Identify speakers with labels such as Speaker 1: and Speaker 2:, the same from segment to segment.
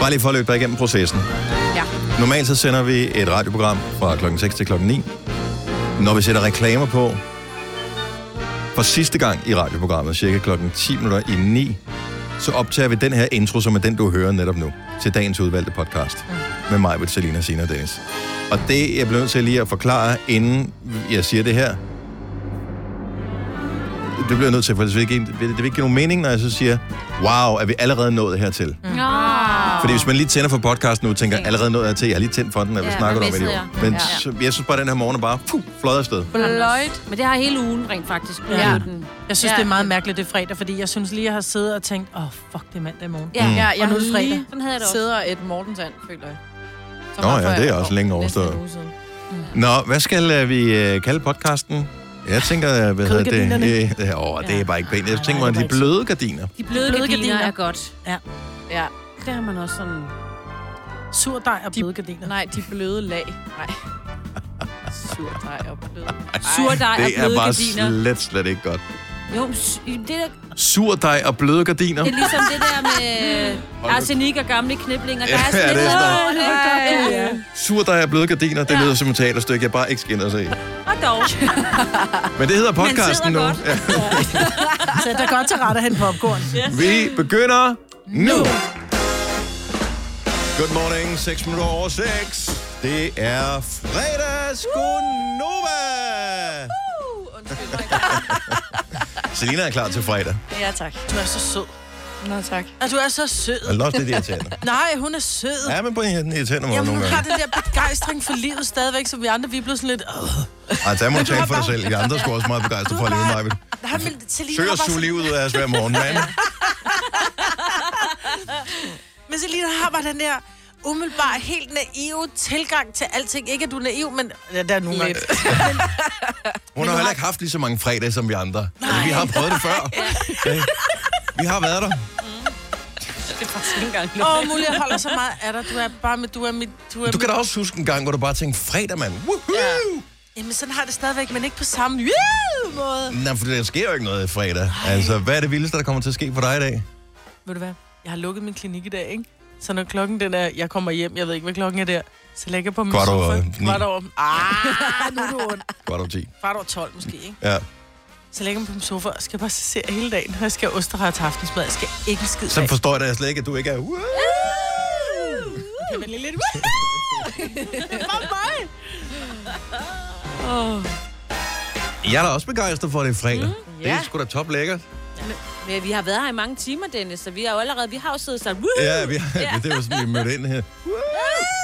Speaker 1: Bare lige for at løbe dig igennem processen.
Speaker 2: Ja.
Speaker 1: Normalt så sender vi et radioprogram fra klokken 6 til klokken 9. Når vi sætter reklamer på, for sidste gang i radioprogrammet, cirka klokken 10 minutter i 9, så optager vi den her intro, som er den, du hører netop nu, til dagens udvalgte podcast med mig, med Selina, Sina og Dennis. Og det, jeg bliver nødt til lige at forklare, inden jeg siger det her, det bliver jeg nødt til, for det vil ikke, det vil ikke give nogen mening, når jeg så siger, wow, er vi allerede nået hertil?
Speaker 2: Nå.
Speaker 1: Fordi hvis man lige tænder for podcasten nu, og tænker allerede noget af til, jeg har lige tændt for den, og vi
Speaker 2: Ja,
Speaker 1: snakker
Speaker 2: hvad
Speaker 1: om det.
Speaker 2: missede jeg?
Speaker 1: Men
Speaker 2: Ja.
Speaker 1: ja. jeg synes bare, at den her morgen er bare puh, fløjet afsted.
Speaker 3: Bløjt.
Speaker 4: Men det har hele ugen rent faktisk.
Speaker 3: Ja.
Speaker 4: Ja. Den.
Speaker 3: Jeg synes,
Speaker 4: Ja.
Speaker 3: ja. det er meget mærkeligt, det er fredag, fordi jeg synes lige, jeg har siddet og tænkt, åh, oh, fuck, det er mandag i morgen.
Speaker 4: Ja,
Speaker 1: Mm.
Speaker 4: ja,
Speaker 3: Ja,
Speaker 4: ja.
Speaker 3: jeg nu er det fredag.
Speaker 4: Sådan havde jeg det også.
Speaker 3: Sidder et Mortensand, føler jeg.
Speaker 1: Nå ja, det er også længe overstået. Nå, hvad skal øh, vi øh, kalde podcasten? Jeg tænker, øh, hvad hedder
Speaker 3: Kødgardinerne.
Speaker 1: det? Øh, åh, det er bare ikke pænt. Jeg tænker mig, de bløde gardiner.
Speaker 4: De bløde, bløde gardiner,
Speaker 3: gardiner.
Speaker 4: er godt.
Speaker 3: Ja.
Speaker 4: ja. Det har man også sådan...
Speaker 3: Sur dej og bløde gardiner.
Speaker 5: Nej, de bløde lag. Nej. Sur dej og bløde.
Speaker 4: Surdej og
Speaker 1: Det er
Speaker 4: bløde
Speaker 1: bare
Speaker 4: gardiner.
Speaker 1: slet, slet ikke godt.
Speaker 4: Jo, men s- det er,
Speaker 1: Surdej og bløde gardiner.
Speaker 4: det er ligesom det der med arsenik og gamle kniblinger. Der
Speaker 1: Ja,
Speaker 4: er sådan
Speaker 1: det er
Speaker 4: lidt...
Speaker 1: sådan noget.
Speaker 4: Åh, det er godt, ja.
Speaker 1: Surdej og bløde gardiner, det lyder som et teaterstykke, jeg bare ikke skal ind og se.
Speaker 4: Og dog.
Speaker 1: Men det hedder podcasten nu.
Speaker 4: sidder godt.
Speaker 1: Ja.
Speaker 3: Sæt dig godt til rette hen popcorn.
Speaker 1: Vi begynder nu. Good morning, 6 minutter over 6. Det er fredags Gunova. Selina er klar til fredag.
Speaker 3: Ja, tak. Du er så sød.
Speaker 5: Nå, tak.
Speaker 3: Og du er så sød.
Speaker 1: Hold også lidt irriterende.
Speaker 3: Nej, hun er sød.
Speaker 1: Ja, men på en irriterende måde
Speaker 3: Jamen,
Speaker 1: nogle
Speaker 3: hun har
Speaker 1: gange.
Speaker 3: den der begejstring for livet stadigvæk, så vi andre, vi er blevet sådan lidt... "Åh."
Speaker 1: Ej, der må du tale for dig selv. I andre skulle også meget begejstret for at leve mig.
Speaker 3: Han ville til lige
Speaker 1: Søg at suge livet ud af os hver morgen, mand.
Speaker 3: Men Selina har bare den der umiddelbart helt naive tilgang til alting. Ikke at du er naiv, men... Ja, der er nogle gange.
Speaker 1: Hun har heller ikke haft lige så mange fredage som vi andre. Altså, vi har prøvet det før. Ja. Vi har været der.
Speaker 3: Åh, oh, muligt, jeg holder så meget af dig. Du er bare med... Du er mit... Du er
Speaker 1: Du kan
Speaker 3: mit.
Speaker 1: da også huske en gang, hvor du bare tænkte, fredag, mand. Woohoo!
Speaker 3: Jamen, sådan har jeg det stadigvæk, men ikke på samme yeah! måde.
Speaker 1: Nej, for der sker jo ikke noget fredag. Altså, hvad er det vildeste, der kommer til at ske for dig i dag?
Speaker 3: Ved du hvad? Jeg har lukket min klinik i dag, ikke? Så når klokken den er... Jeg kommer hjem, jeg ved ikke, hvad klokken er der. Så lægger jeg på min
Speaker 1: Kvart over
Speaker 3: sofa.
Speaker 1: ni.
Speaker 3: Kvart over... Ah, nu er du ondt.
Speaker 1: Godt om 10.
Speaker 3: Kvart over 12 måske, ikke?
Speaker 1: Ja.
Speaker 3: Så lægger jeg mig på min sofa og skal bare se serier hele dagen. Og jeg skal have osterret til aftensmad. Jeg skal ikke en skid
Speaker 1: Så
Speaker 3: af.
Speaker 1: forstår jeg da slet ikke, at du ikke er... Woo!
Speaker 3: Kan man lige lidt... For mig!
Speaker 1: Jeg er da også begejstret for, at det er fredag. Mm, Det er sgu da top lækkert.
Speaker 4: Men vi har været her i mange timer, Dennis, så vi har jo allerede... Vi har jo siddet sådan... Woo!
Speaker 1: Ja, vi, ja. det var sådan, vi mødte ind her. Woo!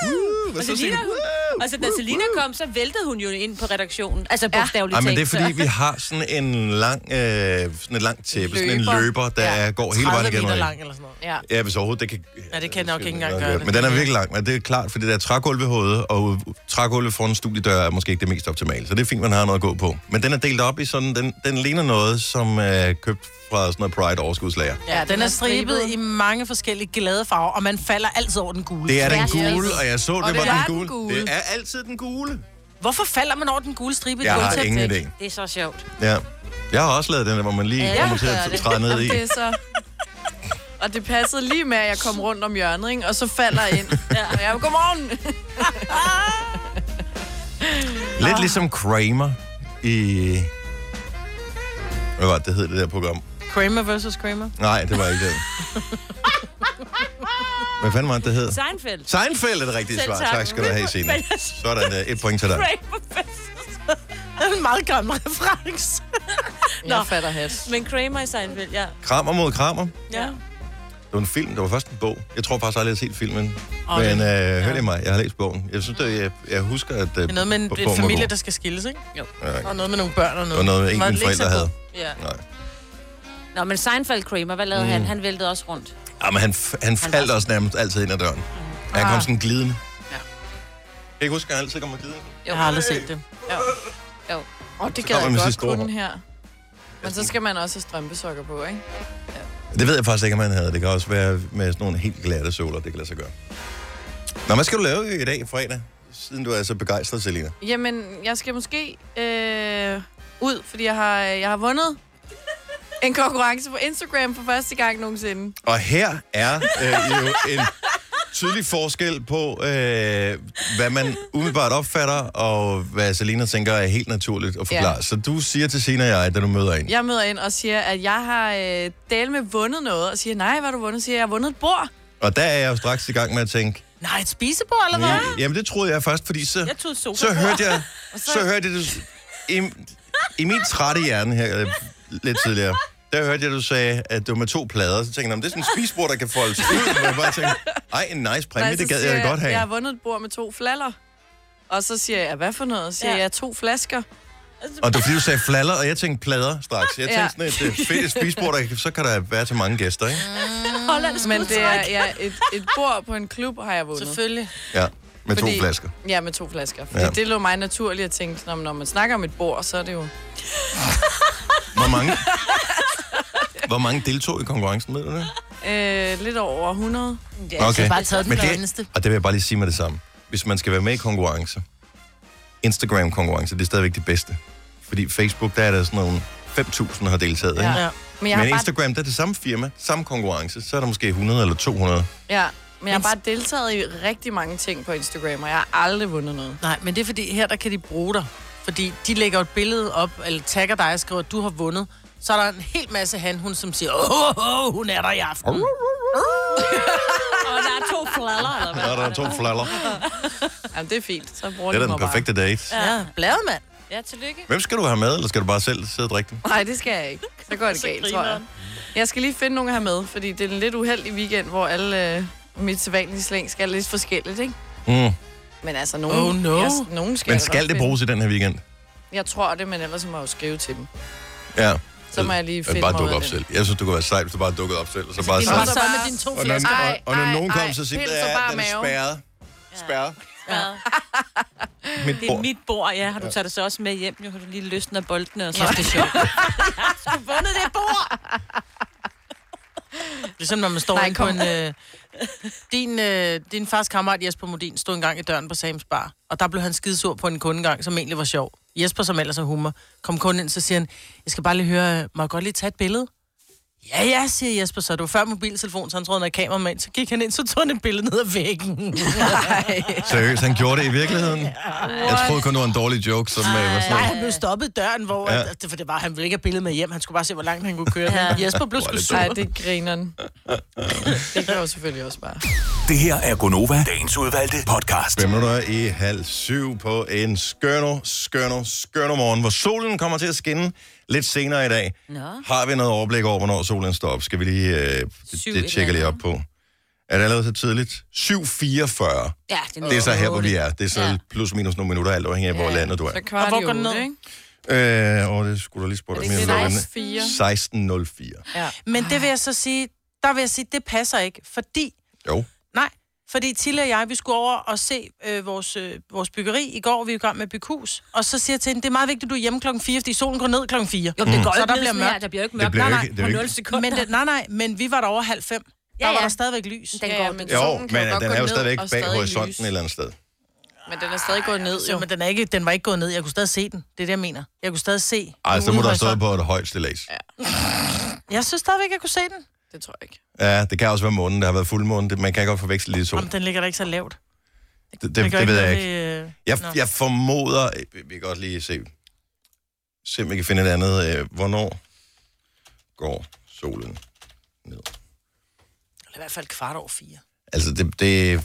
Speaker 1: Woo! Og
Speaker 4: Og
Speaker 1: så
Speaker 4: så
Speaker 1: siger
Speaker 4: ligner
Speaker 1: vi,
Speaker 4: hun.
Speaker 1: "Woo!"
Speaker 4: Altså, da Selina kom, så væltede hun jo ind på redaktionen. Altså, bogstaveligt
Speaker 1: Ej,
Speaker 4: talt.
Speaker 1: men det er fordi, vi har sådan en lang, øh, sådan et lang tæppe, sådan en
Speaker 5: Løber.
Speaker 1: løber, der ja. går hele vejen
Speaker 3: 30
Speaker 1: igennem.
Speaker 3: meter lang eller sådan noget.
Speaker 5: Ja.
Speaker 1: Ja, hvis overhovedet, det kan...
Speaker 3: Ja, det kan nok ikke engang gøre det.
Speaker 1: Men den er virkelig lang, men det er klart, fordi der er trægulv i hovedet, og trægulvet foran studiedør er måske ikke det mest optimale, så det er fint, man har noget at gå på. Men den er delt op i sådan, den, den ligner noget, som er købt fra sådan noget Pride overskudslager.
Speaker 3: Ja, den er stribet i mange forskellige glade farver, og man falder altid over den gule.
Speaker 1: Det er den
Speaker 4: Yes.
Speaker 1: gule, og jeg så, det,
Speaker 5: det
Speaker 1: var
Speaker 5: er
Speaker 1: den
Speaker 5: den
Speaker 1: gule.
Speaker 5: gule.
Speaker 1: Det er altid den gule.
Speaker 3: Hvorfor falder man over den gule stribe? i
Speaker 1: Jeg
Speaker 3: et
Speaker 1: har
Speaker 3: gulvtæppe?
Speaker 1: ingen idé.
Speaker 4: Det er så sjovt.
Speaker 1: Ja. Jeg har også lavet den der, hvor man lige
Speaker 4: Ja,
Speaker 1: kommer
Speaker 4: jeg
Speaker 1: til
Speaker 4: gør
Speaker 1: at
Speaker 4: det.
Speaker 1: træde ned i.
Speaker 5: Det er så... Og det passede lige med, at jeg kom rundt om hjørnet, ikke? og så falder jeg ind. Ja. Og jeg godmorgen!
Speaker 1: Lidt ligesom Kramer i... Hvad var det, det hed det der program?
Speaker 3: Kramer versus Kramer.
Speaker 1: Nej, det var ikke det. Hvad fanden var det, det hed?
Speaker 4: Seinfeld.
Speaker 1: Seinfeld er det rigtige
Speaker 4: Selv
Speaker 1: svar.
Speaker 4: tak.
Speaker 1: Tak skal du have, Signe.
Speaker 4: Men jeg-
Speaker 1: Sådan, der. et point til dig.
Speaker 3: Det er en meget gammel reference.
Speaker 5: Jeg fatter hat.
Speaker 4: Men Kramer i Seinfeld, ja.
Speaker 1: Kramer mod Kramer.
Speaker 3: Ja.
Speaker 1: Det var en film, det var først en bog. Jeg tror faktisk aldrig, jeg har set filmen. Men øh, hør det mig, jeg har læst bogen. Jeg synes, at jeg, jeg husker, at... Øh,
Speaker 3: Det er noget med en, en familie, der skal skilles, ikke? Jo. Og noget med nogle børn og noget.
Speaker 1: Det var noget, en af mine
Speaker 3: det ikke
Speaker 1: forældre
Speaker 3: så
Speaker 1: havde.
Speaker 3: Ja.
Speaker 1: Nej.
Speaker 4: Nå, men Seinfeld Kramer, hvad lavede mm. han? Han væltede også rundt.
Speaker 1: Ja, Ah, men han, f- han faldt også nærmest altid ind ad døren. Han
Speaker 3: Ah.
Speaker 1: kom sådan glidende.
Speaker 5: Ja.
Speaker 1: Kan I ikke huske, at han altid kommer glidende?
Speaker 3: Jeg har aldrig set det.
Speaker 5: Åh, oh,
Speaker 1: kommer
Speaker 5: det gad jeg
Speaker 1: man
Speaker 5: godt
Speaker 1: sidste år.
Speaker 5: kunne her. Men så skal man også have strømpesokker på, ikke?
Speaker 1: Det ved jeg faktisk ikke, om han havde. Det kan også være med sådan nogle helt glatte såler, det kan lade sig gøre. Nå, hvad skal du lave i dag, fredag? Siden du er så begejstret, Selina.
Speaker 5: Jamen, jeg skal måske øh, ud, fordi jeg har, jeg har vundet en konkurrence på Instagram for første gang nogensinde.
Speaker 1: Og her er øh, jo en tydelig forskel på, øh, hvad man umiddelbart opfatter, og hvad Selina tænker er helt naturligt at forklare.
Speaker 5: Ja.
Speaker 1: Ja. Så du siger til Sina og jeg, da du møder en.
Speaker 5: Jeg møder ind og siger, at jeg har øh, del med vundet noget, og siger, nej, hvad har du vundet? Siger, jeg, jeg har vundet et bord.
Speaker 1: Og der er jeg jo straks i gang med at tænke,
Speaker 3: Nej, et spisebord, eller hvad?
Speaker 1: ja. jamen det troede jeg først, fordi så,
Speaker 4: Jeg tog et sofa.
Speaker 1: så hørte jeg, så hørte jeg det i, i min trætte hjerne her øh, lidt tidligere. Der hørte jeg, du sagde, at det var med to plader. Så tænkte jeg, "Nå, men det er sådan en spisbord, der kan foldes ud. Hvor jeg bare tænkte, ej, en nice præmie,
Speaker 5: Nej,
Speaker 1: det
Speaker 5: så
Speaker 1: gad
Speaker 5: siger
Speaker 1: jeg da godt have.
Speaker 5: Jeg har vundet et bord med to flaller. Og så siger jeg, hvad for noget? Siger
Speaker 4: Ja.
Speaker 5: ja. jeg, to flasker.
Speaker 1: Og det var fordi, du sagde flaller, og jeg tænkte plader straks. Jeg
Speaker 5: Ja.
Speaker 1: tænkte sådan et øh, fedt et spisbord, der, kan- så kan der være til mange gæster, ikke?
Speaker 3: Mm.
Speaker 4: Hollandsk
Speaker 5: Men det er
Speaker 4: udtryk.
Speaker 5: ja, et, et bord på en klub, har jeg vundet.
Speaker 3: Selvfølgelig.
Speaker 1: Ja, med Fordi... to flasker.
Speaker 5: Ja, med to flasker. Fordi
Speaker 1: Ja.
Speaker 5: ja. det lå mig naturligt at tænke, når, når man snakker om et bord, så er det jo...
Speaker 1: Hvor mange, hvor mange deltog i konkurrencen, ved du det?
Speaker 5: Øh, lidt over 100.
Speaker 3: Ja, okay.
Speaker 1: Okay.
Speaker 3: Jeg bare taget den
Speaker 1: Men
Speaker 3: fjerneste.
Speaker 1: det, og det vil jeg bare lige sige med det samme. Hvis man skal være med i konkurrencer, Instagram-konkurrencer, det er stadigvæk det bedste. Fordi Facebook, der er der sådan nogle 5.000, der har deltaget. Ja. Ikke?
Speaker 3: Ja.
Speaker 5: Men jeg
Speaker 1: Men
Speaker 5: har bare,
Speaker 1: Instagram, der er det samme firma, samme konkurrence, så er der måske 100 eller 200.
Speaker 5: ja, men jeg har bare deltaget i rigtig mange ting på Instagram, og jeg har aldrig vundet noget.
Speaker 3: Nej, men det er fordi, her der kan de bruge dig. Fordi de lægger et billede op, eller tagger dig og skriver, at du har vundet. Så er der en hel masse hanhund, som siger, åh, oh, oh, hun er der i aften.
Speaker 4: Og der er to flaller, eller hvad?
Speaker 1: Nå, der er to flaller.
Speaker 5: Jamen, det er fint. Så bruger
Speaker 1: Det er
Speaker 5: de
Speaker 1: da den
Speaker 5: mig
Speaker 1: perfekte date.
Speaker 3: Ja, bladet mand.
Speaker 4: Ja, tillykke.
Speaker 1: Hvem skal du have med, eller skal du bare selv sidde og drikke den?
Speaker 5: Bare. Nej, det skal jeg ikke. Så går det galt, tror jeg.
Speaker 4: grineren.
Speaker 5: Jeg skal lige finde nogen her med, fordi det er en lidt uheldig weekend, hvor alle øh, mit sædvanlige slæng skal lidt forskelligt, ikke?
Speaker 1: Mm.
Speaker 5: Men altså, nogen,
Speaker 3: Oh, no.
Speaker 5: jeg, nogen Mm, skal
Speaker 1: Men
Speaker 5: jeg da nok
Speaker 1: skal det
Speaker 5: finde.
Speaker 1: bruges i den her weekend?
Speaker 5: Jeg tror det, men ellers må jeg jo skrive til dem.
Speaker 1: Ja. Øh,
Speaker 5: Så må jeg lige finde
Speaker 1: bare
Speaker 5: mig ud
Speaker 1: dukke
Speaker 5: af
Speaker 1: op
Speaker 5: det.
Speaker 1: selv. Jeg synes, det kunne være sejt, hvis du bare dukkede op selv. Og så bare
Speaker 3: Det var
Speaker 1: sådan.
Speaker 3: så
Speaker 5: bare-
Speaker 3: med dine to
Speaker 1: Og når,
Speaker 3: flasker.
Speaker 5: Ej,
Speaker 1: og, og når
Speaker 5: ej,
Speaker 1: nogen
Speaker 5: ej,
Speaker 1: kommer, så siger
Speaker 5: pils
Speaker 1: de,
Speaker 5: og bare
Speaker 1: at den er
Speaker 5: mave."
Speaker 1: spærret. Spærret.
Speaker 4: Ja.
Speaker 1: Mit
Speaker 4: Det er
Speaker 1: bord.
Speaker 4: mit bord, ja. Har du taget det så også med hjem? Nu har du lige løsnet af boldene og så er det sjovt.
Speaker 3: Du har vundet det bord! Ligesom når man står
Speaker 5: Nej,
Speaker 3: Nej, på
Speaker 5: kom.
Speaker 3: en... Øh, din, øh, din fars kammerat Jesper Modin stod engang i døren på Sams Bar, og der blev han skidesur på en kundegang, som egentlig var sjov. Jesper, som ellers er humor, kom kun ind, så siger han, jeg skal bare lige høre, øh, må jeg godt lige tage et billede? Ja, ja, siger Jesper, så det var før mobiltelefon, så han troede, han havde kamera med, så gik han ind, så tog han et billede ned ad væggen.
Speaker 1: Seriøst, han gjorde det i virkeligheden? Jeg troede kun, det var en dårlig joke, som øh, var
Speaker 3: Nej,
Speaker 1: sådan
Speaker 3: han blev stoppet i døren, hvor...
Speaker 1: Ja.
Speaker 3: Ja. For det var, han ville ikke have billede med hjem, han skulle bare se, hvor langt han kunne køre. Ja. Jesper blev
Speaker 1: Hvor er
Speaker 3: sgu
Speaker 1: det
Speaker 3: sur.
Speaker 5: Nej, det griner Det gør jeg jo selvfølgelig også bare.
Speaker 2: Det her er Gonova, dagens udvalgte podcast.
Speaker 1: 5 minutter i halv syv på en skønner, skønner, skønner morgen, hvor solen kommer til at skinne lidt senere i dag.
Speaker 4: Nå.
Speaker 1: Har vi noget overblik over, hvornår solen står op? Skal vi lige... Øh, det,
Speaker 4: Syv
Speaker 1: det
Speaker 4: et
Speaker 1: tjekker lige
Speaker 4: eller
Speaker 1: op på. Er det allerede så tidligt? 7.44.
Speaker 4: Ja,
Speaker 1: Det er så her, hvor vi er. Det er
Speaker 4: Ja.
Speaker 1: så plus minus nogle minutter, alt afhængig af, hvor landet du er.
Speaker 5: Så kvart
Speaker 3: Og hvor
Speaker 5: i
Speaker 3: går den
Speaker 5: otte,
Speaker 3: ned?
Speaker 5: ikke?
Speaker 1: Øh, åh, det skulle du lige spørge
Speaker 5: Er det
Speaker 1: mere om.
Speaker 5: 16.04?
Speaker 1: 16.04.
Speaker 5: Ja.
Speaker 3: Men det vil jeg så sige, der vil jeg sige, det passer ikke, fordi,
Speaker 1: Jo.
Speaker 3: nej, fordi Tille og jeg, vi skulle over og se øh, vores, øh, vores byggeri i går, vi er i gang med at bygge hus, og så siger jeg til hende, det er meget vigtigt, at du er hjemme klokken 4, fordi solen går ned klokken 4.
Speaker 4: Jo, men det går
Speaker 3: Så
Speaker 4: jo
Speaker 3: der
Speaker 4: ikke
Speaker 3: bliver
Speaker 4: ned sådan her.
Speaker 3: mørkt.
Speaker 4: Der bliver jo ikke
Speaker 1: Det
Speaker 4: mørkt.
Speaker 1: bliver
Speaker 4: Nej,
Speaker 1: jo
Speaker 4: nej,
Speaker 1: ikke- det er
Speaker 4: på
Speaker 1: jo
Speaker 4: nul
Speaker 1: ikke-
Speaker 4: sekunder.
Speaker 3: Men det, nej, nej, men vi var der over halv fem. Der
Speaker 4: Ja,
Speaker 3: var
Speaker 4: ja.
Speaker 3: der stadigvæk lys.
Speaker 4: Den
Speaker 5: Ja,
Speaker 4: går
Speaker 5: men
Speaker 4: men...
Speaker 1: Jo,
Speaker 5: solen kan
Speaker 1: men
Speaker 5: jo godt
Speaker 1: den
Speaker 5: gå
Speaker 1: er jo
Speaker 5: ned
Speaker 1: stadigvæk
Speaker 5: og
Speaker 1: bag
Speaker 5: stadig
Speaker 1: horisonten
Speaker 5: lyse.
Speaker 1: et eller andet sted.
Speaker 5: Men den er stadig gået ned, jo.
Speaker 3: Jo, men den, er ikke, den var ikke gået ned. Jeg kunne stadig se den. Det er det, jeg mener. Jeg kunne stadig se.
Speaker 1: Ej, så må du have
Speaker 3: have
Speaker 1: stået på et højt stilas.
Speaker 3: Jeg synes stadigvæk, jeg kunne se den.
Speaker 5: Det tror jeg ikke.
Speaker 1: Ja, det kan også være månen. Det har været fuldmåne. Det- Man kan godt forveksle lidt sol.
Speaker 3: Jamen, den ligger da ikke så lavt.
Speaker 1: Det, det, det,
Speaker 3: gør
Speaker 1: det ved jeg
Speaker 3: noget
Speaker 1: ikke.
Speaker 3: ved, øh,
Speaker 1: Jeg,
Speaker 3: Nå.
Speaker 1: jeg formoder... Vi kan godt lige se, se om vi kan finde et andet. Øh, hvornår går solen ned?
Speaker 3: Eller i hvert fald kvart over fire.
Speaker 1: Altså, det... det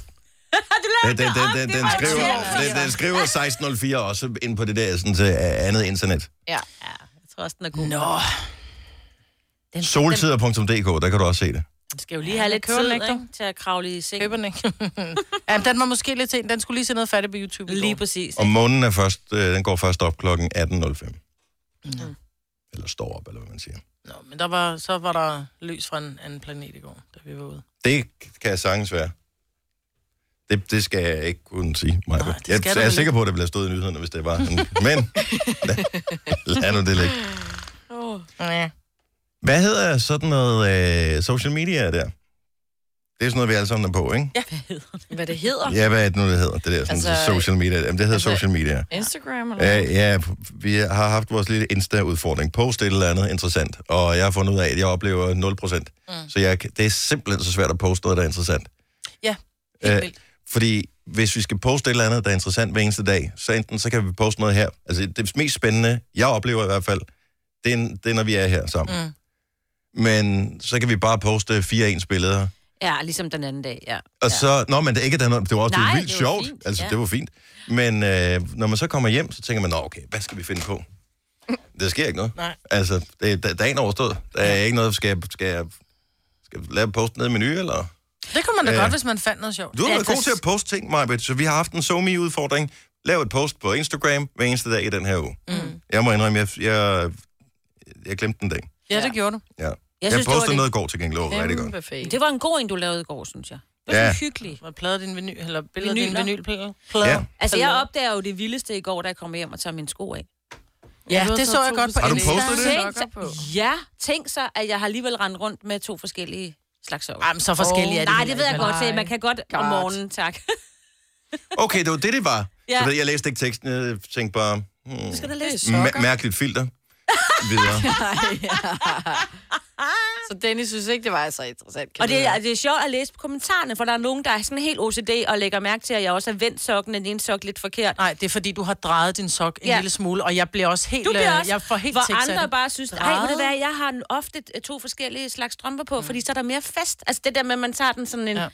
Speaker 1: den, den, den, den, den, skriver,
Speaker 3: Ah, irriterende.
Speaker 1: den, den skriver 1604 også ind på det der sådan, til øh, andet internet.
Speaker 5: Ja.
Speaker 4: Ja, jeg tror også, den er god.
Speaker 3: Nå,
Speaker 4: Den,
Speaker 1: Soltider.dk, der kan du også se det.
Speaker 4: den skal jo lige have lidt
Speaker 3: køber den
Speaker 4: tid,
Speaker 3: ikke,
Speaker 4: ikke? Til at kravle i seng.
Speaker 3: køber den ikke. ja, men den var måske lidt sent. Den skulle lige se noget fattigt på YouTube i
Speaker 4: Lige
Speaker 3: går.
Speaker 4: præcis.
Speaker 1: Og månen er først, øh, den går først op klokken 18.05. Eller står op, eller hvad man siger.
Speaker 3: Nå, men der var, så var der lys fra en anden planet i går, da vi var ude.
Speaker 1: Det kan jeg sagtens være. Det, det skal jeg ikke kunne sige, Maja.
Speaker 3: Nej, det
Speaker 1: Jeg,
Speaker 3: skal
Speaker 1: jeg
Speaker 3: du
Speaker 1: er
Speaker 3: vel
Speaker 1: sikker på, at det bliver stået i nyhederne, hvis det var sådan. Men lad, lad nu det ligge.
Speaker 5: Oh.
Speaker 3: Ja.
Speaker 1: Hvad hedder sådan noget øh, social media der? Det er sådan noget, vi alle sammen er på, ikke?
Speaker 5: Hvad det hedder?
Speaker 1: Ja, hvad er det nu, det hedder? Det der sådan altså,
Speaker 5: Altså,
Speaker 1: social media. Jamen, det hedder
Speaker 5: altså-
Speaker 1: social media.
Speaker 5: Instagram eller
Speaker 1: Ja, ja, vi har haft vores lille Insta-udfordring. Post et eller andet interessant, og jeg har fundet ud af, at jeg oplever 0%. Mm. Så jeg, kan- det er simpelthen så svært at poste noget, der er interessant.
Speaker 3: Ja.
Speaker 1: Øh, fordi hvis vi skal poste et eller andet, der er interessant hver eneste dag, så enten så kan vi poste noget her. Altså det mest spændende, jeg oplever i hvert fald, det er, det er når vi er her sammen.
Speaker 4: Mm.
Speaker 1: Mm. Men så kan vi bare poste fire af ens billeder.
Speaker 4: Ja, ligesom den anden dag, ja.
Speaker 1: Og så, nå, men det er ikke, at der er noget, det var også det
Speaker 4: Nej,
Speaker 1: var vildt
Speaker 4: det var
Speaker 1: sjovt.
Speaker 4: fint,
Speaker 1: altså,
Speaker 4: ja.
Speaker 1: det var fint. Men øh, når man så kommer hjem, så tænker man, nå, okay, hvad skal vi finde på? Der sker ikke noget.
Speaker 3: Nej.
Speaker 1: Altså, det er da- dagen overstået. Der er ikke noget, skal jeg, skal jeg, skal jeg lave post ned i menu, eller?
Speaker 3: Det kunne man da
Speaker 1: Ja.
Speaker 3: godt, hvis man fandt noget sjovt.
Speaker 1: Du har
Speaker 4: Ja, altså
Speaker 1: været god
Speaker 4: for-
Speaker 1: til at poste ting, Majbet, så vi har haft en somi udfordring Lav et post på Instagram hver eneste dag i den her uge. Mm. Jeg må indrømme, jeg, jeg, jeg glemte den dag.
Speaker 3: Ja, det gjorde du.
Speaker 1: Ja. Jeg,
Speaker 4: Jeg
Speaker 1: jeg
Speaker 4: synes, det var
Speaker 1: postede
Speaker 4: det-
Speaker 1: noget i går til gengæld. Det var rigtig godt.
Speaker 5: Kæmpe fake.
Speaker 4: Det var en god en, du lavede i går, synes jeg. Det var
Speaker 1: Ja.
Speaker 4: ja. hyggeligt.
Speaker 3: Man plader din vinyl, eller billeder
Speaker 4: Vinyler.
Speaker 3: din vinylplade.
Speaker 1: Ja.
Speaker 4: Altså, jeg opdager jo det vildeste i går, da jeg kom hjem og tager mine sko af.
Speaker 3: Ja, det så jeg godt på
Speaker 1: Har du
Speaker 3: Insta.
Speaker 1: postet det?
Speaker 4: Tænk sig, ja, tænk sig, at jeg har alligevel rendt rundt med to forskellige slags sokker.
Speaker 3: Jamen, så forskellige er det.
Speaker 4: Nej,
Speaker 3: heller
Speaker 4: det ved jeg
Speaker 3: ikke,
Speaker 4: godt,
Speaker 3: vel?
Speaker 4: så man kan godt om
Speaker 5: God.
Speaker 4: morgenen, tak.
Speaker 1: Okay, det var det, det var.
Speaker 4: Ja.
Speaker 1: Så ved, jeg, jeg læste ikke teksten, jeg tænkte bare, hmm,
Speaker 4: Skal der læse?
Speaker 1: mæ- mærkeligt filter. Videre.
Speaker 5: Så Dennis synes ikke, det var så interessant. kan
Speaker 4: Og det,
Speaker 5: jeg
Speaker 4: er,
Speaker 5: høre.
Speaker 4: det er sjovt at læse på kommentarerne, for der er nogen, der er sådan helt OCD og lægger mærke til, at jeg også har vendt sokken, den ene sok lidt forkert.
Speaker 3: Nej, det er fordi, du har drejet din sok en
Speaker 4: Ja.
Speaker 3: lille smule, og jeg bliver også helt...
Speaker 4: Du bliver
Speaker 3: øh,
Speaker 4: også,
Speaker 3: jeg får helt
Speaker 4: hvor
Speaker 3: tics af
Speaker 4: andre
Speaker 3: det.
Speaker 4: bare synes, ej, må det være, jeg har ofte øh, to forskellige slags strømper på, mm. fordi så er der mere fast. Altså det der med, at man tager den sådan en... Ja.
Speaker 3: Ja.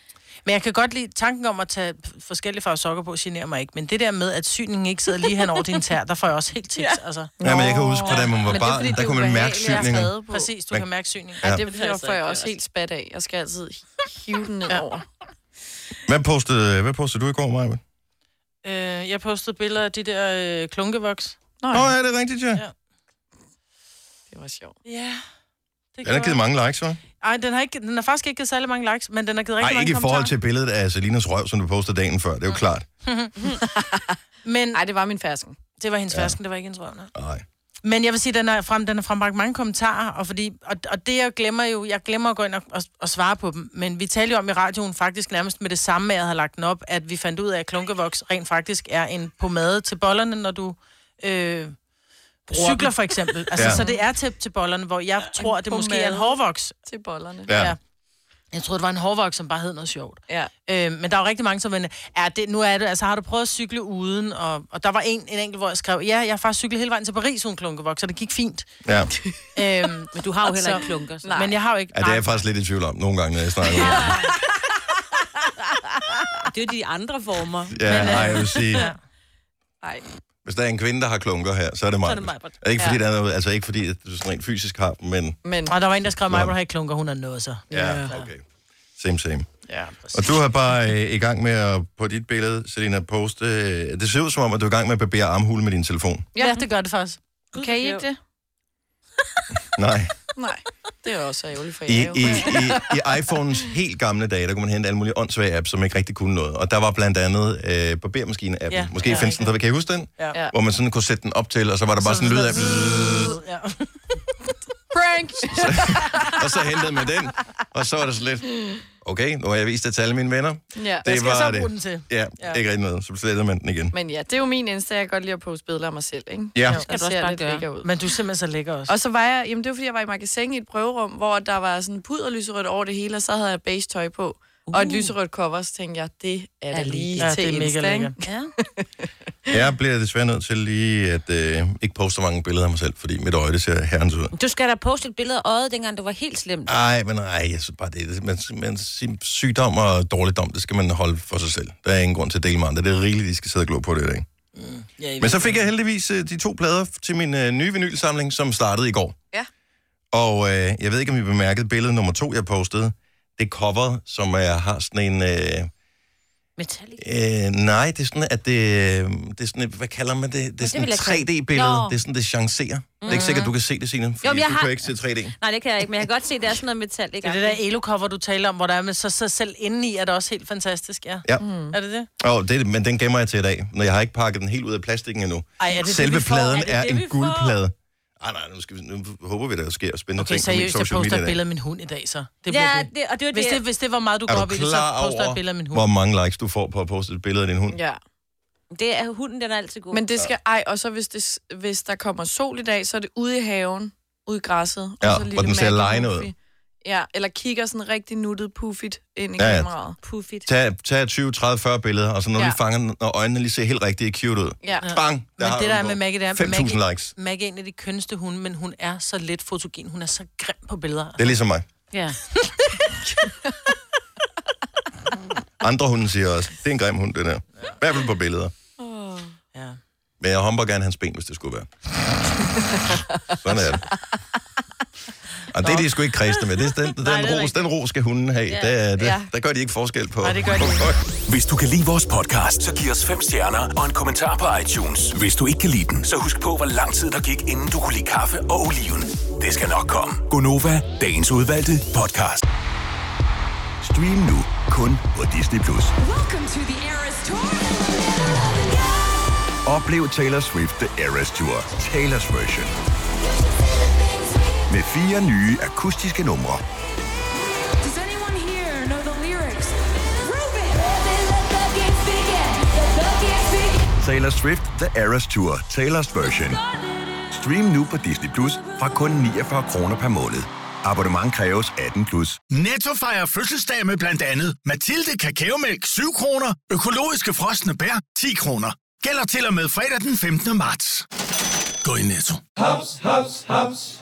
Speaker 3: Men jeg kan godt lide tanken om at tage p- forskellige farver sokker på, generer mig ikke. Men det der med, at syningen ikke sidder lige hen over din tær, der får jeg også helt tics. Ja. Altså.
Speaker 1: Ja, men jeg kan huske, da man var
Speaker 5: Men det er, fordi
Speaker 1: barn,
Speaker 5: det
Speaker 1: der
Speaker 5: er
Speaker 1: kunne man mærke
Speaker 5: ubehageligt at
Speaker 1: syningen.
Speaker 5: træde på.
Speaker 3: Præcis, du
Speaker 1: Men-
Speaker 3: kan mærke syningen.
Speaker 5: Ja.
Speaker 1: Ja.
Speaker 5: Det bliver
Speaker 4: Altså,
Speaker 5: får jeg
Speaker 4: det er
Speaker 5: også
Speaker 4: også-
Speaker 5: helt spat af. Jeg skal altid hive den ned over.
Speaker 1: Hvad postede, hvad postede du i går, Maja? Åh,
Speaker 3: Øh, jeg postede billeder af de der øh, klunkevoks.
Speaker 5: Nå,
Speaker 1: oh, ja, det er rigtigt, ja. ja.
Speaker 5: det var sjovt.
Speaker 3: Ja. Det
Speaker 1: Den har givet mange likes, hva'?
Speaker 3: Ej, den har, ikke, den har faktisk ikke givet særlig mange likes, men den har givet rigtig
Speaker 1: Nej,
Speaker 3: mange
Speaker 1: ikke i forhold
Speaker 3: kommentarer.
Speaker 1: til billedet af Selinas røv, som du postede dagen før. Det er jo klart.
Speaker 3: Men
Speaker 5: Nej, det var min fersken.
Speaker 3: det var hendes fersken, det var ikke hendes røv. nej.
Speaker 1: Nej.
Speaker 3: Men jeg vil sige, den har frem, den har frembragt mange kommentarer, og, fordi, og, og det jeg glemmer jo, jeg glemmer at gå ind og, og, og svare på dem, men vi talte jo om i radioen faktisk nærmest med det samme med, at jeg havde lagt den op, at vi fandt ud af, at klunkevoks rent faktisk er en pomade til bollerne, når du øh, cykler for eksempel. Altså,
Speaker 1: Ja.
Speaker 3: ja. Så det er til, til bollerne, hvor jeg tror, at det måske er en
Speaker 5: pomade.
Speaker 3: hårvoks.
Speaker 5: Til bollerne.
Speaker 1: Ja. ja.
Speaker 3: Ja. Jeg troede, det var en hårvoks, som bare hed noget sjovt.
Speaker 5: Ja.
Speaker 3: Øh, men der er jo rigtig mange, som vender, ja, det, nu er det, altså har du prøvet at cykle uden? Og, og der var en, en enkelt, hvor jeg skrev, ja, jeg har faktisk cyklet hele vejen til Paris uden klunkevoks, så det gik fint.
Speaker 1: ja.
Speaker 3: Øhm,
Speaker 4: Men du har jo heller
Speaker 3: Så-
Speaker 4: ikke klunker. Så.
Speaker 5: Nej.
Speaker 3: men jeg har jo ikke...
Speaker 1: Ja, det er
Speaker 3: nej.
Speaker 1: jeg faktisk lidt i tvivl om nogle gange, når jeg snakker. Ja,
Speaker 4: Det er jo de andre former.
Speaker 1: ja
Speaker 3: øh,
Speaker 1: nej, jeg vil sige,
Speaker 5: Ej.
Speaker 1: hvis der er en kvinde, der har klunker her, så er det mig.
Speaker 4: Så er det Majbrit.
Speaker 1: Og Ikke fordi, ja. der er noget, altså ikke fordi, at du sådan rent fysisk har, dem, men
Speaker 5: Men
Speaker 3: Og der var en, der skrev, mig, hvor har ikke klunker, hun er noget så.
Speaker 1: ja, okay. Same, same.
Speaker 3: Ja,
Speaker 1: Og du er bare øh, i gang med at, på dit billede, Selina, poste... Øh, det ser ud som om, at du er i gang med at barbere armhul med din telefon.
Speaker 3: ja, det gør det faktisk.
Speaker 5: kan I ikke det?
Speaker 1: Nej.
Speaker 5: Mm, Nej. Det er også ærgerligt for jer.
Speaker 1: I,
Speaker 5: jo.
Speaker 1: i, i, I iPhones helt gamle dage, der kunne man hente alle mulige åndssvage apps, som ikke rigtig kunne noget. Og der var blandt andet øh, barbermaskine-appen. Ja,
Speaker 3: Ja,
Speaker 1: Måske ja,
Speaker 3: ja,
Speaker 1: findes den, der kan I huske den?
Speaker 3: Ja.
Speaker 5: Ja.
Speaker 1: Hvor man sådan kunne sætte den op til, og så var der bare sådan en lyd af...
Speaker 3: Ja.
Speaker 5: Prank!
Speaker 1: Og så hentede man den, og så var det så lidt... Okay, nu har jeg vist det til alle mine venner.
Speaker 5: Ja.
Speaker 1: Det
Speaker 3: skal jeg
Speaker 1: var
Speaker 3: så bruge
Speaker 1: det.
Speaker 3: den til?
Speaker 1: Ja,
Speaker 3: Ja.
Speaker 1: ikke rigtig noget. Så slettede man den igen.
Speaker 5: Men ja, det er jo min Insta, jeg kan godt lide at poste billeder af mig selv, ikke?
Speaker 1: Ja,
Speaker 5: Jeg
Speaker 4: du også
Speaker 5: ser
Speaker 4: bare
Speaker 5: lidt
Speaker 4: gøre.
Speaker 5: lækker ud.
Speaker 3: Men du er simpelthen så lækker også.
Speaker 5: Og så var jeg, jamen det var fordi, jeg var i magasin i et prøverum, hvor der var sådan puderlyserødt over det hele, og så havde jeg beige tøj på. Uh. Og et lyserødt cover, så tænkte jeg, det er da
Speaker 4: Er
Speaker 5: lige
Speaker 4: lige-
Speaker 5: ja,
Speaker 3: ja,
Speaker 5: til
Speaker 3: det er mega
Speaker 5: Insta,
Speaker 3: lækker.
Speaker 5: ikke?
Speaker 4: Ja.
Speaker 1: jeg bliver desværre nødt til lige at øh, ikke poste så mange billeder af mig selv, fordi mit øje, det ser herrens ud.
Speaker 4: Du skal da poste et billede af øjet, dengang du var helt slemt.
Speaker 1: Ej, men nej, jeg synes bare, det er, man, man, sin sygdom og dårligdom, det skal man holde for sig selv. Der er ingen grund til at dele med andre. Det er rigeligt, de skal sidde og glo på det i dag.
Speaker 3: Ja,
Speaker 1: Men så fik jeg heldigvis øh, de to plader til min øh, nye vinylsamling, som startede i går.
Speaker 5: Ja.
Speaker 1: Og øh, jeg ved ikke, om I bemærkede billede nummer to, jeg postede. Det er cover, som jeg har sådan en... Øh,
Speaker 4: Metallic.
Speaker 1: øh, nej, det er sådan, at det, øh, det er sådan, et- hvad kalder man det? Det er sådan
Speaker 4: vil
Speaker 1: et
Speaker 4: jeg ikke-
Speaker 1: 3D-billede.
Speaker 4: Nå. Mhm.
Speaker 1: Det er sådan, det chancerer. Det er ikke sikkert, du kan se det, Signe, fordi
Speaker 4: Jo, men jeg
Speaker 1: du
Speaker 4: har-
Speaker 1: kan ikke se 3D.
Speaker 4: Nej, det kan jeg ikke, men jeg kan godt se, det er sådan noget metallic.
Speaker 3: Det er det der elo-cover, du taler om, hvor der er med så, så selv indeni, er det også helt fantastisk, ja.
Speaker 1: Ja.
Speaker 3: Mm. Er det det?
Speaker 1: Åh, oh, det, men den gemmer jeg til i dag, når jeg har ikke pakket den helt ud af plastikken endnu.
Speaker 3: Ej, er det det,
Speaker 1: Selve
Speaker 3: vi får?
Speaker 1: pladen
Speaker 4: Er det
Speaker 1: er,
Speaker 4: det,
Speaker 1: en
Speaker 4: vi får?
Speaker 1: guldplade. Ej, nej, nu, skal vi, nu håber vi, der sker spændende
Speaker 3: Okay,
Speaker 1: ting på min
Speaker 3: seriøst, jeg poster
Speaker 1: social
Speaker 3: et
Speaker 1: media. i dag.
Speaker 3: billede af min hund i dag, så. Det
Speaker 4: Ja,
Speaker 3: ja, det...
Speaker 4: det, og det var
Speaker 3: Hvis, det,
Speaker 4: det,
Speaker 3: hvis det var meget, du går
Speaker 1: Er
Speaker 3: op
Speaker 1: du
Speaker 3: i det, så
Speaker 1: klar
Speaker 3: poster jeg et billede af
Speaker 1: over,
Speaker 3: min
Speaker 1: hvor
Speaker 3: hund.
Speaker 1: mange likes du får på at poste et billede af din hund?
Speaker 5: Ja.
Speaker 4: det er hunden, den er altid god.
Speaker 5: Men det skal, ej, og så hvis, det, hvis der kommer sol i dag, så er det ude i haven, ude i græsset.
Speaker 1: Ja,
Speaker 5: og så
Speaker 1: hvor den ser
Speaker 5: Maggie
Speaker 1: lejende ud.
Speaker 5: Goofy. Ja, eller kigger sådan rigtig nuttet puffigt ind i
Speaker 1: Ja,
Speaker 5: ja,
Speaker 1: ja.
Speaker 5: kameraet.
Speaker 4: Puffigt.
Speaker 1: Tag, tag 20, 30, 40 billeder, og så når ja.
Speaker 5: Ja.
Speaker 1: de fanger den, og øjnene lige ser helt rigtig cute ud.
Speaker 5: Ja.
Speaker 1: Bang! Der
Speaker 3: Men
Speaker 1: har
Speaker 3: det
Speaker 1: du
Speaker 3: der er
Speaker 1: den
Speaker 3: med
Speaker 1: på.
Speaker 3: Maggie, det er, at
Speaker 1: 5.000
Speaker 3: Maggie-
Speaker 1: likes.
Speaker 3: Maggie er en af de kønste hunde, men hun er så lidt fotogen. Hun er så grim på billeder.
Speaker 1: Det er ligesom mig.
Speaker 4: Ja.
Speaker 1: Andre hunde siger også, det er en grim hund, det der. I hvert fald på billeder.
Speaker 3: Ja.
Speaker 1: Men jeg humper gerne hans ben, hvis det skulle være. Sådan er det. Og det er de sgu ikke kredsende med. Det er den, den,
Speaker 4: Nej, det er
Speaker 1: ros,
Speaker 4: rigtigt.
Speaker 1: den ros skal hunden have. Ja. Der, der,
Speaker 5: Ja.
Speaker 1: der gør de ikke forskel på.
Speaker 3: Nej, det gør de
Speaker 1: på
Speaker 3: ikke.
Speaker 1: folk.
Speaker 2: Hvis du kan lide vores podcast, så giv os fem stjerner og en kommentar på iTunes. Hvis du ikke kan lide den, så husk på, hvor lang tid der gik, inden du kunne lide kaffe og oliven. Det skal nok komme. Gonova, dagens udvalgte podcast.
Speaker 6: Stream nu kun på Disney+. Plus.
Speaker 7: Welcome to the Eras Tour.
Speaker 6: Oplev Taylor Swift The Eras Tour, Taylor's version. Med fire nye akustiske numre.
Speaker 7: Does anyone here know the lyrics? Ruben!
Speaker 6: Taylor Swift The Eras Tour, Taylor's version. Stream nu på Disney Plus fra kun 49 kroner per måned. Abonnement kræves 18 plus.
Speaker 8: Netto fejrer fødselsdag med blandt andet Mathilde Kakaomælk 7 kroner, økologiske frosne bær 10 kroner. Gælder til og med fredag den 15. marts. Gå i Netto.
Speaker 9: Haps, haps, haps.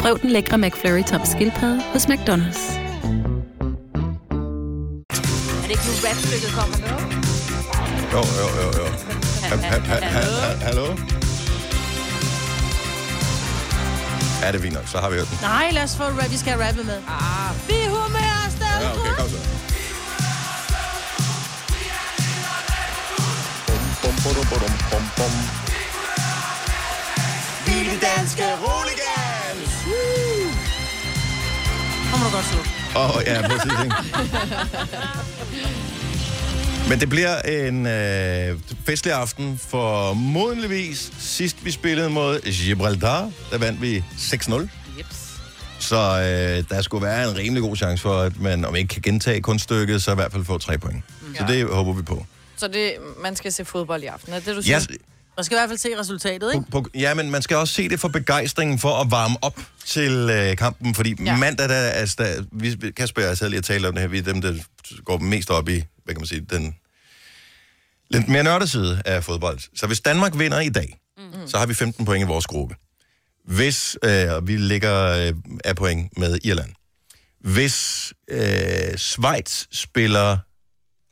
Speaker 10: Prøv den lækre McFlurry tom skildpadde hos McDonald's.
Speaker 4: Er det ikke nu rapstykket kommer nu?
Speaker 1: Jo, jo, jo, jo. Ha- ha- ha- ha- ha- Hallo? Ja, det er fint nok. Så har vi hørt den.
Speaker 3: Nej, lad os få rap. Vi skal have rappet med. Ah. Vi er humørstadig.
Speaker 1: Ja, okay, kom så. Bum, bum, bum, bum, bum, bum. Vilde danske roligans!
Speaker 3: Kommer du godt slå.
Speaker 1: Åh, oh, ja, præcis. Ikke? Men det bliver en øh, festlig aften, formodentligvis. Sidst vi spillede mod Gibraltar, der vandt vi 6-0. Så øh, der skulle være en rimelig god chance for, at man om ikke kan gentage kunststykket, så i hvert fald få tre point. Mm. Så det håber vi på.
Speaker 5: Så det, man skal se fodbold i aften, er det du siger?
Speaker 1: Jeg,
Speaker 3: Man skal i hvert fald se resultatet, ikke?
Speaker 1: på, ja, men man skal også se det for begejstringen for at varme op til øh, kampen, fordi ja.
Speaker 5: Ja.
Speaker 1: mandag, der, altså, der, vi, Kasper og jeg sad lige og talte om det her, vi er dem, der går mest op i, hvad kan man sige, den lidt mere nørdede side af fodbold. Så hvis Danmark vinder i dag, mm-hmm. så har vi 15 point i vores gruppe. Hvis, øh, og vi ligger øh, af point med Irland. Hvis øh, Schweiz spiller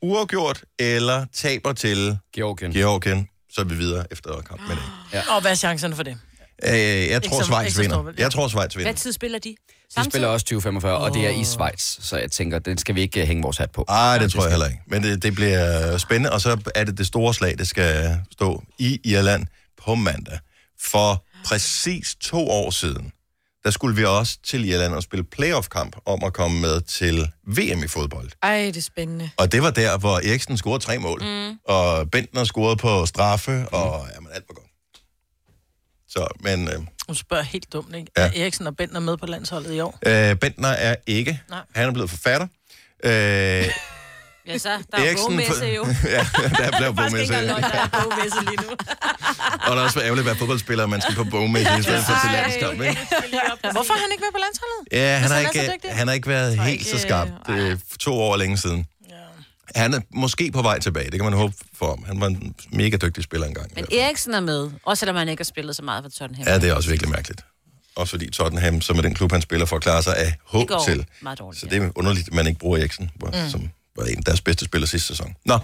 Speaker 1: uafgjort eller taber til
Speaker 11: Georgien.
Speaker 1: Georgien, så er vi videre efter kampen i dag.
Speaker 3: Og hvad er chancerne for det?
Speaker 1: Øh, jeg tror,
Speaker 3: så-
Speaker 1: Schweiz
Speaker 3: ikke så
Speaker 1: vinder.
Speaker 3: stor, vel?
Speaker 1: Jeg tror, Schweiz vinder.
Speaker 4: Hvad tid spiller de?
Speaker 11: De spiller også 2045, og det er i Schweiz, så jeg tænker, den skal vi ikke øh, hænge vores hat på.
Speaker 1: Ej, det tror jeg heller ikke. Men det, det bliver spændende, og så er det det store slag, det skal stå i Irland på mandag. For præcis to år siden, der skulle vi også til Irland og spille playoff-kamp om at komme med til VM i fodbold.
Speaker 5: Ej, det er spændende.
Speaker 1: Og det var der, hvor Eriksen scorede tre mål, mm. og Bentner scorede på straffe, og jamen, alt var godt. Så, men øh,
Speaker 3: Hun spørger helt dumt, ikke?
Speaker 1: Ja.
Speaker 3: Ja. Er Eriksen og Bentner med på landsholdet i år?
Speaker 1: øh, Bentner er ikke.
Speaker 3: Nej.
Speaker 1: Han er blevet forfatter. Øh,
Speaker 4: Ja, så der er bogmesse jo.
Speaker 1: ja, der blev
Speaker 4: Faktisk ikke
Speaker 1: bogmesse.
Speaker 4: engang løgn, der er bogmesse lige nu.
Speaker 1: Og det er også ærgerligt at være fodboldspiller, man skal på bogmesse i stedet for til landskamp. Ikke?
Speaker 3: Hvorfor er han ikke med på landsholdet?
Speaker 1: Ja, han har,
Speaker 3: han er så
Speaker 1: ikke,
Speaker 3: dygtig.
Speaker 1: han har ikke været helt så
Speaker 5: ikke,
Speaker 1: skarp øh, for to år længe siden. Han er måske på vej tilbage, det kan man håbe for ham. Han var en mega dygtig spiller engang. i
Speaker 4: Men
Speaker 1: hvert fald.
Speaker 4: Eriksen er med, også selvom han ikke har spillet så meget for Tottenham.
Speaker 1: Ja, det er også virkelig mærkeligt. Også fordi Tottenham, som er den klub, han spiller for, klarer sig af H
Speaker 4: Det går
Speaker 1: til.
Speaker 4: meget dårligt,
Speaker 1: Så det er underligt, at man ikke bruger Eriksen, hvor, mm. som var en af deres bedste spillere sidste sæson. Nå, uh,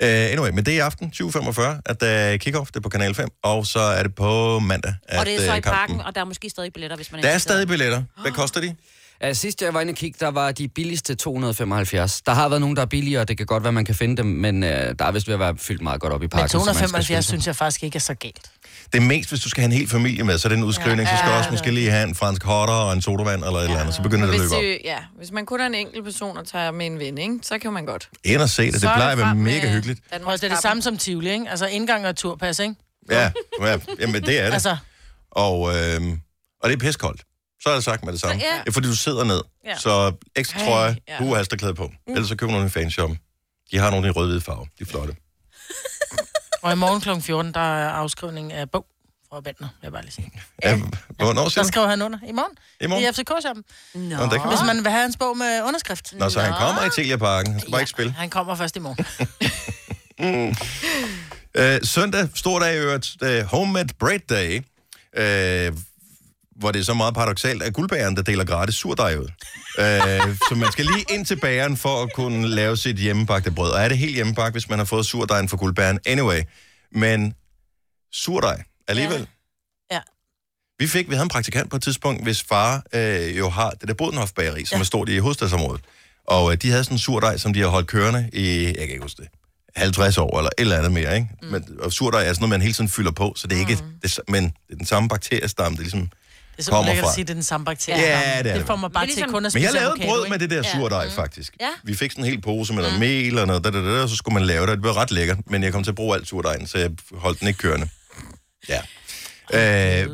Speaker 1: anyway, men det er i aften 20.45, at der uh, kick-off, det er på Kanal 5, og så er det på mandag, at
Speaker 4: Og det er så
Speaker 1: øh,
Speaker 4: i parken, og der er måske stadig billetter, hvis man
Speaker 1: Der er
Speaker 4: interesseret.
Speaker 1: stadig billetter. Hvad koster de?
Speaker 11: Ja, Ah. Øh, sidst jeg var inde og kigge, der var de billigste 275. Der har været nogen, der er billigere, og det kan godt være, man kan finde dem, men øh, der er vist ved at være fyldt meget godt op i parken.
Speaker 3: Men
Speaker 11: så man skal
Speaker 3: 275
Speaker 11: skynde sig.
Speaker 3: synes jeg faktisk ikke er så galt.
Speaker 1: Det er mest, hvis du skal have en hel familie med, så er det en udskrivning. Ja, så skal du også måske lige have en fransk hotter og en sodavand eller et eller andet. Så begynder det at
Speaker 5: Hvis,
Speaker 1: løbe op.
Speaker 5: det, ja, hvis man kun er en enkelt person og tager med en ven, ikke, så kan man godt.
Speaker 1: Ind og se det. Det
Speaker 5: Så er
Speaker 1: plejer at være
Speaker 5: frem med
Speaker 1: mega hyggeligt.
Speaker 3: Og
Speaker 5: Danmarks
Speaker 3: det er det
Speaker 5: Kappen.
Speaker 3: samme som Tivoli, ikke? Altså indgang og turpas, ikke?
Speaker 1: Ja, ja, jamen det er det.
Speaker 3: Altså.
Speaker 1: Og, øh, og det er piskoldt. Så er det sagt med det samme.
Speaker 3: Så, ja.
Speaker 1: ja. Fordi du sidder ned.
Speaker 3: Ja.
Speaker 1: Ja. Så ekstra
Speaker 3: Ej,
Speaker 1: trøje,
Speaker 3: ja.
Speaker 1: ja. du er klæde på. Mm. Ellers så køber du nogle i fanshoppen. De har nogle i rød-hvide farve. De er flotte.
Speaker 3: Og i morgen kl. 14, der er afskrivning af bog fra Bentner, vil jeg bare lige sige.
Speaker 1: Ja. Hvornår
Speaker 3: Der
Speaker 1: siger du?
Speaker 3: skriver han under i morgen.
Speaker 1: I morgen?
Speaker 3: I FCK-shoppen.
Speaker 1: Nå, der kan man-
Speaker 3: Hvis man vil have hans bog med underskrift.
Speaker 1: Nå, så han kommer i Telia-parken. Han skal bare ikke spille.
Speaker 3: Han kommer først i morgen.
Speaker 1: Mm. Øh, søndag, stor dag i øvrigt, øh, Homemade Bread Day, øh, hvor det er så meget paradoxalt, at guldbæren, der deler gratis surdej ud. Øh, så man skal lige ind til bageren for at kunne lave sit hjemmebagte brød. Og er det helt hjemmebagt, hvis man har fået surdejen fra guldbæren? Anyway, men surdej alligevel.
Speaker 3: Ja. Ja.
Speaker 1: Vi fik, vi havde en praktikant på et tidspunkt, hvis far øh, jo har det der Bodenhof bageri, som ja. er stort i hovedstadsområdet. Og øh, de havde sådan en surdej, som de har holdt kørende i, jeg kan ikke huske det, 50 år eller et eller andet mere, ikke? Mm. Men, og surdej er sådan noget, man hele tiden fylder på, så det er ikke, mm. det, men det er den samme bakteriestamme, det ligesom
Speaker 3: Det er så
Speaker 1: kommer
Speaker 3: lækkert
Speaker 1: fra.
Speaker 3: at sige, at det er den samme bakterie.
Speaker 1: Ja, det er det
Speaker 3: Det får
Speaker 1: vel.
Speaker 3: mig bare
Speaker 1: Det er
Speaker 3: til kun at
Speaker 1: Men ligesom-
Speaker 3: spise
Speaker 1: jeg lavede
Speaker 3: avocado,
Speaker 1: brød
Speaker 3: ikke?
Speaker 1: med det der surdej, ja. faktisk.
Speaker 3: Ja.
Speaker 1: Vi fik sådan en hel pose med noget mm. mel og noget, da, da, da, og så skulle man lave det, det blev ret lækkert, men jeg kom til at bruge alt surdejen, så jeg holdt den ikke kørende. Ja. Øh,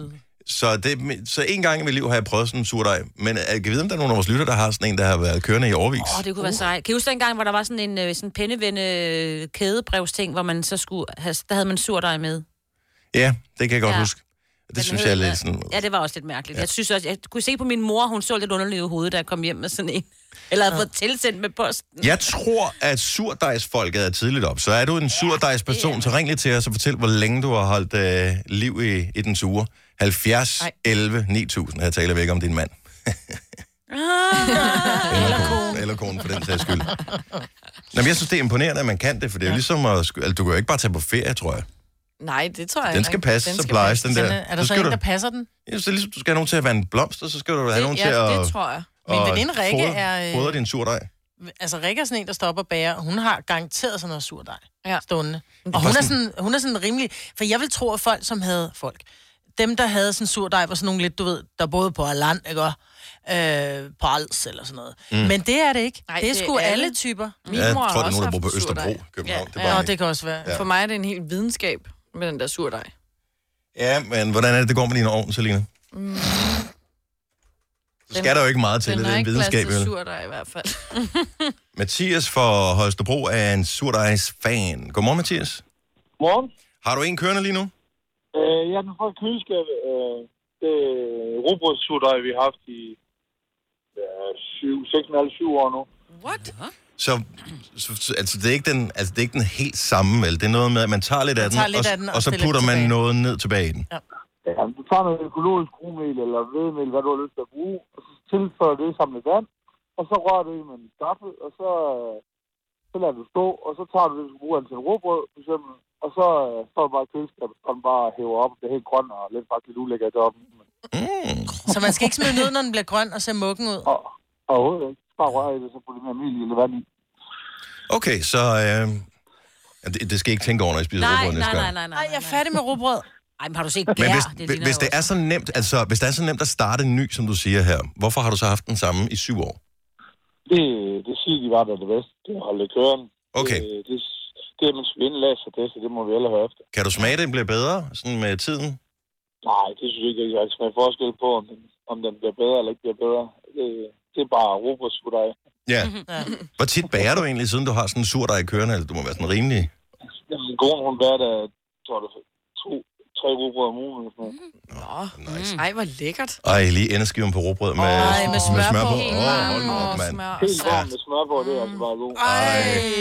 Speaker 1: så, det, så en gang i mit liv har jeg prøvet sådan en surdej, men øh, jeg kan vide, om der er nogen af vores lytter, der har sådan en, der har været kørende i overvis.
Speaker 4: Åh, oh, det kunne
Speaker 1: Uh.
Speaker 4: være sejt. Kan I huske dengang, hvor der var sådan en øh, sådan pendevende kædebrevsting, hvor man så skulle have, der havde man surdej med?
Speaker 1: Ja, det kan jeg godt
Speaker 4: Ja.
Speaker 1: ja. huske. Det
Speaker 4: Den
Speaker 1: synes
Speaker 4: hed-
Speaker 1: jeg er lidt sådan...
Speaker 4: Ja, det var også lidt mærkeligt.
Speaker 1: Ja.
Speaker 4: Ja. Jeg synes også, jeg kunne se på min mor, hun så lidt underlig i hovedet, da jeg kom hjem med sådan en. Eller havde fået tilsendt med posten.
Speaker 1: Jeg tror, at surdejsfolket er tidligt op. Så er du en surdejsperson, så ring lige til os og fortæl, hvor længe du har holdt øh, liv i, i den sure. 70, Ej. 11, 9000. Her taler vi ikke om din mand.
Speaker 5: Ah.
Speaker 4: Eller
Speaker 1: kone. Eller kone, for den sags skyld. Nå, men jeg synes, det er imponerende, at man kan det, for det er jo ligesom at... sku- Altså, du kan jo ikke bare tage på ferie, tror jeg.
Speaker 5: Nej, det tror jeg
Speaker 1: Den
Speaker 5: ikke.
Speaker 1: skal passe, så
Speaker 5: skal
Speaker 1: plejes
Speaker 5: passe.
Speaker 1: den der.
Speaker 3: Sådan, Er der
Speaker 1: Så
Speaker 3: så
Speaker 1: skal
Speaker 3: en, der
Speaker 1: du-
Speaker 3: passer den?
Speaker 1: Ja, så ligesom, du skal have nogen til at være en blomst, og så skal du have nogen
Speaker 3: ja,
Speaker 1: til at...
Speaker 3: det tror jeg. Min
Speaker 1: at
Speaker 3: veninde Rikke
Speaker 1: fodre-
Speaker 3: er, øh,
Speaker 1: Fodre din surdej.
Speaker 3: Altså, Rikke er sådan en, der stopper og bager, og hun har garanteret sådan noget surdej ja. stående.
Speaker 1: er
Speaker 3: Og hun er,
Speaker 1: bare
Speaker 3: sådan, hun er sådan rimelig... For jeg vil tro, at folk, som havde folk... Dem, der havde sådan surdej, var sådan nogle lidt, du ved, der boede på Arland, ikke? Og, øh, på Als eller sådan noget. Mm.
Speaker 1: Mm.
Speaker 3: Men det er det ikke.
Speaker 5: Nej,
Speaker 3: Nej, det er
Speaker 5: det er
Speaker 3: sgu alle.
Speaker 5: alle.
Speaker 3: typer.
Speaker 5: Min
Speaker 1: Ja, jeg
Speaker 5: mor har
Speaker 1: tror, det er
Speaker 5: også
Speaker 1: nogen, der bor
Speaker 5: haft
Speaker 1: på Østerbro,
Speaker 5: surdej.
Speaker 1: København. Det er
Speaker 5: Ja.
Speaker 1: bare-
Speaker 5: Ja.
Speaker 1: Nå, det kan også være. Ja.
Speaker 5: For mig er det en helt videnskab med den der surdej.
Speaker 1: Ja, men hvordan er det, det går med din ovn, Selina?
Speaker 5: Mm.
Speaker 1: Så skal der jo ikke meget til,
Speaker 5: den
Speaker 1: det
Speaker 5: har
Speaker 1: er en
Speaker 5: ikke
Speaker 1: videnskab,
Speaker 5: plads til
Speaker 1: vel?
Speaker 5: surdej i hvert fald.
Speaker 1: Mathias fra Holstebro er en surdejs-fan. Godmorgen, Mathias.
Speaker 12: Morgen.
Speaker 1: Har du en kørende lige nu?
Speaker 12: Øh, jeg kan få et køleskab. Øh, det robrødssutter, vi har haft i ja, 7, 6, 7 år nu.
Speaker 1: Så, så, så altså, det er ikke den, altså, det er ikke den helt samme, vel? Det er noget med, at man tager lidt,
Speaker 12: Man
Speaker 1: af, den,
Speaker 12: tager lidt
Speaker 1: og,
Speaker 12: af den og
Speaker 1: og, så
Speaker 12: stiller
Speaker 1: putter
Speaker 12: den
Speaker 1: man
Speaker 12: tilbage.
Speaker 1: noget ned tilbage i den.
Speaker 12: Ja, du tager noget økologisk krumel eller hvedemel, hvad du har lyst til at bruge, og så tilføjer du det sammen med vand, og så rører du det med en skaffel, og så, øh, så lader du stå, og så tager du det, du skal bruge den til en råbrød, for eksempel, og så øh, står det bare i køleskabet, så den bare hæver op, det er helt grøn og lidt faktisk lidt ulækkert deroppe.
Speaker 3: Så man skal ikke smide den ud, når den bliver grøn og ser mukken ud.
Speaker 12: Overhovedet ikke. Bare rører i det, så putter du mere mel i eller vand i.
Speaker 1: Okay, så... Øh, ja, det, det, skal jeg ikke tænke over, når jeg spiser
Speaker 4: Nej,
Speaker 1: rugbrød næste
Speaker 4: nej,
Speaker 1: gang.
Speaker 4: nej, nej, nej.
Speaker 3: Ej, jeg er færdig med råbrød.
Speaker 4: Ej, men har du set
Speaker 1: Men
Speaker 4: gær?
Speaker 1: hvis,
Speaker 4: det
Speaker 1: det
Speaker 4: ligner
Speaker 1: hvis,
Speaker 4: jo
Speaker 1: det er så nemt, altså, hvis det er så nemt at starte en ny, som du siger her, hvorfor har du så haft den samme i syv år?
Speaker 12: Det, det siger de bare, der er det bedste. Det er holde kørende.
Speaker 1: Okay.
Speaker 12: Det, det, det er man skulle indlæse sig til, så det må vi alle høre efter.
Speaker 1: Kan du smage, at den bliver bedre sådan med tiden?
Speaker 12: Nej, det synes jeg ikke, jeg altså, kan smage forskel på, om den, om den bliver bedre eller ikke bliver bedre. Det, det er bare robotskuddej.
Speaker 1: Ja. Hvor tit bærer du egentlig, siden du har sådan en surdej i kørende? Altså, du må være sådan rimelig...
Speaker 12: Min kone, hun bærer da, tror du, to, tre robrød om ugen. Eller sådan noget.
Speaker 5: Åh, nice. Ej, hvor lækkert.
Speaker 1: Ej, lige endeskiven på råbrød med,
Speaker 5: Ej, med smør på.
Speaker 1: Åh, oh, hold nu op, mand.
Speaker 12: Helt varm med smør på, det er altså bare god.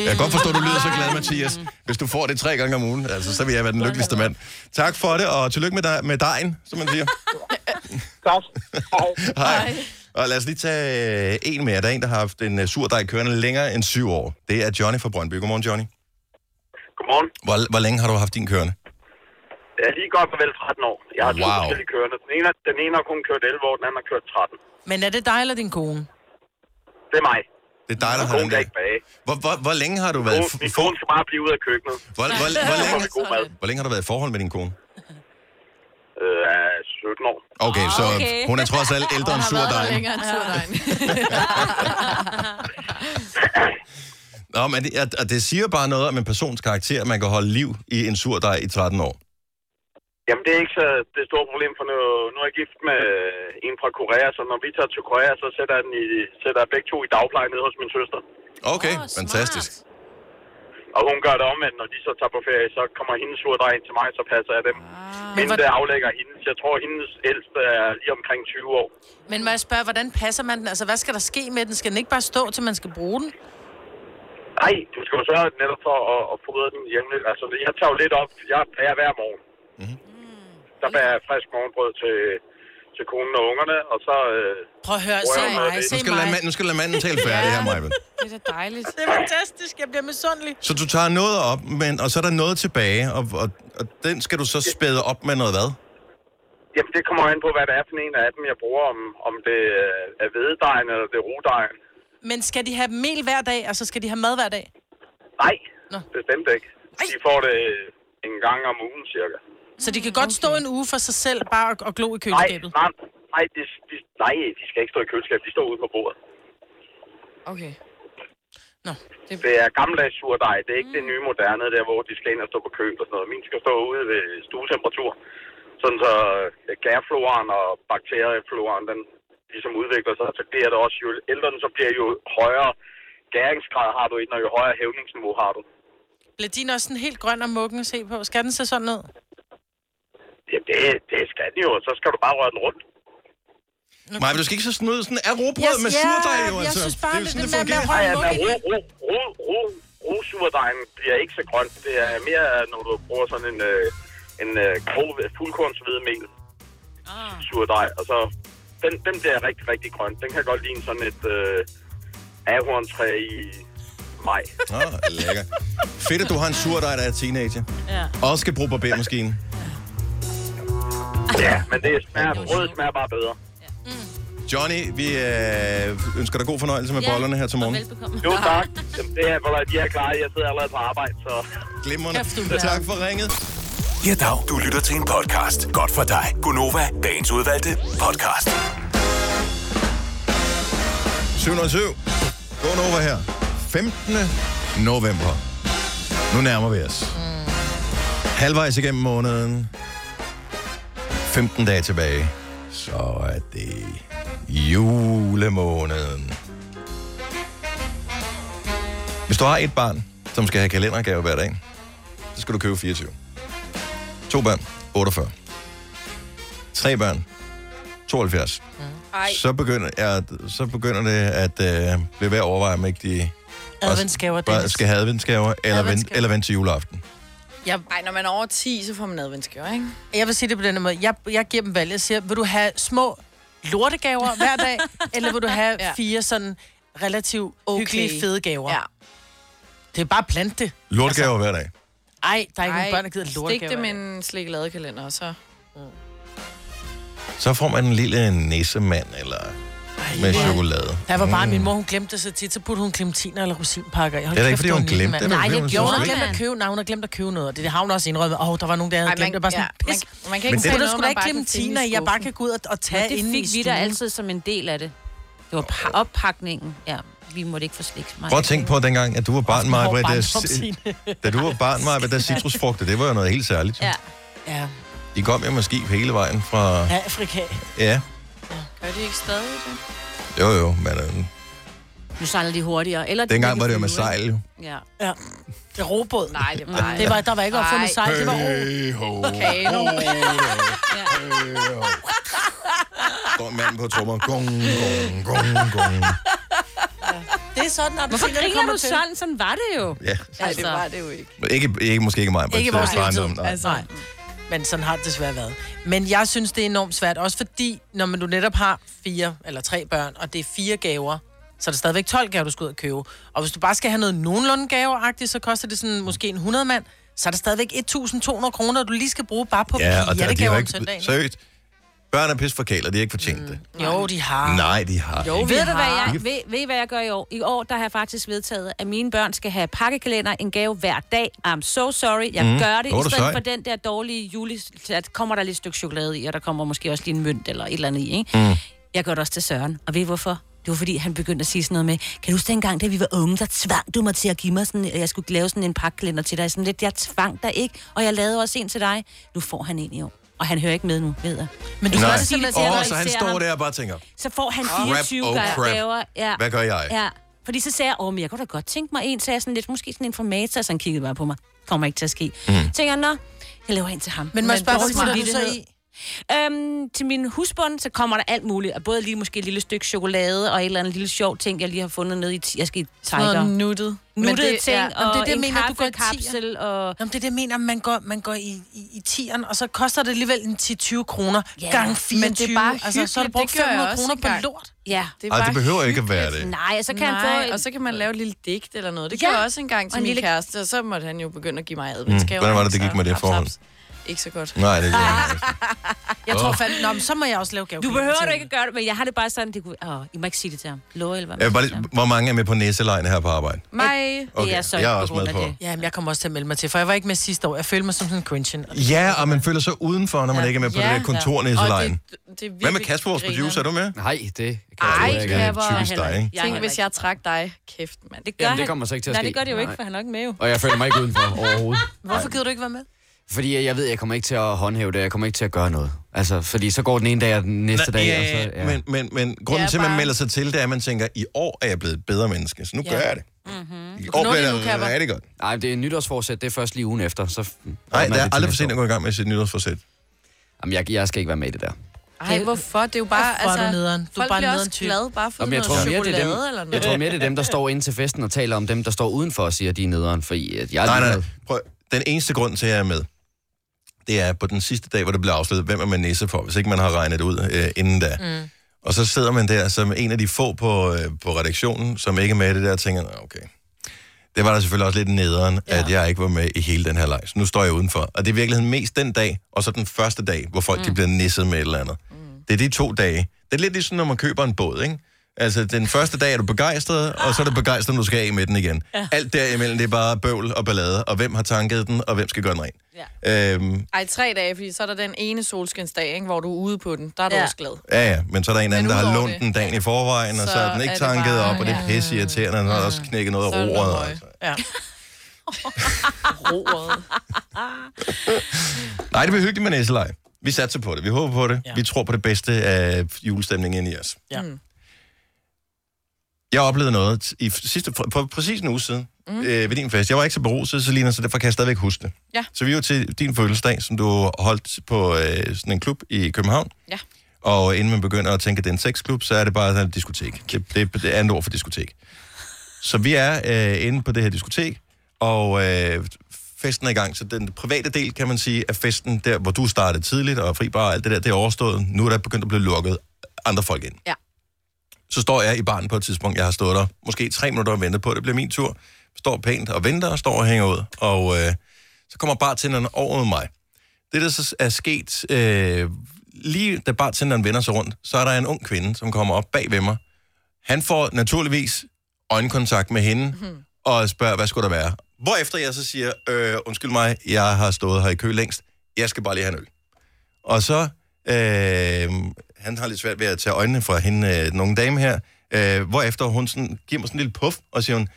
Speaker 1: Jeg kan godt forstå, at du lyder så glad, Mathias. Hvis du får det tre gange om ugen, altså, så vil jeg være den lykkeligste mand. Tak for det, og tillykke med, dig, med dejen, som man siger.
Speaker 12: tak.
Speaker 1: Hej. Og lad os lige tage øh, en mere. Der er en, der har haft en øh, surdej kørende længere end syv år. Det er Johnny fra Brøndby. Godmorgen, Johnny.
Speaker 13: Godmorgen.
Speaker 1: Hvor, hvor længe har du haft din kørende?
Speaker 13: Jeg er lige godt på vel 13 år. Jeg har to
Speaker 1: Wow.
Speaker 13: forskellige kørende. Den ene, den ene har kun kørt 11 år, den anden har kørt 13.
Speaker 3: Men er det dig eller din kone?
Speaker 13: Det er mig.
Speaker 1: Det er dig, der
Speaker 13: Og
Speaker 1: har
Speaker 13: konen
Speaker 1: den
Speaker 13: kan
Speaker 1: der.
Speaker 13: ikke bage.
Speaker 1: Hvor, hvor, hvor længe har du været...
Speaker 13: Kone- Min kone skal bare blive ud af køkkenet.
Speaker 1: Hvor, hvor, hvor,
Speaker 13: Så får
Speaker 1: længe,
Speaker 13: vi god mad.
Speaker 1: hvor længe har du været i forhold med din kone?
Speaker 13: 17 år.
Speaker 1: Okay, så
Speaker 9: Ah,
Speaker 1: Ah, okay. hun er trods alt ældre end surdejen.
Speaker 5: Længere end surdejen.
Speaker 1: Nå, men det, og- og det siger bare noget om en persons karakter, at man kan holde liv i en surdej i 13 år.
Speaker 13: Jamen, det er ikke så det store problem, for nu, nu er jeg gift med en fra Korea, så når vi tager til Korea, så sætter jeg, den i, sætter jeg begge to i dagpleje nede hos min søster.
Speaker 1: Okay, oh, fantastisk.
Speaker 13: Og hun gør det omvendt, når de så tager på ferie, så kommer hendes surdej ind til mig, så passer jeg dem. Ah, Min der aflægger hendes. Jeg tror, hendes ældste er lige omkring 20 år.
Speaker 3: Men må jeg spørge, hvordan passer man den? Altså, hvad skal der ske med den? Skal den ikke bare stå, til man skal bruge den?
Speaker 13: Nej, du skal jo sørge netop for at, at fodre den hjemme. Altså, jeg tager jo lidt op. Jeg bager hver morgen. Mm-hmm. Der bager jeg frisk morgenbrød til, til konen og ungerne, og så... Øh,
Speaker 3: Prøv at høre,
Speaker 13: bruger
Speaker 3: se
Speaker 13: jeg noget af
Speaker 3: mig,
Speaker 13: det.
Speaker 1: Nu skal, lade, mand- nu skal lade manden tale færdig her, Maja.
Speaker 3: Det er da dejligt. Det er fantastisk. Jeg bliver misundelig.
Speaker 1: Så du tager noget op, men, og så er der noget tilbage, og, og, og den skal du så spæde op med noget hvad?
Speaker 13: Jamen, det kommer an på, hvad det er for en af dem, jeg bruger. Om, om det øh, er hvededejen eller det er rodejen.
Speaker 3: Men skal de have mel hver dag, og så skal de have mad hver dag?
Speaker 13: Nej, Nå. bestemt ikke. De får det en gang om ugen, cirka.
Speaker 3: Så de kan godt stå en uge for sig selv, bare og, og glo i køleskabet?
Speaker 13: Nej, nej, nej, de, de, nej, de skal ikke stå i køleskabet. De står ude på bordet.
Speaker 3: Okay.
Speaker 13: Det, det er gammeldags surdej. Det er ikke det nye moderne, der hvor de skal ind og stå på køl og sådan noget. Min skal stå ude ved stuetemperatur. Sådan så øh, gærfloren og bakteriefloren, den ligesom udvikler sig, så bliver det også, jo ældre den så bliver, jo højere gæringsgrad har du i den, og jo højere hævningsniveau har du.
Speaker 3: Bliver din også sådan helt grøn og mukken at se på? Skal den se sådan ud?
Speaker 13: Ja, det, det skal den jo, så skal du bare røre den rundt.
Speaker 1: Maja, du skal ikke så sådan ud. Sådan er robrød
Speaker 13: Yes,
Speaker 1: med
Speaker 13: ja,
Speaker 1: surdej, jo,
Speaker 13: jeg
Speaker 1: altså.
Speaker 13: synes bare,
Speaker 1: det er jo
Speaker 13: det-
Speaker 1: sådan, det,
Speaker 13: den der med
Speaker 1: fungerer.
Speaker 13: at røre Ja, ja, munden men ro, altså, ro, ro, Rosurdejen bliver ikke så grøn. Det er mere, når du bruger sådan en, øh, en øh, grov fuldkornshvedemel ah. surdej. Og så, den, den bliver rigtig, rigtig grøn. Den kan godt ligne sådan et øh, ahorntræ i maj.
Speaker 1: Åh, lækker. Fedt, at du har en surdej, der er teenager.
Speaker 13: Ja.
Speaker 1: Og skal bruge barbermaskinen.
Speaker 13: Ja, men det smager, rød smager bare bedre.
Speaker 1: Johnny, vi øh, ønsker dig god fornøjelse med bollerne her til morgen.
Speaker 13: Jo, tak. Jamen, det er, hvor de er klar. Jeg sidder allerede på arbejde, så...
Speaker 1: Glimrende.
Speaker 13: Tak
Speaker 1: for ringet.
Speaker 2: Ja, dag. Du lytter til en podcast. Godt for dig. Gunova, dagens udvalgte podcast.
Speaker 1: 707. Gå nu over her. 15. november. Nu nærmer vi os.
Speaker 13: Mm.
Speaker 1: Halvvejs igennem måneden. 15 dage tilbage. Så er det julemåneden. Hvis du har et barn, som skal have kalendergave hver dag, så skal du købe 24. To børn, 48. Tre børn, 72
Speaker 3: Ej.
Speaker 1: så begynder, ja, så begynder det at øh, blive ved at overveje, om ikke de
Speaker 3: Adventsgaver,
Speaker 1: bare
Speaker 3: Dennis.
Speaker 1: skal have adventsgaver, eller, vent,
Speaker 3: Adventsgaver.
Speaker 1: eller vente til juleaften.
Speaker 3: Jeg...
Speaker 5: Ej, når man er over 10, så får man adventsgaver, ikke?
Speaker 3: Jeg vil sige det på den her måde. Jeg, jeg giver dem valg. Jeg siger, vil du have små lortegaver hver dag, eller vil du have
Speaker 5: Ja.
Speaker 3: fire sådan relativt okay. hyggelige, fede gaver? Ja. Det er bare at plante det. Altså.
Speaker 1: Lortgaver hver dag.
Speaker 3: Ej, der er ikke nogen børn, der gider lortegaver.
Speaker 5: Stik det med en slikaladekalender, og så...
Speaker 1: Så får man en lille nissemand, eller med
Speaker 3: ja.
Speaker 1: chokolade.
Speaker 3: Der var bare, min mor, hun glemte det så tit, så puttede hun clementiner eller rosinpakker. Jeg
Speaker 1: Mm. Det er da ikke, fordi hun glemte det, men
Speaker 3: Nej, det
Speaker 1: det blev hun
Speaker 3: gjorde hun.
Speaker 1: så
Speaker 3: har
Speaker 1: slet
Speaker 3: glemt at
Speaker 1: ikke.
Speaker 3: købe, nej, hun har glemt at købe noget, og det, det har hun også indrømmet. Åh, oh, der var nogen, der havde
Speaker 5: Ej,
Speaker 3: glemt
Speaker 5: man-
Speaker 3: det. Bare sådan,
Speaker 5: ja, man-
Speaker 3: pis.
Speaker 5: man kan ikke Men
Speaker 3: det,
Speaker 5: sige
Speaker 3: du
Speaker 5: noget,
Speaker 3: skulle
Speaker 5: man
Speaker 3: da ikke
Speaker 5: bare kan finde i
Speaker 3: clementiner, jeg bare
Speaker 5: skuffen.
Speaker 3: kan gå ud og, og tage
Speaker 4: Men det
Speaker 3: inde i
Speaker 4: fik vi da altså-
Speaker 3: stuen.
Speaker 4: altid som en del af det. Det var pa- oppakningen. Ja, vi måtte ikke få slik.
Speaker 1: Prøv at tænke på dengang, at du var barn, Maja,
Speaker 4: hård
Speaker 1: da,
Speaker 4: barndom, Signe.
Speaker 1: da du var barn, Maja, da citrusfrugter, det var jo noget helt særligt.
Speaker 4: Ja.
Speaker 3: Ja.
Speaker 1: De kom jo med skib hele vejen fra...
Speaker 3: Afrika.
Speaker 1: Ja,
Speaker 5: Gør de ikke stadig det?
Speaker 1: jo jo, men øh,
Speaker 4: Nu sejler de hurtigere. Eller de
Speaker 1: dengang
Speaker 4: ikke
Speaker 1: var det jo med
Speaker 4: flyver, ikke?
Speaker 1: sejl. jo.
Speaker 4: Ja.
Speaker 3: ja. Det er robåd.
Speaker 5: Nej, det var...
Speaker 3: Nej, det var, der var ikke opfundet
Speaker 5: Ej.
Speaker 3: sejl, det var ro.
Speaker 1: Hey, ho.
Speaker 5: Kano.
Speaker 1: Står en mand på trommer. Gong, gong, gong, gong.
Speaker 3: Det er sådan, at
Speaker 4: Hvorfor
Speaker 3: appelsinerne
Speaker 4: griner
Speaker 3: kommer
Speaker 4: du
Speaker 3: til.
Speaker 4: sådan? Sådan var det jo.
Speaker 1: Ja.
Speaker 5: Nej, det var det jo ikke.
Speaker 1: Men Ikke, ikke, måske ikke mig, men
Speaker 3: Ikke i
Speaker 1: det er
Speaker 3: vores
Speaker 1: barndom,
Speaker 3: levetid.
Speaker 1: nej.
Speaker 3: Altså, nej. Men sådan har det desværre været. Men jeg synes, det er enormt svært. Også fordi, når man du netop har fire eller tre børn, og det er fire gaver, så er der stadigvæk 12 gaver, du skal ud og købe. Og hvis du bare skal have noget nogenlunde gaveagtigt, så koster det sådan måske en 100 mand. Så er der stadigvæk 1.200 kroner, du lige skal bruge bare på
Speaker 1: Ja,
Speaker 3: ja,
Speaker 1: og der, de har
Speaker 3: pjattegaver om
Speaker 1: ikke,
Speaker 3: søndagen.
Speaker 1: seriøst, Børn er pis forkælet, de har ikke
Speaker 3: Mm.
Speaker 1: fortjent det.
Speaker 4: Jo, de har.
Speaker 1: Nej, de har
Speaker 4: Jo,
Speaker 1: ikke.
Speaker 4: ved du, hvad jeg, ved, ved I, hvad jeg gør i år? I år, der har jeg faktisk vedtaget, at mine børn skal have pakkekalender, en gave hver dag. I'm so sorry, jeg
Speaker 1: Mm,
Speaker 4: mm, gør det.
Speaker 1: hvor er
Speaker 4: I
Speaker 1: du
Speaker 4: stedet
Speaker 1: sej.
Speaker 4: for den der dårlige jule, at kommer der lidt stykke chokolade i, og der kommer måske også lige en mønt eller et eller andet i, ikke?
Speaker 7: Mm.
Speaker 4: Jeg gør det også til Søren. Og ved I hvorfor? Det var fordi, han begyndte at sige sådan noget med, kan du huske dengang, da vi var unge, der tvang du mig til at give mig sådan, at jeg skulle lave sådan en pakkalender til dig. Sådan lidt, jeg tvang dig ikke, og jeg lavede også en til dig. Nu får han en i år. Og han hører ikke med nu, ved jeg. Men du skal
Speaker 1: Nej.
Speaker 4: også sige det til ham, når
Speaker 1: Åh,
Speaker 4: I
Speaker 1: så han
Speaker 4: ser
Speaker 1: står
Speaker 4: ham.
Speaker 1: der og bare tænker,
Speaker 4: Så får han
Speaker 1: Crap,
Speaker 4: 24
Speaker 1: oh
Speaker 4: oh,
Speaker 1: crap.
Speaker 4: gaver. Ja.
Speaker 1: Hvad gør jeg?
Speaker 4: Ja. Fordi så sagde jeg, åh, men jeg kunne da godt tænke mig en, så jeg sådan lidt, måske sådan en formator, så han kiggede bare på mig. Kommer ikke til at ske.
Speaker 7: Mm.
Speaker 4: Mm. Så tænker jeg, nå, jeg laver en til ham.
Speaker 3: Men må jeg spørge,
Speaker 4: dårlig
Speaker 3: hvad putter du så
Speaker 4: samvittighed. Øhm, til min husbund, så kommer der alt muligt. Og både lige måske et lille stykke chokolade og et eller andet lille sjov ting, jeg lige har fundet nede i... Ti- jeg skal i Tiger.
Speaker 3: Sådan noget nuttet. Men
Speaker 4: Nuttede
Speaker 3: det-
Speaker 4: ting,
Speaker 3: ja.
Speaker 4: ja.
Speaker 3: Jamen,
Speaker 4: og
Speaker 3: det er det, jeg
Speaker 4: en
Speaker 3: mener, du går i
Speaker 4: kaffekapsel. Og...
Speaker 3: Jamen, det er det, jeg mener, man går, man går i, i, i tieren, og så koster det alligevel en 10-20 kroner
Speaker 4: Ja.
Speaker 3: yeah. gang
Speaker 4: Men
Speaker 3: 24.
Speaker 4: det er bare
Speaker 3: altså, så har du
Speaker 4: hyggeligt,
Speaker 3: brugt
Speaker 4: det gør jeg
Speaker 3: 500
Speaker 4: også
Speaker 3: kroner på
Speaker 4: engang.
Speaker 3: lort.
Speaker 4: Ja.
Speaker 5: Det er
Speaker 1: Ej,
Speaker 5: bare
Speaker 1: det behøver ikke at være det.
Speaker 4: Nej, og så kan
Speaker 5: Nej,
Speaker 4: han få...
Speaker 5: Og så kan man lave et lille digt eller noget. Det gjorde jeg også engang
Speaker 4: og
Speaker 5: til
Speaker 4: en
Speaker 5: min
Speaker 4: lille-
Speaker 5: lille... kæreste, og så måtte han jo begynde at give mig
Speaker 1: Mm.
Speaker 5: adventsgaver.
Speaker 1: Hvordan var det, det gik med det
Speaker 5: Så-
Speaker 1: forhold?
Speaker 5: Ikke så godt.
Speaker 1: Nej, det er ikke
Speaker 3: Jeg
Speaker 1: Åh.
Speaker 3: tror fandme, nå, men så må jeg også lave gave.
Speaker 4: Du behøver da ikke at gøre det, men jeg har det bare sådan, det kunne... Åh, I må ikke sige det til ham. Lå, eller hvad
Speaker 1: jeg
Speaker 4: man
Speaker 1: vil bare
Speaker 4: siger.
Speaker 1: lige, Hvor mange er med på næselejen her på arbejde?
Speaker 3: Mig.
Speaker 1: Okay, jeg er også med på.
Speaker 3: Ja, men jeg kommer også til at melde mig til, for jeg var ikke med sidste år. Jeg følte mig som sådan en grinchen.
Speaker 1: Ja, og man føler sig udenfor, når man ikke er med på det der kontornæselejen. Hvad med Kasper, vores producer? Er du med?
Speaker 11: Nej, det kan
Speaker 5: Ej,
Speaker 1: jeg ikke. Det er
Speaker 5: Kasper.
Speaker 1: typisk dig, ikke?
Speaker 5: Tænk, hvis jeg trak dig. Kæft, mand.
Speaker 4: Det
Speaker 11: gør Jamen, det han- kommer så ikke til at Nej, ske. det gør det jo ikke, Nej. for
Speaker 4: han er ikke med jo.
Speaker 11: Og jeg føler mig ikke udenfor overhovedet.
Speaker 3: Hvorfor gider du ikke være med?
Speaker 11: Fordi jeg- jeg ved, jeg kommer ikke til at håndhæve det, jeg kommer ikke til at gøre noget. Altså, fordi så går den ene dag og den næste
Speaker 1: Nå,
Speaker 11: dag.
Speaker 1: ja,
Speaker 11: og så,
Speaker 1: ja. Men,
Speaker 5: Mm.
Speaker 1: men, men grunden
Speaker 11: Ja,
Speaker 1: til, at man
Speaker 11: bare-
Speaker 1: melder sig til, det er, at man tænker, i år er jeg blevet et bedre menneske, så nu gør jeg det. I år bliver det rigtig godt.
Speaker 11: Nej, det er nytårsforsæt, det er først lige ugen efter. Så
Speaker 1: Nej, der er aldrig for sent at gå i gang med sit nytårsforsæt.
Speaker 11: Jamen, jeg, jeg skal ikke være med i det der.
Speaker 5: Ej, hvorfor? Det er jo bare...
Speaker 3: Hvorfor er du
Speaker 5: altså,
Speaker 3: nederen? Du er
Speaker 5: folk
Speaker 3: bare
Speaker 5: bliver
Speaker 3: nederen
Speaker 5: også
Speaker 3: type.
Speaker 5: glade bare for
Speaker 11: Nå, men
Speaker 5: noget
Speaker 11: jeg tror, mere,
Speaker 5: chokolade
Speaker 11: det er
Speaker 5: eller
Speaker 11: dem, jeg
Speaker 5: noget.
Speaker 11: tror mere, det er dem, der står inde til festen og taler om dem, der står udenfor og siger, at de er nederen, fordi at jeg er
Speaker 1: Nej, nej,
Speaker 11: ligeglad.
Speaker 1: nej. Prøv. Den eneste grund til, at jeg er med, det er på den sidste dag, hvor det bliver afsløret, hvem er man næse for, hvis ikke man har regnet det ud øh, inden da. Mm. Og så sidder man der som en af de få på, øh, på redaktionen, som ikke er med i det der, og tænker, "Nå, okay. Det var da selvfølgelig også lidt nederen, ja. at jeg ikke var med i hele den her leg. Så nu står jeg udenfor. Og det er i virkeligheden mest den dag, og så den første dag, hvor folk mm. de bliver nisset med et eller andet. Mm. Det er de to dage. Det er lidt ligesom, når man køber en båd, ikke? Altså, den første dag er du begejstret, og så er du begejstret, når du skal af med den igen. Ja. Alt derimellem, det er bare bøvl og ballade, og hvem har tanket den, og hvem skal gøre den ren. Ja. Øhm,
Speaker 5: Ej, tre dage, fordi så er der den ene solskinsdag, ikke, hvor du er ude på den. Der er du
Speaker 4: Ja.
Speaker 5: også glad.
Speaker 1: Ja, ja, men så er der en anden, der har
Speaker 5: udover
Speaker 1: lånt
Speaker 5: det-
Speaker 1: den dagen i forvejen, og så,
Speaker 5: Så
Speaker 1: er den ikke
Speaker 5: er det
Speaker 1: tanket
Speaker 5: bare-
Speaker 1: op, og det er pisse irriterende, og den har også knækket noget
Speaker 5: Så
Speaker 1: af
Speaker 5: er det
Speaker 1: roret.
Speaker 5: noget
Speaker 1: altså.
Speaker 3: Ja.
Speaker 5: Roret.
Speaker 1: Nej, det bliver hyggeligt med næselej. Vi satser på det, vi håber på det, ja. vi tror på det bedste af julestemningen ind i os.
Speaker 3: Ja.
Speaker 5: Mm.
Speaker 1: Jeg oplevede noget t- i f- sidste, for, for præcis en uge siden mm. øh, ved din fest. Jeg var ikke så beruset, Selina, så derfor kan jeg stadigvæk huske det.
Speaker 5: Ja.
Speaker 1: Så vi var til din fødselsdag, som du holdt på øh, sådan en klub i København.
Speaker 5: Ja.
Speaker 1: Og inden man begynder at tænke, at det er en sexklub, så er det bare sådan et diskotek. Det, det, det er andet ord for diskotek. Så vi er øh, inde på det her diskotek, og øh, festen er i gang. Så den private del, kan man sige, af festen, der hvor du startede tidligt, og fri bar og alt det der, det er overstået. Nu er der begyndt at blive lukket andre folk ind.
Speaker 5: Ja.
Speaker 1: Så står jeg i baren på et tidspunkt. Jeg har stået der måske tre minutter og ventet på, at det bliver min tur. Står pænt og venter og står og hænger ud. Og øh, så kommer bartenderen over med mig. Det, der så er sket, øh, lige da bartenderen vender sig rundt, så er der en ung kvinde, som kommer op bag ved mig. Han får naturligvis øjenkontakt med hende mm. og spørger, hvad skulle der være? Hvorefter jeg så siger, øh, undskyld mig, jeg har stået her i kø længst. Jeg skal bare lige have en øl. Og så, øh, han har lidt svært ved at tage øjnene fra hende, øh, nogle dame her, øh, hvorefter hun sådan, giver mig sådan en lille puff, og siger hun,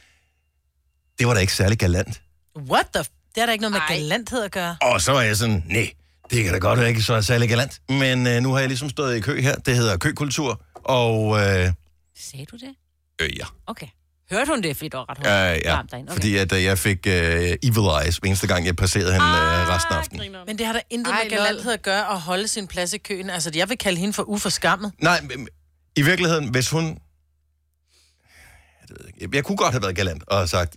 Speaker 1: det var da ikke særlig galant.
Speaker 3: What the... f- Det er da ikke noget med galanthed at gøre.
Speaker 1: Og så var jeg sådan, nej, det kan da godt være ikke så særlig galant. Men øh, nu har jeg ligesom stået i kø her, det hedder køkultur, og øh,
Speaker 4: Sagde du det?
Speaker 1: øh, ja.
Speaker 4: Okay. Hørte hun det, fordi du var ret
Speaker 1: Ja, ja.
Speaker 4: varmt derinde? Okay.
Speaker 1: Fordi at, øh, jeg fik øh, evil eyes hver eneste gang, jeg passerede hende øh, resten af aftenen.
Speaker 3: Men det har da intet
Speaker 5: Ej,
Speaker 3: med galanthed at gøre at holde sin plads i køen. Altså, jeg vil kalde hende for uforskammet.
Speaker 1: Nej, men i virkeligheden, hvis hun... Jeg ved ikke. Jeg kunne godt have været galant og have sagt...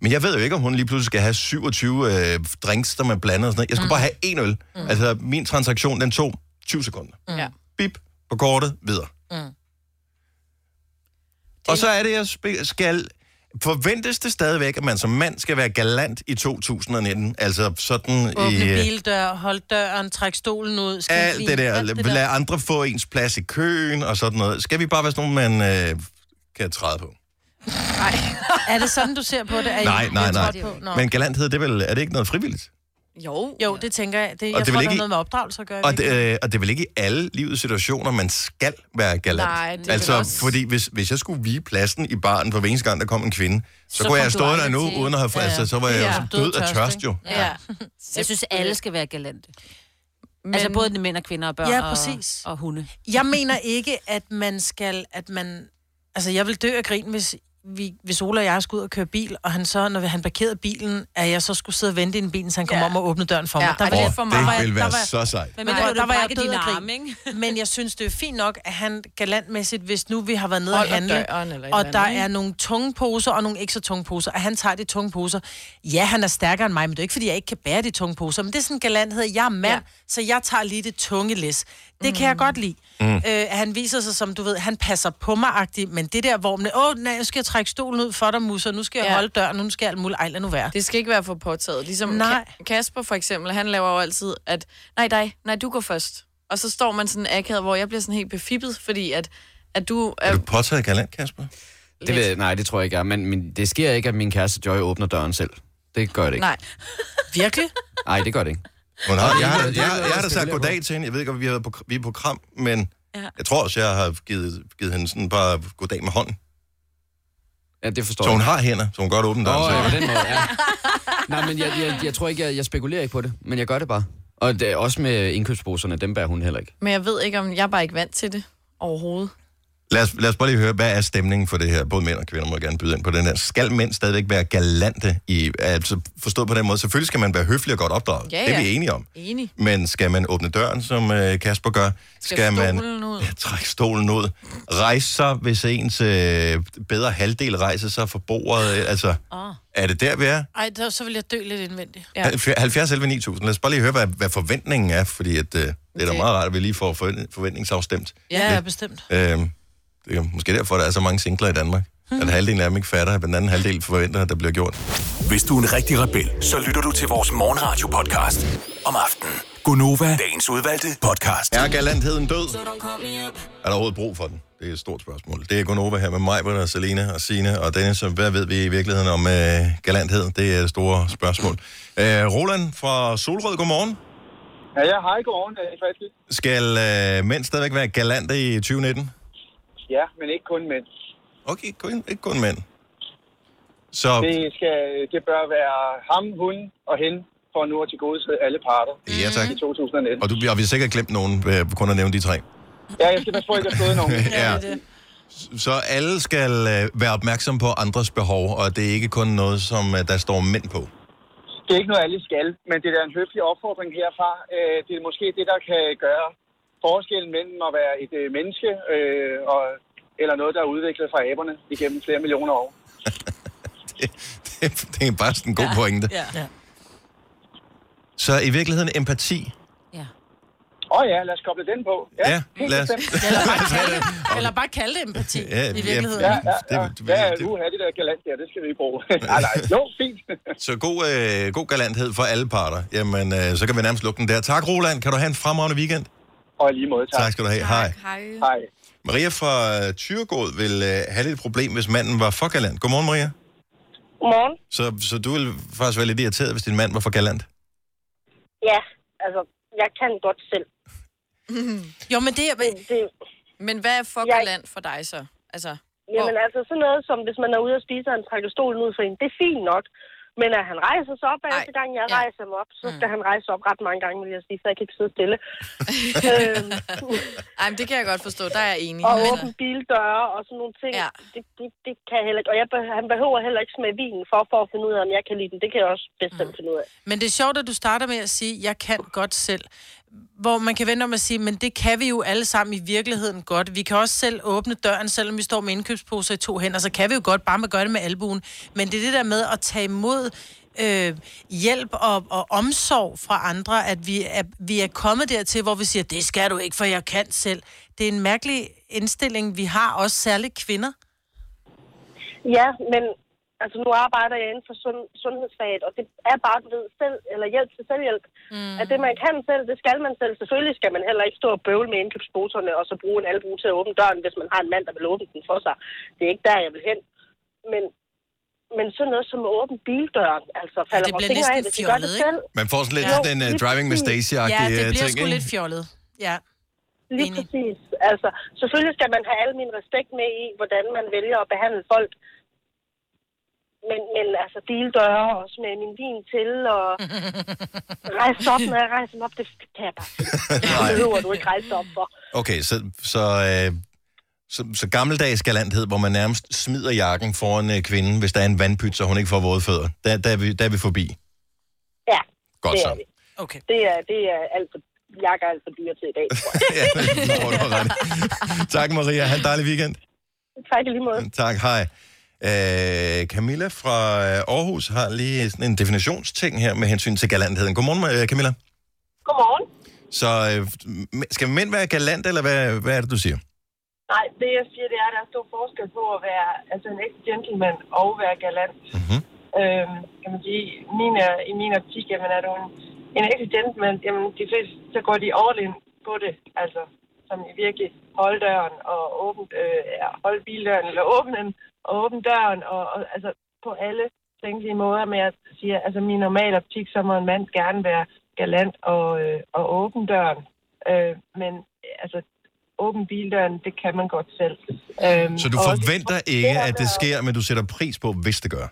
Speaker 1: Men jeg ved jo ikke, om hun lige pludselig skal have 27 øh, drinks, der man blander og sådan noget. Jeg skulle mm. bare have én øl. Mm. Altså, min transaktion, den tog 20 sekunder.
Speaker 5: Ja.
Speaker 1: Bip, på kortet, videre.
Speaker 3: Mm.
Speaker 1: Og så er det, jeg spe- skal forventes det stadigvæk, at man som mand skal være galant i 2019? Altså sådan
Speaker 3: Åbne
Speaker 1: i... øh,
Speaker 3: bildør, hold døren, træk stolen ud. skid
Speaker 1: Alt
Speaker 3: fint,
Speaker 1: det der. Alt Lad andre få ens plads i køen og sådan noget. Skal vi bare være sådan nogen, man øh, kan træde på?
Speaker 3: er det sådan, du ser på det? Er I-
Speaker 1: nej, nej,
Speaker 3: jeg tror
Speaker 1: nej.
Speaker 3: på- Nå.
Speaker 1: Men galanthed, det er, vel, er det ikke noget frivilligt?
Speaker 3: Jo, jo, det tænker jeg. Det, jeg
Speaker 1: Og
Speaker 3: tror,
Speaker 1: det
Speaker 3: det
Speaker 1: vil
Speaker 3: er
Speaker 1: ikke-
Speaker 3: noget med opdragelse at gøre.
Speaker 1: Og det,
Speaker 3: ikke?
Speaker 1: øh, og det er vel ikke i alle livets situationer, man skal være galant?
Speaker 3: Nej, det er
Speaker 1: altså,
Speaker 3: vel også-
Speaker 1: fordi hvis, hvis jeg skulle vige pladsen i baren for hver eneste gang, der kom en kvinde, så,
Speaker 4: Så
Speaker 1: så kunne jeg
Speaker 4: kom
Speaker 1: have
Speaker 4: du
Speaker 1: stået der
Speaker 4: aldrig
Speaker 1: nu,
Speaker 4: til.
Speaker 1: uden at have...
Speaker 4: Ja.
Speaker 1: Ja. Altså, så var jeg
Speaker 4: Ja.
Speaker 1: jo død af tørst, jo.
Speaker 4: Ja. Jeg synes, alle skal være galante. Men... Altså
Speaker 3: Men-
Speaker 4: både mænd og kvinder og børn
Speaker 3: Ja,
Speaker 4: og-
Speaker 3: præcis.
Speaker 4: og, hunde.
Speaker 3: Jeg mener ikke, at man skal... At man, altså, jeg vil dø af grin, hvis, vi, hvis Ola og jeg skulle ud og køre bil, og han så, når han parkerede bilen, at jeg så skulle sidde og vente inden bilen, så han kom
Speaker 4: Ja.
Speaker 3: ja. om og åbnede døren for
Speaker 4: Ja,
Speaker 3: mig.
Speaker 4: ej, det er for Åh, meget. det
Speaker 3: Der var jeg-
Speaker 1: ville
Speaker 3: der
Speaker 1: være
Speaker 3: var jeg-
Speaker 1: så sejt. Mm.
Speaker 3: Men
Speaker 4: Ej,
Speaker 3: der,
Speaker 4: hvor
Speaker 3: der
Speaker 4: du
Speaker 3: var jeg
Speaker 4: brækkede
Speaker 3: død
Speaker 4: dine
Speaker 3: af
Speaker 4: arme,
Speaker 3: grin. Men jeg synes, det er fint nok, at han galantmæssigt, hvis nu vi har været nede og
Speaker 5: Holder
Speaker 3: handle,
Speaker 5: døren eller et
Speaker 3: og
Speaker 5: eller
Speaker 3: der
Speaker 5: andet,
Speaker 3: er nogle tunge poser og nogle ikke så tunge poser, at han tager de tunge poser. Ja, han er stærkere end mig, men det er ikke, fordi jeg ikke kan bære de tunge poser. Men det er sådan en galanthed. Jeg er mand, ja. så jeg tager lige det tunge læs. Det mm. kan jeg godt lide.
Speaker 7: Mm.
Speaker 3: Mm. Øh, at han viser sig som, du ved, han passer på mig -agtigt, men det der, hvor man, åh, nej, nu skal jeg trække stolen ud for dig, musser, nu skal jeg ja. holde døren, nu skal jeg alt muligt, ej, lad nu være.
Speaker 5: Det skal ikke være for påtaget. Ligesom
Speaker 3: Nej.
Speaker 5: nej. Kasper for eksempel, han laver jo altid, at nej dig, nej du går først. Og så står man sådan akavet, hvor jeg bliver sådan helt befippet, fordi at, at du... Er,
Speaker 1: Du påtager galant, Kasper.
Speaker 11: Det ved, nej, det tror jeg ikke jeg er. Men, men det sker ikke, at min kæreste Joy åbner døren selv. Det gør det ikke.
Speaker 5: Nej.
Speaker 3: Virkelig?
Speaker 11: Nej, det gør det ikke.
Speaker 1: Hun har, jeg, har,
Speaker 11: Det
Speaker 1: jeg,
Speaker 11: er
Speaker 1: jeg,
Speaker 11: noget,
Speaker 1: jeg har da
Speaker 11: skal
Speaker 1: sagt
Speaker 11: lave.
Speaker 1: goddag til hende. Jeg ved ikke, om vi er på, vi er på kram, men ja. jeg tror også, jeg har givet, givet hende sådan bare goddag med hånden.
Speaker 11: Ja, det forstår
Speaker 1: Så hun
Speaker 11: jeg.
Speaker 1: har hænder, så hun godt åbner døren.
Speaker 11: Åh, ja,
Speaker 1: selv.
Speaker 11: på den måde, ja. Nej, men jeg, jeg, jeg tror ikke, jeg, jeg spekulerer ikke på det. Men jeg gør det bare. Og det, også med indkøbsposerne, dem bærer hun heller ikke.
Speaker 5: Men jeg ved ikke, om jeg er bare ikke vant til det overhovedet.
Speaker 1: Lad os, lad os bare lige høre, hvad er stemningen for det her? Både mænd og kvinder må gerne byde ind på den her. Skal mænd stadigvæk være galante? I, altså forstået på den måde, selvfølgelig skal man være høflig og godt opdraget.
Speaker 5: Ja,
Speaker 1: Det er
Speaker 5: ja.
Speaker 1: vi enige om.
Speaker 5: Enig.
Speaker 1: Men skal man åbne døren, som øh, Kasper gør? Skal, man
Speaker 5: stolen ud?
Speaker 1: ja, trække stolen ud? Rejse sig, hvis ens øh, bedre halvdel rejser sig for bordet? Øh, Altså,
Speaker 3: Åh.
Speaker 1: er det der, vi er?
Speaker 3: Ej, der, så vil jeg dø lidt indvendigt.
Speaker 1: Ja. 70 11 9000. Lad os bare lige høre, hvad, hvad forventningen er, fordi at, øh, det er da
Speaker 3: Okay.
Speaker 1: meget rart, at vi lige får forvent- forventningsafstemt.
Speaker 3: Ja, ja, bestemt.
Speaker 1: Øhm, det er måske derfor, der er så mange singler i Danmark. Mm. At halvdelen af dem ikke fatter, at den anden halvdel forventer, at der bliver gjort.
Speaker 2: Hvis du er en rigtig rebel, så lytter du til vores morgenradio-podcast om aftenen. Gunova, dagens udvalgte podcast.
Speaker 1: Er galantheden død? Er der overhovedet brug for den? Det er et stort spørgsmål. Det er Gunova her med mig, og Selena og Sine og Dennis. Og hvad ved vi i virkeligheden om øh, galanthed? Det er et stort spørgsmål. Øh, Roland fra Solrød, godmorgen.
Speaker 14: Ja, jeg har ikke oven, faktisk.
Speaker 1: Skal øh, mænd stadigvæk være galante i 2019?
Speaker 14: Ja, men ikke kun mænd.
Speaker 1: Okay, kun, ikke kun mænd. Så
Speaker 14: Det, skal, det bør være ham, hun og hende, for nu at tilgodese alle parter
Speaker 1: ja, tak.
Speaker 14: i 2019.
Speaker 1: Og du og vi har sikkert glemt nogen, øh, kun at nævne de tre.
Speaker 14: Ja, jeg skal passe på, at jeg ikke har stået nogen.
Speaker 1: Ja. Så alle skal øh, være opmærksom på andres behov, og det er ikke kun noget, som øh, der står mænd på.
Speaker 14: Det er ikke noget, alle skal, men det er da en høflig opfordring herfra. Øh, Det er måske det, der kan gøre forskellen mellem at være et øh, menneske øh, og, eller noget, der er udviklet fra aberne igennem flere millioner år.
Speaker 1: det er bare sådan en god ja. pointe. Ja.
Speaker 3: Ja.
Speaker 1: Så i virkeligheden empati.
Speaker 14: Åh oh ja, lad os koble den på.
Speaker 1: Ja,
Speaker 14: helt
Speaker 1: lad os-
Speaker 14: bestemt.
Speaker 3: Eller bare kalde det, eller bare kalde det empati, ja, i virkeligheden.
Speaker 14: Ja, ja, ja. ja uha, det der galant der, det skal vi ikke bruge. nej, nej, jo, fint.
Speaker 1: Så god, øh, god galanthed for alle parter. Jamen, øh, så kan vi nærmest lukke den der. Tak, Roland. Kan du have en fremragende weekend?
Speaker 14: Og lige måde, tak.
Speaker 1: Tak skal du have. Hej.
Speaker 5: Hej.
Speaker 14: Hej.
Speaker 1: Maria fra øh, Thyregod vil øh, have lidt problem, hvis manden var for galant. Godmorgen, Maria.
Speaker 15: Godmorgen.
Speaker 1: Så, så du ville faktisk være lidt irriteret, hvis din mand var for galant?
Speaker 15: Ja, altså, jeg kan godt selv.
Speaker 3: jo, men det er...
Speaker 15: Det,
Speaker 5: Men hvad er for jeg... galant for dig så? Altså,
Speaker 15: jamen altså, sådan noget som, hvis man er ude og spise, og han trækker stolen ud for en, det er fint nok. Men at han rejser sig op, hver eneste gang jeg rejser mig op, så skal han rejse sig op ret mange gange, vil jeg sige, så jeg kan ikke sidde stille. øhm,
Speaker 5: ej, men det kan jeg godt forstå, der er jeg enig.
Speaker 15: og
Speaker 5: Men-
Speaker 15: åbne bildøre og sådan nogle ting, ja. det, det, det, kan jeg heller ikke. Og jeg, beh- han behøver heller ikke smage vinen for, for at finde ud af, om jeg kan lide den. Det kan jeg også bestemt finde ud af.
Speaker 3: Men det er sjovt, at du starter med at sige, jeg kan godt selv. Hvor man kan vente om at sige, men det kan vi jo alle sammen i virkeligheden godt. Vi kan også selv åbne døren, selvom vi står med indkøbsposer i to hænder, så kan vi jo godt bare med at gøre det med albuen. Men det er det der med at tage imod øh, hjælp og, og omsorg fra andre, at vi er, vi er kommet dertil, hvor vi siger, det skal du ikke, for jeg kan selv. Det er en mærkelig indstilling, vi har, også særligt kvinder.
Speaker 15: Ja, men altså nu arbejder jeg inden for sund, sundhedsfaget, og det er bare, du ved, selv, eller hjælp til selvhjælp. Mm. At det, man kan selv, det skal man selv. Selvfølgelig skal man heller ikke stå og bøvle med indkøbsposerne, og så bruge en albu til at åbne døren, hvis man har en mand, der vil åbne den for sig. Det er ikke der, jeg vil hen. Men, men sådan noget som at åbne bildøren, altså falder
Speaker 3: det
Speaker 15: mig
Speaker 3: bliver
Speaker 15: fingre af,
Speaker 3: næsten
Speaker 15: hvis de gør det
Speaker 3: fjollet, ikke?
Speaker 15: selv.
Speaker 1: Man får sådan lidt
Speaker 15: Jo,
Speaker 1: ja. den uh,
Speaker 15: lige
Speaker 1: driving med
Speaker 15: præcis.
Speaker 3: Ja,
Speaker 1: Stacy-agtige
Speaker 3: det bliver
Speaker 1: ting,
Speaker 3: sgu
Speaker 1: ikke?
Speaker 3: lidt fjollet. Ja.
Speaker 15: Lige præcis. Altså, selvfølgelig skal man have al min respekt med i, hvordan man vælger at behandle folk. Men, men altså, dildøre og smage min vin til, og rejse op, når jeg rejser mig op, det kan jeg bare ikke. Det behøver du ikke rejse dig op for.
Speaker 1: Okay, så, så, øh, så, så gammeldags galanthed, hvor man nærmest smider jakken foran øh, kvinden, hvis der er en vandpyt, så hun ikke får våde fødder. Der, der, er vi, der er vi forbi.
Speaker 15: Ja,
Speaker 1: Godt
Speaker 15: det
Speaker 1: så.
Speaker 15: er vi.
Speaker 3: Okay.
Speaker 15: Det er, det er alt for, jeg er alt for dyr til i dag, tror jeg.
Speaker 1: ja, det tror du har ret. i. tak, Maria. Ha' en dejlig weekend.
Speaker 15: tak i lige måde.
Speaker 1: Tak, hej. Øh, Camilla fra øh, Aarhus har lige sådan en definitionsting her med hensyn til galantheden. Godmorgen, øh, Camilla.
Speaker 15: Godmorgen.
Speaker 1: Så øh, m- skal mænd være galant, eller hvad, hvad er det, du siger?
Speaker 16: Nej, det jeg siger, det er, at der er stor forskel på at være altså en ægte gentleman og være galant.
Speaker 1: Mhm.
Speaker 16: Mm-hmm. Øhm, kan man sige, min er, i min optik, jamen er du en, en ægte gentleman, jamen de fleste, så går de all in på det, altså som i virkelig holde døren og åbne, øh, ja, holde bildøren, eller åbne den, og åbne døren, og, og altså på alle tænkelige måder, men jeg siger, altså min normale optik, så må en mand gerne være galant og, øh, og åbne døren, øh, men øh, altså åbne bildøren, det kan man godt selv. Øhm,
Speaker 1: Så du
Speaker 16: og også-
Speaker 1: forventer ikke, at det sker, men du sætter pris på, hvis det gør?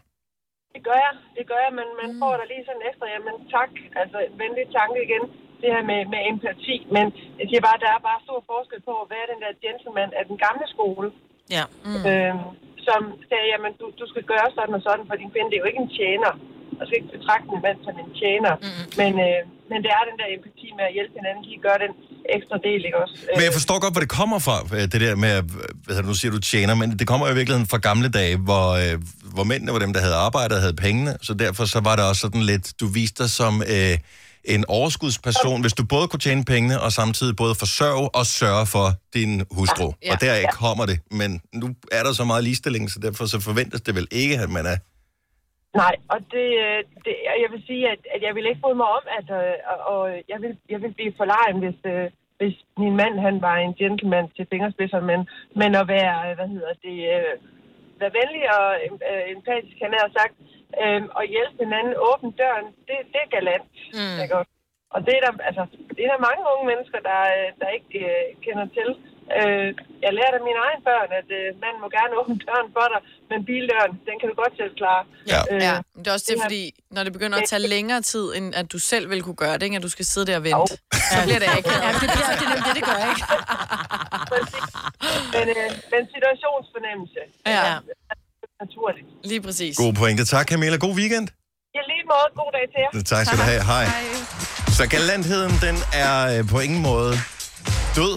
Speaker 16: Det gør jeg, det gør jeg, men man får da lige sådan efter, jamen tak, altså venlig tanke igen, det her med, med empati, men jeg siger bare, der er bare stor forskel på, hvad er den der gentleman af den gamle skole,
Speaker 3: Ja.
Speaker 16: mm. øhm, som sagde, jamen du, du skal gøre sådan og sådan, for din kvinde, det er jo ikke en tjener, og skal ikke betragte en mand som en tjener, mm. men, øh, men det er den der empati med at hjælpe hinanden, lige gøre den ekstra del, ikke også?
Speaker 1: Men jeg forstår godt, hvor det kommer fra, øh, det der med, øh, hvad hedder det, nu siger du tjener, men det kommer jo i virkeligheden fra gamle dage, hvor, øh, hvor mændene var dem, der havde arbejdet og havde pengene, så derfor så var det også sådan lidt, du viste dig som øh, en overskudsperson, hvis du både kunne tjene pengene, og samtidig både forsørge og sørge for din hustru.
Speaker 6: Ja, ja,
Speaker 1: og deraf
Speaker 6: ja.
Speaker 1: kommer det, men nu er der så meget ligestilling, så derfor så forventes det vel ikke, at man er...
Speaker 16: Nej, og det, øh, det, og jeg vil sige, at, at jeg ville ikke bryde mig om, at øh, og, og jeg, ville, jeg ville blive forlegen, hvis, øh, hvis min mand han var en gentleman til fingerspidser, men, men at være, øh, hvad hedder det, øh, være venlig og øh, empatisk, han har sagt, øh, og hjælpe hinanden, åbne døren, det, det er galant. Mm. Ikke? også? Og det er, der, altså, det er der mange unge mennesker, der, øh, der ikke øh, kender til. Øh, jeg lærer af mine egne børn, at øh, man må gerne åbne døren for dig, men bildøren, den kan du godt selv klare.
Speaker 5: Ja.
Speaker 15: Øh,
Speaker 5: ja. Men det er også Øh, det, fordi når det begynder at tage længere tid, end at du selv vil kunne gøre det, ikke? at du skal sidde der og vente, så bliver det ikke.
Speaker 3: Ja, det bliver det, det, det gør jeg ikke.
Speaker 16: men, øh, men situationsfornemmelse.
Speaker 5: Ja.
Speaker 16: Naturligt.
Speaker 5: Lige præcis.
Speaker 1: God pointe. Tak, Camilla. God weekend.
Speaker 16: Jeg lige måde. God dag til jer.
Speaker 1: Tak skal du have. Hej. Så galantheden, den er øh, på ingen måde død,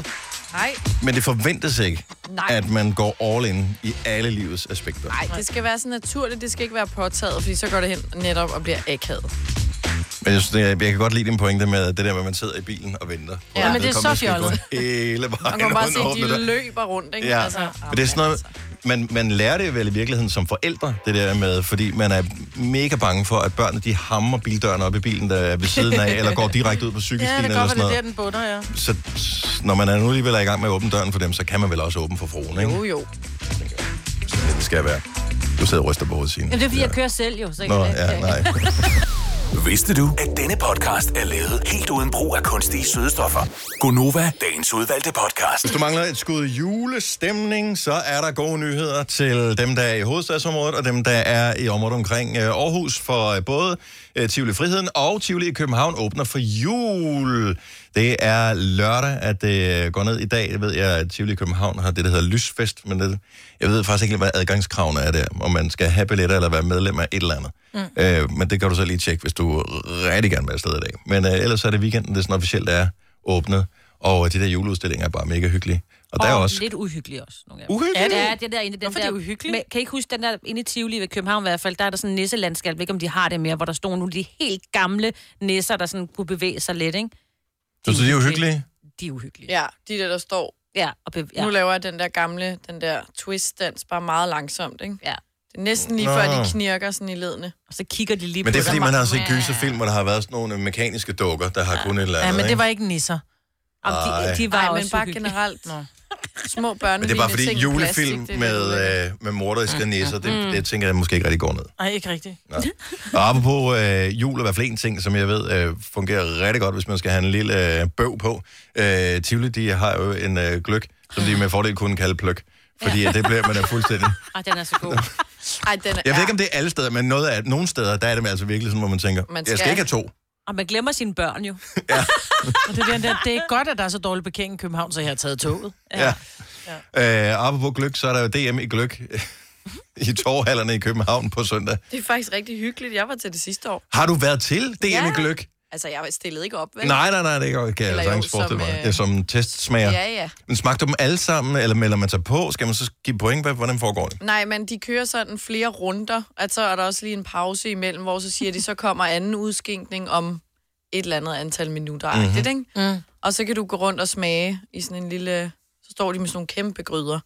Speaker 5: Nej,
Speaker 1: Men det forventes ikke,
Speaker 5: Nej.
Speaker 1: Nej. at man går all in i alle livets aspekter.
Speaker 5: nej, det skal være så naturligt, det skal ikke være påtaget, fordi så går det hen netop og bliver akavet.
Speaker 1: Men jeg, synes, det er- jeg kan godt lide din pointe med at det der med, at man sidder i bilen og venter. på,
Speaker 5: Ja,
Speaker 1: at
Speaker 5: men det
Speaker 1: vedkommende
Speaker 5: er så
Speaker 1: skal gå
Speaker 5: fjollet.
Speaker 1: Hele vejen
Speaker 5: Man kan bare
Speaker 1: rundt
Speaker 5: se,
Speaker 1: og
Speaker 5: at
Speaker 1: åbne
Speaker 5: de
Speaker 1: døren.
Speaker 5: løber rundt, ikke?
Speaker 1: Ja,
Speaker 5: Altså,
Speaker 1: men det er sådan noget, man, man lærer det vel i virkeligheden som forældre, det der med, fordi man er mega bange for, at børnene de hammer bildøren op i bilen, der er ved siden af, eller går direkte ud på cykelstien
Speaker 3: Ja, det
Speaker 1: eller
Speaker 3: går,
Speaker 1: sådan
Speaker 3: det er der,
Speaker 1: noget.
Speaker 3: den bunder, ja.
Speaker 1: Så når man er nu alligevel er i gang med at åbne døren for dem, så kan man vel også åbne for fruen, ikke?
Speaker 5: Jo, jo.
Speaker 1: Det skal være. Du sidder og ryster på hovedet, Signe.
Speaker 4: Jamen, det er fordi, jeg kører selv jo, så
Speaker 1: Nå, ja, nej.
Speaker 2: Vidste du, at denne podcast er lavet helt uden brug af kunstige sødestoffer? Gonova, dagens udvalgte podcast.
Speaker 1: Hvis du mangler et skud julestemning, så er der gode nyheder til dem, der er i hovedstadsområdet, og dem, der er i området omkring øh, Aarhus, for øh, både øh, Tivoli Friheden og Tivoli i København åbner for jul. Det er lørdag, at det øh, går ned i dag. Jeg ved, jeg, at Tivoli i København har det, der hedder Lysfest, men det, jeg ved faktisk ikke, hvad adgangskravene er der, om man skal have billetter eller være medlem af et eller andet. Mm. Øh, men det kan du så lige tjekke, hvis du rigtig gerne vil afsted i dag. Men øh, ellers er det weekenden, det sådan officielt er åbnet. Og øh, de der juleudstillinger er bare mega hyggelige. Og der er også...
Speaker 4: lidt uhyggeligt også. Nogle af dem.
Speaker 1: Uhyggeligt?
Speaker 4: Ja, det er det der inde. Den
Speaker 3: Hvorfor
Speaker 4: der,
Speaker 3: er det uhyggeligt?
Speaker 4: Med, kan I ikke huske den der inde i Tivoli ved København i hvert fald, der er der sådan en nisselandskab, jeg ved ikke om de har det mere, hvor der stod nogle af de helt gamle nisser, der sådan kunne bevæge sig lidt, ikke?
Speaker 1: Så, så de er jo hyggelige.
Speaker 4: De er uhyggelige.
Speaker 5: Ja, de der, der står.
Speaker 4: Ja, og bev- ja.
Speaker 5: Nu laver jeg den der gamle, den der twist-dans, bare meget langsomt, ikke?
Speaker 4: Ja.
Speaker 5: Det er næsten lige
Speaker 1: Nå.
Speaker 5: før, de knirker sådan i ledene.
Speaker 4: Og så kigger de lige
Speaker 1: Men det er fordi, man har set gyserfilm, hvor der har været sådan nogle mekaniske dukker, der har ja. kunnet et eller
Speaker 3: Ja,
Speaker 1: andet.
Speaker 3: men det var
Speaker 1: ikke?
Speaker 3: ikke nisser.
Speaker 1: Ej.
Speaker 5: Ej, men bare generelt. Små børn.
Speaker 1: Men det er bare fordi julefilm med, øh, med morderiske nisser,
Speaker 5: Mm.
Speaker 1: det, det tænker jeg måske ikke rigtig går ned.
Speaker 3: Nej, ikke rigtigt.
Speaker 1: Og apropos øh, jul er i hvert fald en ting, som jeg ved øh, fungerer rigtig godt, hvis man skal have en lille øh, bøv på. Øh, Tivoli, de har jo en øh, gløk, som de med fordel kunne kalde pløk. Fordi ja. det bliver man da fuldstændig...
Speaker 4: Ej, den er så god.
Speaker 5: Ej, den er...
Speaker 1: Jeg ved ikke, om det er alle steder, men noget af, nogle steder, der er det altså virkelig sådan, hvor man tænker,
Speaker 4: Man
Speaker 1: man skal. jeg skal
Speaker 4: skal.
Speaker 1: ikke have to.
Speaker 4: Og man glemmer sine børn jo.
Speaker 3: Og det, er den der, det er godt, at der er så dårlig parkering i København, så jeg har taget toget.
Speaker 1: Ja. ja. Øh, apropos gløk, så er der jo DM i gløk i torvhallerne i København på søndag.
Speaker 5: Det er faktisk rigtig hyggeligt. Jeg var til det sidste år.
Speaker 1: Har du været til DM
Speaker 5: Ja.
Speaker 1: i gløk?
Speaker 5: Altså, jeg stillede ikke op, vel?
Speaker 1: Nej, nej, nej, det kan jeg ikke.
Speaker 5: Eller
Speaker 1: Jeg
Speaker 5: jo,
Speaker 1: sagtens forestille
Speaker 5: som,
Speaker 1: mig.
Speaker 5: øh,
Speaker 1: Ja, som testsmager.
Speaker 5: Ja, ja.
Speaker 1: Men smagte du dem alle sammen, eller melder man sig på? Skal man så give point? Hvad- Hvordan foregår det?
Speaker 5: Nej, men de kører sådan flere runder, at så er der også lige en pause imellem, hvor så siger de, så kommer anden udskinkning om et eller andet antal minutter.
Speaker 1: Mhm.
Speaker 5: Mm-hmm. Det, ikke? Mm. Og så kan du gå rundt og smage i sådan en lille... Så står de med sådan nogle kæmpe gryder.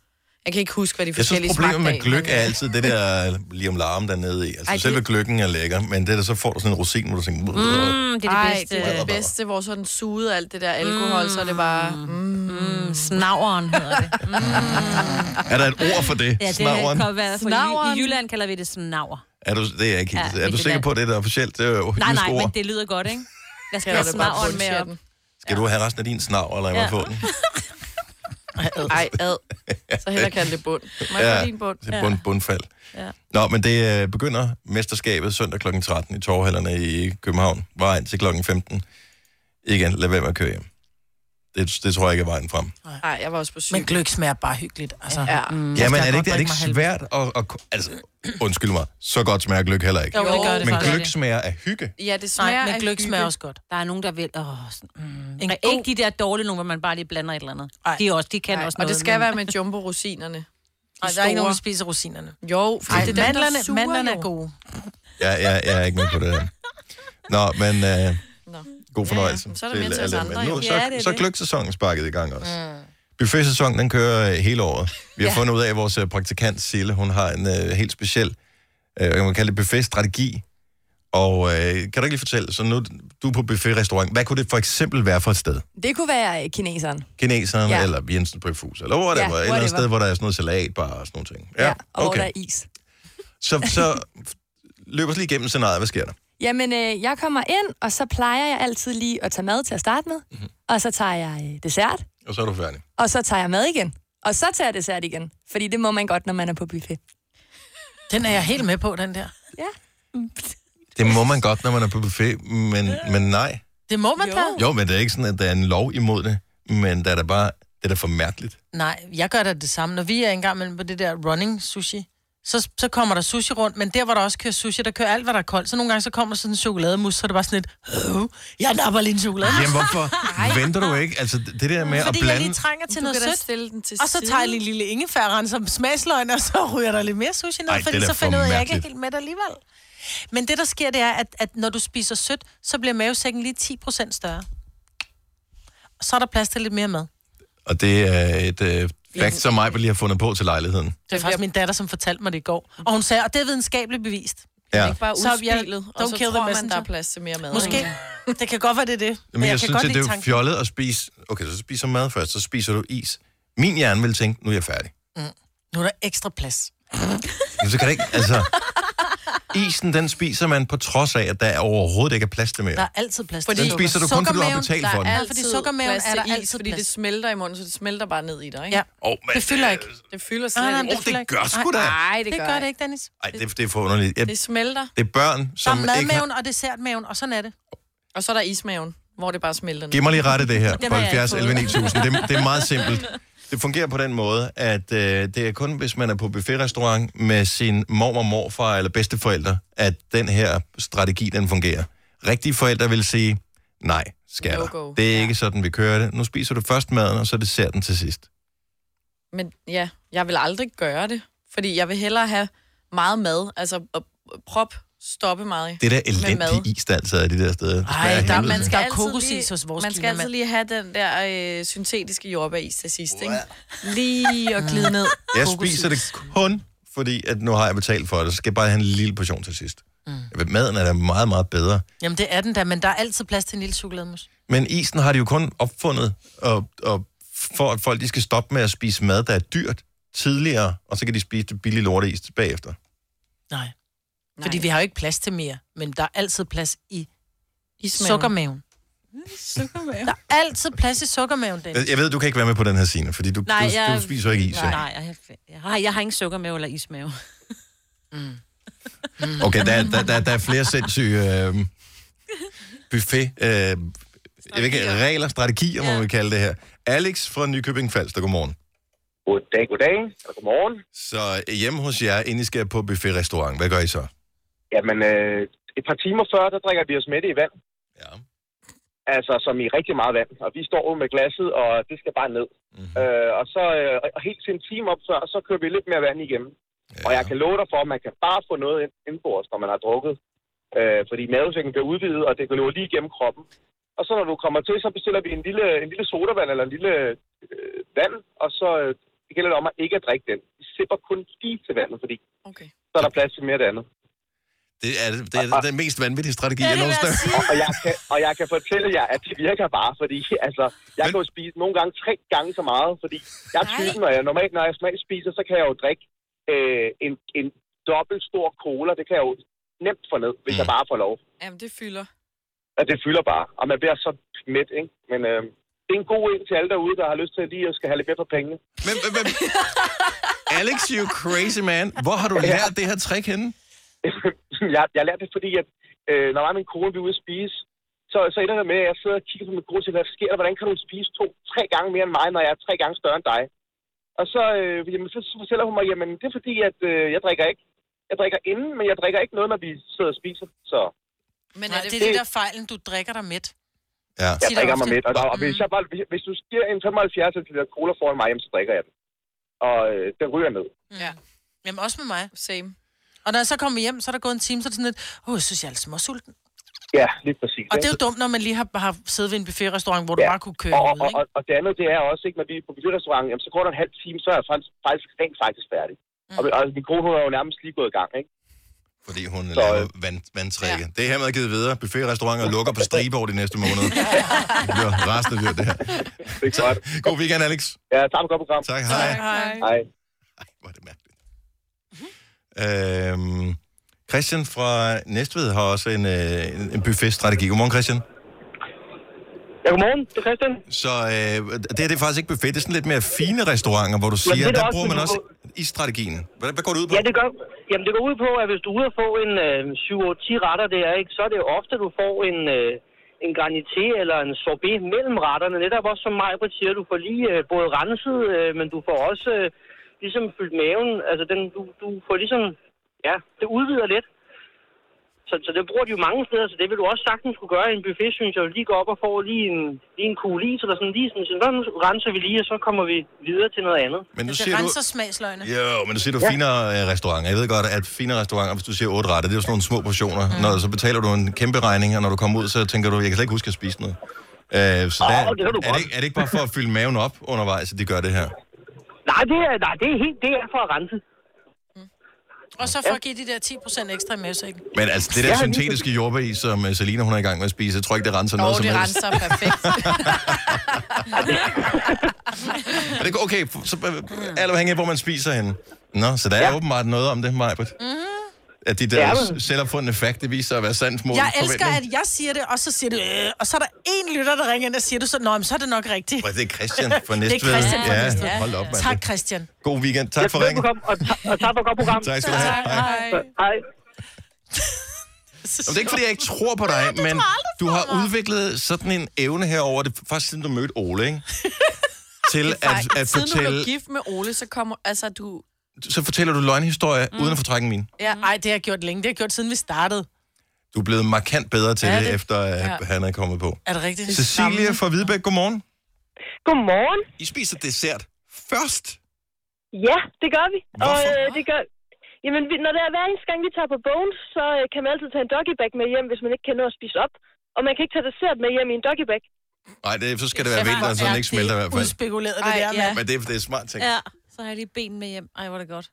Speaker 5: Jeg kan ikke huske, hvad de
Speaker 1: Jeg synes,
Speaker 5: forskellige
Speaker 1: problemet
Speaker 5: smagte
Speaker 1: med
Speaker 5: af,
Speaker 1: gløk
Speaker 5: men-
Speaker 1: er altid det der lige om larm dernede i. Altså,
Speaker 5: Ej,
Speaker 1: Ej,
Speaker 5: det-
Speaker 1: selve gløkken er lækker, men det der, så får du sådan en rosin, hvor du tænker... Mm,
Speaker 5: Mm, det er det Ej, bedste. det er
Speaker 1: Blablabla.
Speaker 5: det bedste, hvor sådan sugede alt det der alkohol, mm. så er det bare... Mm. Mm.
Speaker 4: Snaveren hedder det.
Speaker 1: Er der et ord for det?
Speaker 4: Ja, det
Speaker 1: Snavren?
Speaker 4: kan være. For
Speaker 5: Snaveren.
Speaker 4: I, I Jylland kalder vi det snaver.
Speaker 1: Er du, det er jeg ikke
Speaker 4: Ja,
Speaker 1: helt. Ja, er
Speaker 4: men
Speaker 1: du
Speaker 4: det
Speaker 1: sikker
Speaker 4: der-
Speaker 1: på, at det er et officielt øh,
Speaker 4: Nej,
Speaker 1: jysk
Speaker 4: nej, men
Speaker 1: ord?
Speaker 4: det lyder godt, ikke? Jeg skal
Speaker 5: Ja,
Speaker 4: have
Speaker 5: det er bare
Speaker 4: snaveren med op.
Speaker 1: Skal du have resten af din snav, eller hvad
Speaker 4: Ja.
Speaker 1: ja. få den?
Speaker 5: Ej, ad. Så hellere kalde det bund. Må jeg ja.
Speaker 1: Ja,
Speaker 5: din bund?
Speaker 1: det er bund, bundfald.
Speaker 5: Ja.
Speaker 1: Nå, men det øh, begynder mesterskabet søndag kl. 13 i Torvhallerne i København. Vejen til kl. 15. Igen, lad være med at køre hjem. Det, det tror jeg ikke er vejen frem.
Speaker 5: Nej, jeg var også på syg.
Speaker 3: Men gløk smager bare hyggeligt. Altså,
Speaker 5: Ja.
Speaker 3: Mm.
Speaker 1: Ja, men
Speaker 3: Jeg
Speaker 1: er
Speaker 3: skal
Speaker 1: det ikke,
Speaker 3: godt
Speaker 1: er det ikke
Speaker 3: drikke mig
Speaker 1: svært at, at... Altså, undskyld mig, så godt smager gløk heller ikke.
Speaker 3: Jo, det gør det
Speaker 1: men
Speaker 3: faktisk.
Speaker 1: gløk smager af hygge.
Speaker 5: Ja, det
Speaker 4: smager
Speaker 3: Nej,
Speaker 4: af
Speaker 3: men gløk
Speaker 4: hygge.
Speaker 3: smager også godt.
Speaker 4: Der er nogen, der vil... Åh, sådan, mm, en ikke de der dårlige nogen, hvor man bare lige blander et eller andet.
Speaker 3: Ej.
Speaker 4: De, er også, de kan også
Speaker 5: Og
Speaker 4: noget.
Speaker 5: det skal
Speaker 4: men-
Speaker 5: være med jumbo-rosinerne.
Speaker 3: Nej, der er ikke nogen, der spiser rosinerne.
Speaker 5: Jo, for
Speaker 3: Ej,
Speaker 5: det er dem, der
Speaker 3: mandlerne,
Speaker 5: suger
Speaker 3: mandlerne
Speaker 5: jo.
Speaker 3: er gode.
Speaker 1: Ja, ja, jeg er ikke med på det her. Nå, men øh, god fornøjelse.
Speaker 3: så er der mere til os
Speaker 1: alle.
Speaker 3: andre,
Speaker 1: Men
Speaker 3: jo.
Speaker 1: Nu, så,
Speaker 3: Ja, det er
Speaker 1: så er
Speaker 3: det. Mm.
Speaker 1: gløgsæsonen sparket i gang også. Buffetsæsonen, den kører øh, hele året. Vi har
Speaker 17: Ja.
Speaker 1: fundet ud af, at vores øh, praktikant Sille, hun har en øh, helt speciel, øh, kan man kalde det buffetstrategi. Og øh, kan du ikke lige fortælle, så nu du er på buffetrestaurant, hvad kunne det for eksempel være for et sted?
Speaker 17: Det kunne være øh, kineseren.
Speaker 1: Kineseren,
Speaker 17: Ja.
Speaker 1: ja. eller Jensen Bryfus, eller whatever,
Speaker 17: Ja,
Speaker 1: ja, et eller
Speaker 17: whatever.
Speaker 1: andet sted, hvor der er sådan noget salatbar og sådan nogle ting.
Speaker 17: Ja, og hvor der er is.
Speaker 1: Så, så løb os lige igennem scenariet, hvad sker der?
Speaker 17: Jamen, øh, jeg kommer ind, og så plejer jeg altid lige at tage mad til at starte med. Mm-hmm. Og så tager jeg øh, dessert,
Speaker 1: Og så er du færdig.
Speaker 17: og så tager jeg mad igen. Og så tager jeg dessert igen. Fordi det må man godt, når man er på buffet.
Speaker 3: Den er jeg helt med på, den der.
Speaker 1: Det må man godt, når man er på buffet, men, men nej.
Speaker 3: Det må man da.
Speaker 1: Jo, men det er ikke sådan, at der er en lov imod det, men der er da bare, det er da for mærkeligt.
Speaker 3: Nej, jeg gør da det samme. Når vi er engang mellem på det der running sushi, så, så kommer der sushi rundt, men der, hvor der også kører sushi, der kører alt, hvad der er koldt. Så nogle gange, så kommer der sådan en chokolademus, så er det bare sådan lidt, "Åh, jeg napper lige en chokolademus.
Speaker 1: Jamen, hvorfor venter du ikke? Altså, det der med at
Speaker 3: Fordi jeg lige
Speaker 1: blande...
Speaker 3: trænger til
Speaker 5: Du
Speaker 3: noget
Speaker 5: kan da
Speaker 3: sødt.
Speaker 5: stille den til
Speaker 3: og så
Speaker 5: side.
Speaker 3: tager jeg lige en lille ingefærren som smagsløgn, og så ryger der lidt mere sushi ned,
Speaker 1: Ej, det er
Speaker 3: fordi
Speaker 1: da
Speaker 3: så
Speaker 1: for
Speaker 3: finder jeg ud af, at jeg ikke er
Speaker 1: mærkeligt.
Speaker 3: helt mæt alligevel. Men det, der sker, det er, at, at når du spiser sødt, så bliver mavesækken lige 10% større. Og så er der plads til lidt mere mad.
Speaker 1: Og det er et øh, fact, som mig lige har fundet på til lejligheden.
Speaker 3: Det var faktisk min datter, som fortalte mig det i går. Og hun sagde, og det er videnskabeligt bevist.
Speaker 1: Ja.
Speaker 5: Ikke bare
Speaker 3: Så jeg-
Speaker 5: udspillet, og
Speaker 3: don't
Speaker 5: så
Speaker 3: kill the
Speaker 5: tror man,
Speaker 3: messenger.
Speaker 5: der er plads til mere mad.
Speaker 3: Måske.
Speaker 5: ikke?
Speaker 3: Det kan godt være, det er det.
Speaker 1: Men jeg,
Speaker 3: kan
Speaker 1: jeg synes, at det
Speaker 3: lide
Speaker 1: er jo
Speaker 3: tanken.
Speaker 1: fjollet at spise... Okay, så spiser mad først, så spiser du is. Min hjerne vil tænke, nu er jeg færdig.
Speaker 3: Nu er der ekstra plads.
Speaker 1: Men så kan det ikke... Altså, isen, den spiser man på trods af, at der overhovedet ikke er plads til mere.
Speaker 3: Der er altid plads
Speaker 1: Den spiser du kun, fordi du har betalt for den.
Speaker 5: Der er
Speaker 1: Ja,
Speaker 5: altid
Speaker 3: fordi sukkermaven
Speaker 5: plads
Speaker 3: er
Speaker 5: til
Speaker 3: der
Speaker 5: is,
Speaker 3: altid
Speaker 5: fordi
Speaker 3: plads.
Speaker 5: det smelter i munden, så det smelter bare ned i dig, ikke?
Speaker 3: Ja.
Speaker 1: Åh, men
Speaker 5: det fylder
Speaker 1: det-
Speaker 5: ikke. Det fylder
Speaker 3: Nej, nej,
Speaker 5: slet ikke.
Speaker 1: det fylder ikke. gør sgu da.
Speaker 5: Nej, det,
Speaker 3: Det
Speaker 5: gør
Speaker 3: gør
Speaker 5: det
Speaker 3: ikke, Dennis.
Speaker 1: Ej, det, det er for underligt. Jeg,
Speaker 5: Det smelter.
Speaker 1: det er børn, som
Speaker 5: Der er
Speaker 1: ikke har...
Speaker 5: madmaven.
Speaker 3: Og dessertmaven, og sådan er det.
Speaker 5: Og så er der ismaven, hvor det bare smelter. ned.
Speaker 1: Giv mig lige rette det her
Speaker 5: Den
Speaker 1: på
Speaker 5: har jeg ikke
Speaker 1: 70 11
Speaker 5: fået.
Speaker 1: 9000. Det, det er meget simpelt. Det fungerer på den måde, at øh, det er kun, hvis man er på buffetrestaurant med sin mormor, morfar eller bedsteforældre, at den her strategi, den fungerer. Rigtige forældre vil sige, nej, skatter.
Speaker 5: No-go.
Speaker 1: det er ikke sådan, vi kører det. Nu spiser du først maden, og så desserten til sidst.
Speaker 5: Men ja, jeg vil aldrig gøre det, fordi jeg vil hellere have meget mad, altså og- og prop, stoppe meget
Speaker 1: Det der
Speaker 5: med mad.
Speaker 1: elendige is, der altid er de der steder. det smager
Speaker 3: der-
Speaker 1: af helvede
Speaker 5: man
Speaker 1: til.
Speaker 5: skal
Speaker 3: Der er
Speaker 5: altid
Speaker 3: kokosis
Speaker 5: lige-
Speaker 3: hos vores
Speaker 5: Man skal
Speaker 3: klinamand.
Speaker 5: altid lige have den der øh, syntetiske jordbæris til sidst, ikke? Lige at glide ned.
Speaker 1: Jeg spiser Mm. det kun fordi at nu har jeg betalt for det, så skal jeg bare have en lille portion til sidst. Mm. Maden er da meget, meget bedre.
Speaker 3: Jamen, det er den der, men der er altid plads til en lille chokolademus.
Speaker 1: Men isen har de jo kun opfundet, og, og for at folk de skal stoppe med at spise mad, der er dyrt tidligere, og så kan de spise det billige lorteis bagefter.
Speaker 3: Nej. Fordi vi har jo ikke plads til mere, men der er altid plads i, I
Speaker 5: smagen.
Speaker 3: sukkermaven. Sukkermaven? Der er altid plads i sukkermaven, Dennis.
Speaker 1: Jeg jeg ved, du kan ikke være med på den her scene, fordi du, nej, du, jeg... du spiser ikke is.
Speaker 4: Nej,
Speaker 1: jo.
Speaker 4: nej jeg, jeg, har, jeg har ingen sukkermave eller ismave.
Speaker 1: Okay, der, der, der, der er flere sindssyge øh, buffet... Øh, jeg ved ikke, regler, strategier, må vi kalde det her. Alex fra Nykøbing Falster, godmorgen.
Speaker 18: Goddag, goddag, og godmorgen.
Speaker 1: Så øh, hjemme hos jer, inden I skal på buffet-restaurant, hvad gør I så?
Speaker 18: Jamen, øh, et par timer før, der drikker vi os med i vand. Ja. Altså, som i rigtig meget vand. Og vi står jo med glasset, og det skal bare ned.
Speaker 1: Mhm.
Speaker 18: Mm-hmm. Øh, og så øh, og helt til en time op før, så kører vi lidt mere vand igennem. Ja. Og jeg kan love dig for, at man kan bare få noget ind- indbords, når man har drukket. Øh, fordi mavesækken bliver udvidet, og det går lige igennem kroppen. Og så når du kommer til, så bestiller vi en lille, en lille sodavand eller en lille øh, vand, og så øh, det gælder det om at ikke at drikke den. Vi sipper kun lige til vandet, fordi okay. så er der plads til mere af det andet.
Speaker 1: Det er, det er den mest vanvittige strategi, jeg nogensinde har
Speaker 18: og, og, jeg kan, og jeg kan fortælle jer, at det virker bare, fordi altså, jeg kan jo spise nogle gange tre gange så meget, fordi jeg er typen, når jeg normalt, når jeg smagsspiser, så kan jeg jo drikke øh, en, en dobbelt stor cola, det kan jeg jo nemt få ned, hvis jeg
Speaker 1: Mm.
Speaker 18: bare får lov.
Speaker 5: Jamen, det fylder.
Speaker 18: Og det fylder bare, og man bliver så mæt, ikke? Men øh, det er en god en til alle derude, der har lyst til lige at skal have lidt mere for pengene.
Speaker 1: Men, men, men, Alex, you crazy man. Hvor har du lært det her trick henne?
Speaker 18: jeg, jeg lærte det, fordi at, øh, når mig og min kone vi er ude at spise, så, så ender det med, at jeg sidder og kigger på min kone til, hvad sker der? Hvordan kan hun spise to, tre gange mere end mig, når jeg er tre gange større end dig? Og så, øh, jamen, så, så fortæller hun mig, jamen det er fordi, at øh, jeg drikker ikke. Jeg drikker inden, men jeg drikker ikke noget, når vi sidder og spiser. Så
Speaker 3: Men er det, det er det der fejlen, du drikker dig mæt?
Speaker 1: ja.
Speaker 3: Sig
Speaker 18: jeg
Speaker 3: det Mm.
Speaker 18: drikker mig
Speaker 3: ofte.
Speaker 18: lidt. Og, der, og
Speaker 16: Mm.
Speaker 18: hvis, jeg bare, hvis- hvis du giver en 75 liter cola foran mig, jamen, så drikker jeg den. Og øh, den ryger ned.
Speaker 5: Mm.
Speaker 3: Ja. Jamen, også med mig. Same. Og når jeg så kommer hjem, så er der gået en time, så er det sådan lidt, åh, jeg synes, jeg er lidt småsulten.
Speaker 18: Ja, lige præcis.
Speaker 3: Og
Speaker 18: ikke?
Speaker 3: det er jo dumt, når man lige har, har siddet ved en buffetrestaurant, hvor du bare kunne køre
Speaker 18: og,
Speaker 3: ud,
Speaker 18: og,
Speaker 3: Øhm, ikke?
Speaker 18: og, og, det andet, det er også, ikke, når vi er på buffetrestaurant, jamen, så går der en halv time, så er jeg faktisk, faktisk rent faktisk færdig. Mm. Og, og, min kone, hun er jo nærmest lige gået i gang, ikke?
Speaker 1: Fordi hun så, laver
Speaker 18: øh,
Speaker 1: vand, vandtrække. Ja. Det er hermed givet videre. Buffetrestauranter lukker på stribe over de næste måneder. det bliver resten af dyrt, det her.
Speaker 18: Det er godt.
Speaker 1: God weekend, Alex.
Speaker 18: Ja, tak for godt program.
Speaker 1: Tak, hej. Tak,
Speaker 18: hej. hej.
Speaker 1: Øhm, Christian fra Næstved har også en, øh, en- en buffetstrategi. Godmorgen, Christian.
Speaker 19: Ja, godmorgen. Det er Christian.
Speaker 1: Så øh, det her det er faktisk ikke buffet, det er sådan lidt mere fine restauranter, hvor du
Speaker 19: det
Speaker 1: siger,
Speaker 19: er
Speaker 1: der
Speaker 19: også,
Speaker 1: bruger
Speaker 19: men
Speaker 1: man
Speaker 19: du
Speaker 1: også isstrategien. Hvad, hvad går det ud på?
Speaker 19: Ja, det gør, jamen, det går ud på, at hvis du er ude og få en øh, 7-10 retter der, ikke, så er det jo ofte, du får en, øh, en granité eller en sorbet mellem retterne. Netop også som mig, siger, du får lige øh, både renset, øh, men du får også øh, ligesom fyldt maven. Altså, den, du, du får ligesom, ja, det udvider lidt. Så, så det bruger de jo mange steder, så det vil du også sagtens kunne gøre i en buffet, synes jeg. Lige gå op og få lige en, lige en kugle is, eller sådan lige sådan, sådan, "Nå, nu renser vi lige, og så kommer vi videre til noget andet.
Speaker 1: Men nu
Speaker 3: Det
Speaker 1: siger du,
Speaker 3: renser smagsløgene.
Speaker 1: jo, men du siger, du er finere øh, restauranter. Jeg ved godt, at finere restauranter, hvis du siger otte retter, det er jo sådan nogle små portioner. Mm. Når, så betaler du en kæmpe regning, og når du kommer ud, så tænker du, jeg kan slet ikke huske at spise noget. Øh, så der, det er,
Speaker 19: det kan du
Speaker 1: det, ikke- er det ikke bare for at fylde maven op undervejs, at de gør det her?
Speaker 19: Nej, det er, nej, det er helt det er for at rense.
Speaker 3: Og så for at give de der 10% ekstra i mavesækken.
Speaker 1: Men altså, det der
Speaker 3: Ja,
Speaker 1: ja,
Speaker 3: lige
Speaker 1: syntetiske jordbær, som øh, Selina hun er i gang med at spise, jeg tror ikke, det renser noget som helst.
Speaker 3: perfekt.
Speaker 1: Er det go- okay, f- så øh, alt afhængig af, hvor man spiser henne. Nå, så der er åbenbart noget om det, Majbert. Mm.
Speaker 3: Mhm.
Speaker 1: At de
Speaker 3: Det
Speaker 1: der
Speaker 3: er
Speaker 1: s-
Speaker 3: der.
Speaker 1: selvopfundne fakt, det viser sig at være sandt mod
Speaker 3: Jeg elsker,
Speaker 1: forventning.
Speaker 3: at jeg siger det, og så siger det, øh, og så er der en lytter, der ringer ind og siger du så, nå, men så er det nok rigtigt.
Speaker 1: Hvor er det Christian fra
Speaker 3: Det er
Speaker 1: Næstved.
Speaker 3: Christian fra
Speaker 1: Ja,
Speaker 3: Næstved.
Speaker 1: hold op, mand.
Speaker 3: Tak, Christian.
Speaker 1: God weekend. Tak for ringen.
Speaker 19: Og, og tak for et godt program.
Speaker 1: Tak skal du have.
Speaker 19: Tak,
Speaker 1: Hej.
Speaker 19: hej. Hej.
Speaker 1: Jamen, det er ikke, fordi jeg ikke tror på dig, men du har udviklet sådan en evne herover, det er faktisk siden du mødte Ole, ikke? Til at, at
Speaker 5: Siden du blev
Speaker 1: fortælle,
Speaker 5: gift med Ole, så kommer... Altså, du...
Speaker 1: så fortæller du løgnhistorier, mm. uden at fortrække min.
Speaker 3: Ja, ej, det har jeg gjort længe. Det har jeg gjort, siden vi startede.
Speaker 1: Du er blevet markant bedre til
Speaker 3: Er
Speaker 1: ja, det,
Speaker 3: det?
Speaker 1: efter at
Speaker 3: Ja.
Speaker 1: ja. han er kommet på.
Speaker 3: Er det rigtigt?
Speaker 1: Cecilia fra Hvidebæk, godmorgen.
Speaker 20: Godmorgen.
Speaker 1: I spiser dessert først.
Speaker 20: Ja, det gør vi. Og øh, det gør... Jamen, vi, når det er hver eneste gang, vi tager på Bones, så øh, kan man altid tage en doggybag med hjem, hvis man ikke kan nå at spise op. Og man kan ikke tage dessert med hjem i en doggybag.
Speaker 1: Nej, det, så skal det være vinter, så
Speaker 4: Ja,
Speaker 1: den ikke smelter i hvert fald.
Speaker 3: Udspekuleret det
Speaker 4: Ej,
Speaker 3: der,
Speaker 4: ja.
Speaker 3: mand.
Speaker 1: Men det, er- det er smart ting.
Speaker 4: Ja, så har jeg lige ben med hjem. Ej, hvor er det godt.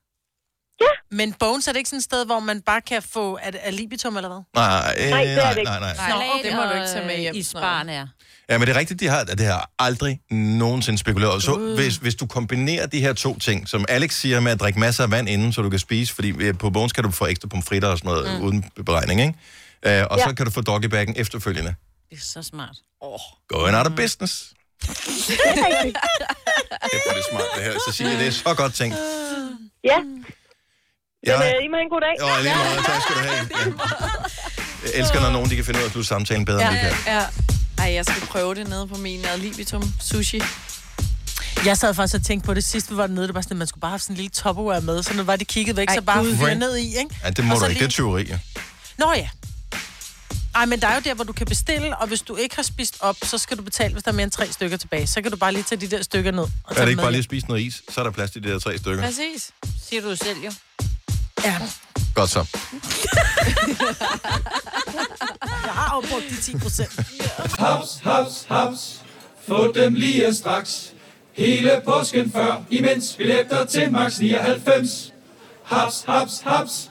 Speaker 3: Ja. Men Bones, er det ikke sådan et sted, hvor man bare kan få at, at libitum eller hvad?
Speaker 1: Nej, øh, nej, nej, nej, nej.
Speaker 3: Nå, det må du ikke tage med hjem.
Speaker 4: I sparen er.
Speaker 1: øh, Ja, men det er rigtigt, de har, det har aldrig nogensinde spekuleret. Så hvis, hvis du kombinerer de her to ting, som Alex siger med at drikke masser af vand inden, så du kan spise, fordi øh, på bogen kan du få ekstra pomfritter og sådan noget, mm. uden beregning, ikke? Øh, og ja. så
Speaker 4: Ja.
Speaker 1: kan du få doggybaggen efterfølgende.
Speaker 4: Det er så smart.
Speaker 5: Oh.
Speaker 1: Going out of business. Kæft, hvor er det smart, det her. Cecilie, det er så godt tænkt.
Speaker 20: Ja,
Speaker 1: Jeg,
Speaker 20: men øh, I må have en god dag.
Speaker 1: Jo, lige meget. Tak skal du have. Ja. Jeg elsker, når nogen de kan finde ud af at slutte samtalen bedre,
Speaker 5: Ja,
Speaker 1: end vi kan.
Speaker 5: ja. Ej, jeg skal prøve det nede på min ad libitum sushi.
Speaker 3: Jeg sad faktisk og tænkte på det sidste, vi var dernede, det var sådan, at man skulle bare have sådan en lille topperware med, så når var det kigget væk, Ej,
Speaker 5: Ej,
Speaker 3: så bare
Speaker 5: Gud.
Speaker 3: fyre ned i, ikke?
Speaker 1: Ja, det må
Speaker 3: Og
Speaker 1: du
Speaker 3: så
Speaker 1: ikke. Det er tyveri. ja.
Speaker 3: Nå ja. Ej, men der er jo der, hvor du kan bestille, og hvis du ikke har spist op, så skal du betale, hvis der er mere end tre stykker tilbage. Så kan du bare lige tage de der stykker ned. Og
Speaker 1: Er
Speaker 3: dem
Speaker 1: det ikke
Speaker 3: med
Speaker 1: bare lige
Speaker 3: hjem.
Speaker 1: at spise noget is, så er der plads til de der tre stykker.
Speaker 5: Præcis.
Speaker 4: Siger du jo selv, jo.
Speaker 3: Ja.
Speaker 1: Godt så.
Speaker 3: Jeg har jo brugt de 10 procent.
Speaker 9: Haps, haps, haps. Få dem lige straks. Hele påsken før, imens billetter til max 99. Haps, haps, haps.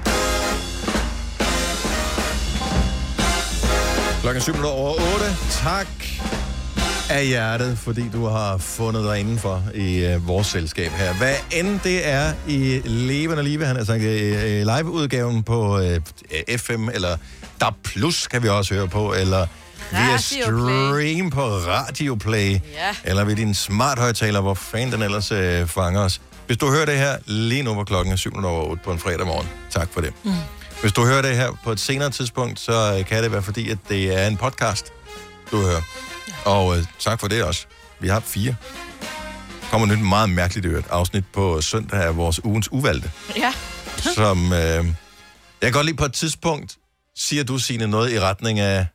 Speaker 1: Klokken 7 over 8. Tak af hjertet, fordi du har fundet dig indenfor i øh, vores selskab her. Hvad end det er i levende live, han har sagt, øh, øh, liveudgaven på øh, FM, eller DAB Plus kan vi også høre på, eller via
Speaker 8: Radioplay.
Speaker 1: stream på Radioplay,
Speaker 8: Ja.
Speaker 1: eller ved din smart højtaler, hvor fanden den ellers øh, fanger os. Hvis du hører det her lige nu, hvor klokken er 7 over 8 på en fredag morgen, tak for det. Mm. Hvis du hører det her på et senere tidspunkt, så øh, kan det være fordi, at det er en podcast, du hører. Og øh, tak for det også. Vi har fire. Kommer nyt meget mærkeligt i øvrigt afsnit på søndag af vores ugens uvalgte,
Speaker 5: Ja.
Speaker 1: som øh, jeg kan godt lide på et tidspunkt, siger du, sine noget i retning af,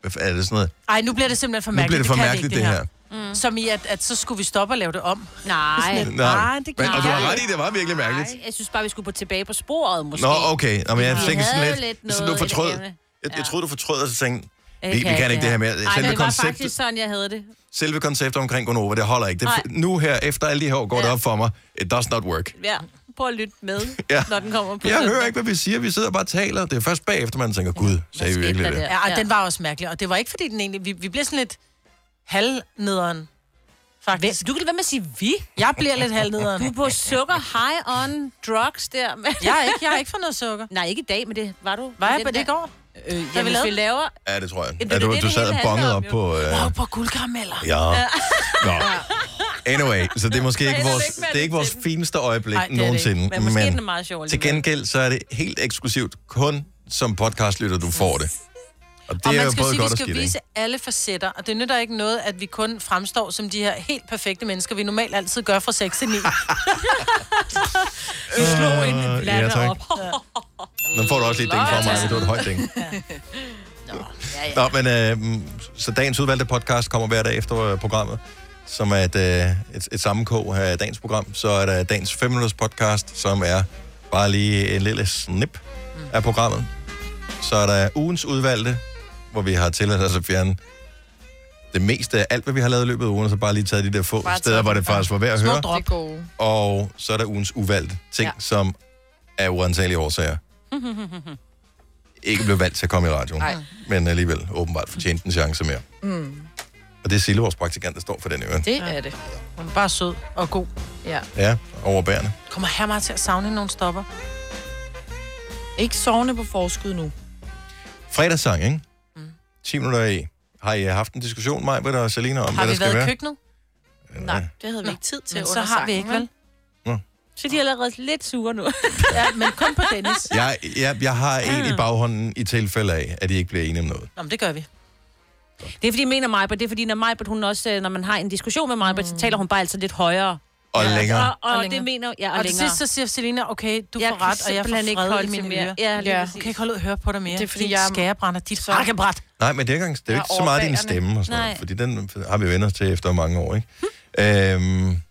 Speaker 1: hvad fanden er det sådan noget?
Speaker 3: Ej, nu bliver det simpelthen for
Speaker 1: Nu bliver
Speaker 3: mærkeligt.
Speaker 1: det for
Speaker 3: kan vi
Speaker 1: mærkeligt,
Speaker 3: ikke,
Speaker 1: det
Speaker 3: Mm. Som i, at, at så skulle vi stoppe og lave det om.
Speaker 4: Nej.
Speaker 1: Nå,
Speaker 4: Nej, det kan
Speaker 1: men- Og du
Speaker 4: jeg
Speaker 1: har
Speaker 4: ikke.
Speaker 1: ret i, det var virkelig mærkeligt.
Speaker 4: Jeg synes bare, vi skulle på tilbage på sporet, måske.
Speaker 1: Nå, okay. Nå, men jeg
Speaker 4: Vi
Speaker 1: tænkte
Speaker 4: havde
Speaker 1: sådan
Speaker 4: jo
Speaker 1: lidt,
Speaker 4: lidt
Speaker 1: så
Speaker 4: noget i
Speaker 1: du
Speaker 4: det
Speaker 1: fortrød.
Speaker 4: gamle.
Speaker 1: Jeg, jeg troede, du fortrød, og så tænkte, vi,
Speaker 4: Jeg
Speaker 1: vi kan ikke det her med.
Speaker 4: Ej, men
Speaker 1: Selve
Speaker 4: det var
Speaker 1: konceptet,
Speaker 4: faktisk sådan, jeg havde det.
Speaker 1: selve konceptet omkring Gonova, det holder ikke. Det,
Speaker 4: Nej.
Speaker 1: nu her, efter alle de her år, går det op for mig. It does not work.
Speaker 4: Ja, prøv at lytte med,
Speaker 1: Ja.
Speaker 4: når den kommer på.
Speaker 1: Jeg hører ikke, hvad vi siger. Vi sidder og bare og taler. Det er først bagefter, man tænker, gud, sagde vi virkelig det?
Speaker 3: Ja, ja, den var også mærkelig. Og det var ikke, fordi den egentlig... Vi, vi blev sådan lidt halvnederen, faktisk.
Speaker 4: Du kan være med at sige vi.
Speaker 3: Jeg bliver lidt halvnederen.
Speaker 4: Du er på sukker, high on drugs der. Men...
Speaker 3: Jeg er ikke- jeg er ikke for noget sukker.
Speaker 4: Nej, ikke i dag, men det var du.
Speaker 3: Var jeg
Speaker 4: Den
Speaker 3: på det
Speaker 4: der-
Speaker 3: i går?
Speaker 4: Øh, jamen,
Speaker 3: vi
Speaker 4: hvis vi
Speaker 3: lavede-
Speaker 4: laver...
Speaker 1: Ja, det tror jeg.
Speaker 4: Jamen, det
Speaker 1: Ja,
Speaker 4: er
Speaker 1: du,
Speaker 4: det,
Speaker 1: du
Speaker 4: det
Speaker 1: sad
Speaker 4: hele
Speaker 1: og
Speaker 4: handler
Speaker 1: bongede
Speaker 4: om,
Speaker 1: op
Speaker 4: jo.
Speaker 1: på... Øh...
Speaker 3: Wow, på guldkarameller.
Speaker 1: Ja. Nå.
Speaker 4: Ja.
Speaker 1: Anyway, så det er måske ikke
Speaker 4: ender
Speaker 1: vores,
Speaker 4: det ikke med at
Speaker 1: det er ikke vores fineste øjeblik
Speaker 4: Nej, det er det
Speaker 1: nogensinde.
Speaker 4: ikke. Men måske er den meget sjov
Speaker 1: til
Speaker 4: alligevel.
Speaker 1: gengæld, så er det helt eksklusivt kun som podcastlytter, du får det. Og det
Speaker 3: og
Speaker 1: er
Speaker 3: man
Speaker 1: jo
Speaker 3: skal
Speaker 1: både
Speaker 3: sige,
Speaker 1: godt
Speaker 3: vi
Speaker 1: og
Speaker 3: skal
Speaker 1: skidt,
Speaker 3: vise
Speaker 1: ikke?
Speaker 3: alle facetter, og det nytter ikke noget, at vi kun fremstår som de her helt perfekte mennesker, vi normalt altid gør fra 6 til 9.
Speaker 1: Vi
Speaker 4: slog
Speaker 1: en Øh, ja, tak. Men får du også lige et ding fra mig, det var et højt ding.
Speaker 4: Ja, ja.
Speaker 1: Nå, men øh, så dagens udvalgte podcast kommer hver dag efter øh, programmet, som er et, øh, et, et sammenkog af dagens program. Så er der dagens 5 minutters podcast, som er bare lige en lille snip af programmet. Så er der ugens udvalgte, hvor vi har tilladt os at fjerne det meste af alt, hvad vi har lavet i løbet af ugen, og så bare lige taget de der få bare steder, hvor det faktisk var værd at
Speaker 5: Små
Speaker 1: høre.
Speaker 5: drop. Det er gode.
Speaker 1: Og så er der ugens uvalgte ting, ja. som af uansagelige årsager ikke blev valgt til at komme i radioen.
Speaker 5: Nej.
Speaker 1: Men alligevel åbenbart fortjente en chance mere.
Speaker 5: Mm.
Speaker 1: Og det er Sille, vores praktikant, der står for den øvrigt.
Speaker 5: Det er det.
Speaker 3: Hun er bare sød og god.
Speaker 5: Ja.
Speaker 1: Ja, overbærende.
Speaker 3: Kommer her meget til at savne nogle stopper.
Speaker 5: Ikke sovende på forskud nu.
Speaker 1: Fredagssang, ikke? Mm. 10 minutter i. Har I haft en diskussion, mig, hvad der og Selina,
Speaker 3: Har
Speaker 1: om hvad der
Speaker 3: vi
Speaker 1: skal
Speaker 3: været
Speaker 1: være?
Speaker 3: i køkkenet?
Speaker 5: Nej, det havde vi ikke tid til
Speaker 3: Men
Speaker 5: under
Speaker 3: så har vi
Speaker 5: sangen,
Speaker 3: ikke, vel?
Speaker 4: Så de er allerede lidt sure nu.
Speaker 3: ja, men kun på Dennis.
Speaker 1: Jeg, jeg, jeg har en
Speaker 3: Ah.
Speaker 1: i baghånden i tilfælde af, at I ikke bliver enige om noget.
Speaker 3: Nå, men det gør vi.
Speaker 4: Det er fordi, jeg mener Majbert, det er fordi, når Majbert, hun også, øh, når man har en diskussion med Majbert, mm. så taler hun bare altid lidt højere.
Speaker 1: Og ja, længere.
Speaker 4: Og, og, og det mener ja, og,
Speaker 3: Og til
Speaker 4: længere.
Speaker 3: sidst så siger Selina, okay, du
Speaker 4: Jeg
Speaker 3: jeg får
Speaker 4: kan
Speaker 3: ret, og jeg får
Speaker 4: simpelthen
Speaker 3: fred
Speaker 4: ikke
Speaker 3: ikke
Speaker 4: holde
Speaker 3: i
Speaker 4: til
Speaker 3: mine
Speaker 4: mere.
Speaker 3: ører.
Speaker 4: Ja, lige
Speaker 3: ja.
Speaker 4: præcis.
Speaker 3: Du kan ikke holde ud at høre på dig mere.
Speaker 4: Det er Ah. fordi,
Speaker 3: Din
Speaker 4: jeg-
Speaker 3: skærebrænder, dit rakkebræt.
Speaker 1: Nej, men det er, ikke, engang- det er jo ikke
Speaker 3: Ja,
Speaker 1: så meget din
Speaker 3: overbærende.
Speaker 1: stemme og sådan noget,
Speaker 4: Nej.
Speaker 1: fordi den har vi vendt os til efter mange år, ikke?
Speaker 3: Hm.
Speaker 1: Øhm,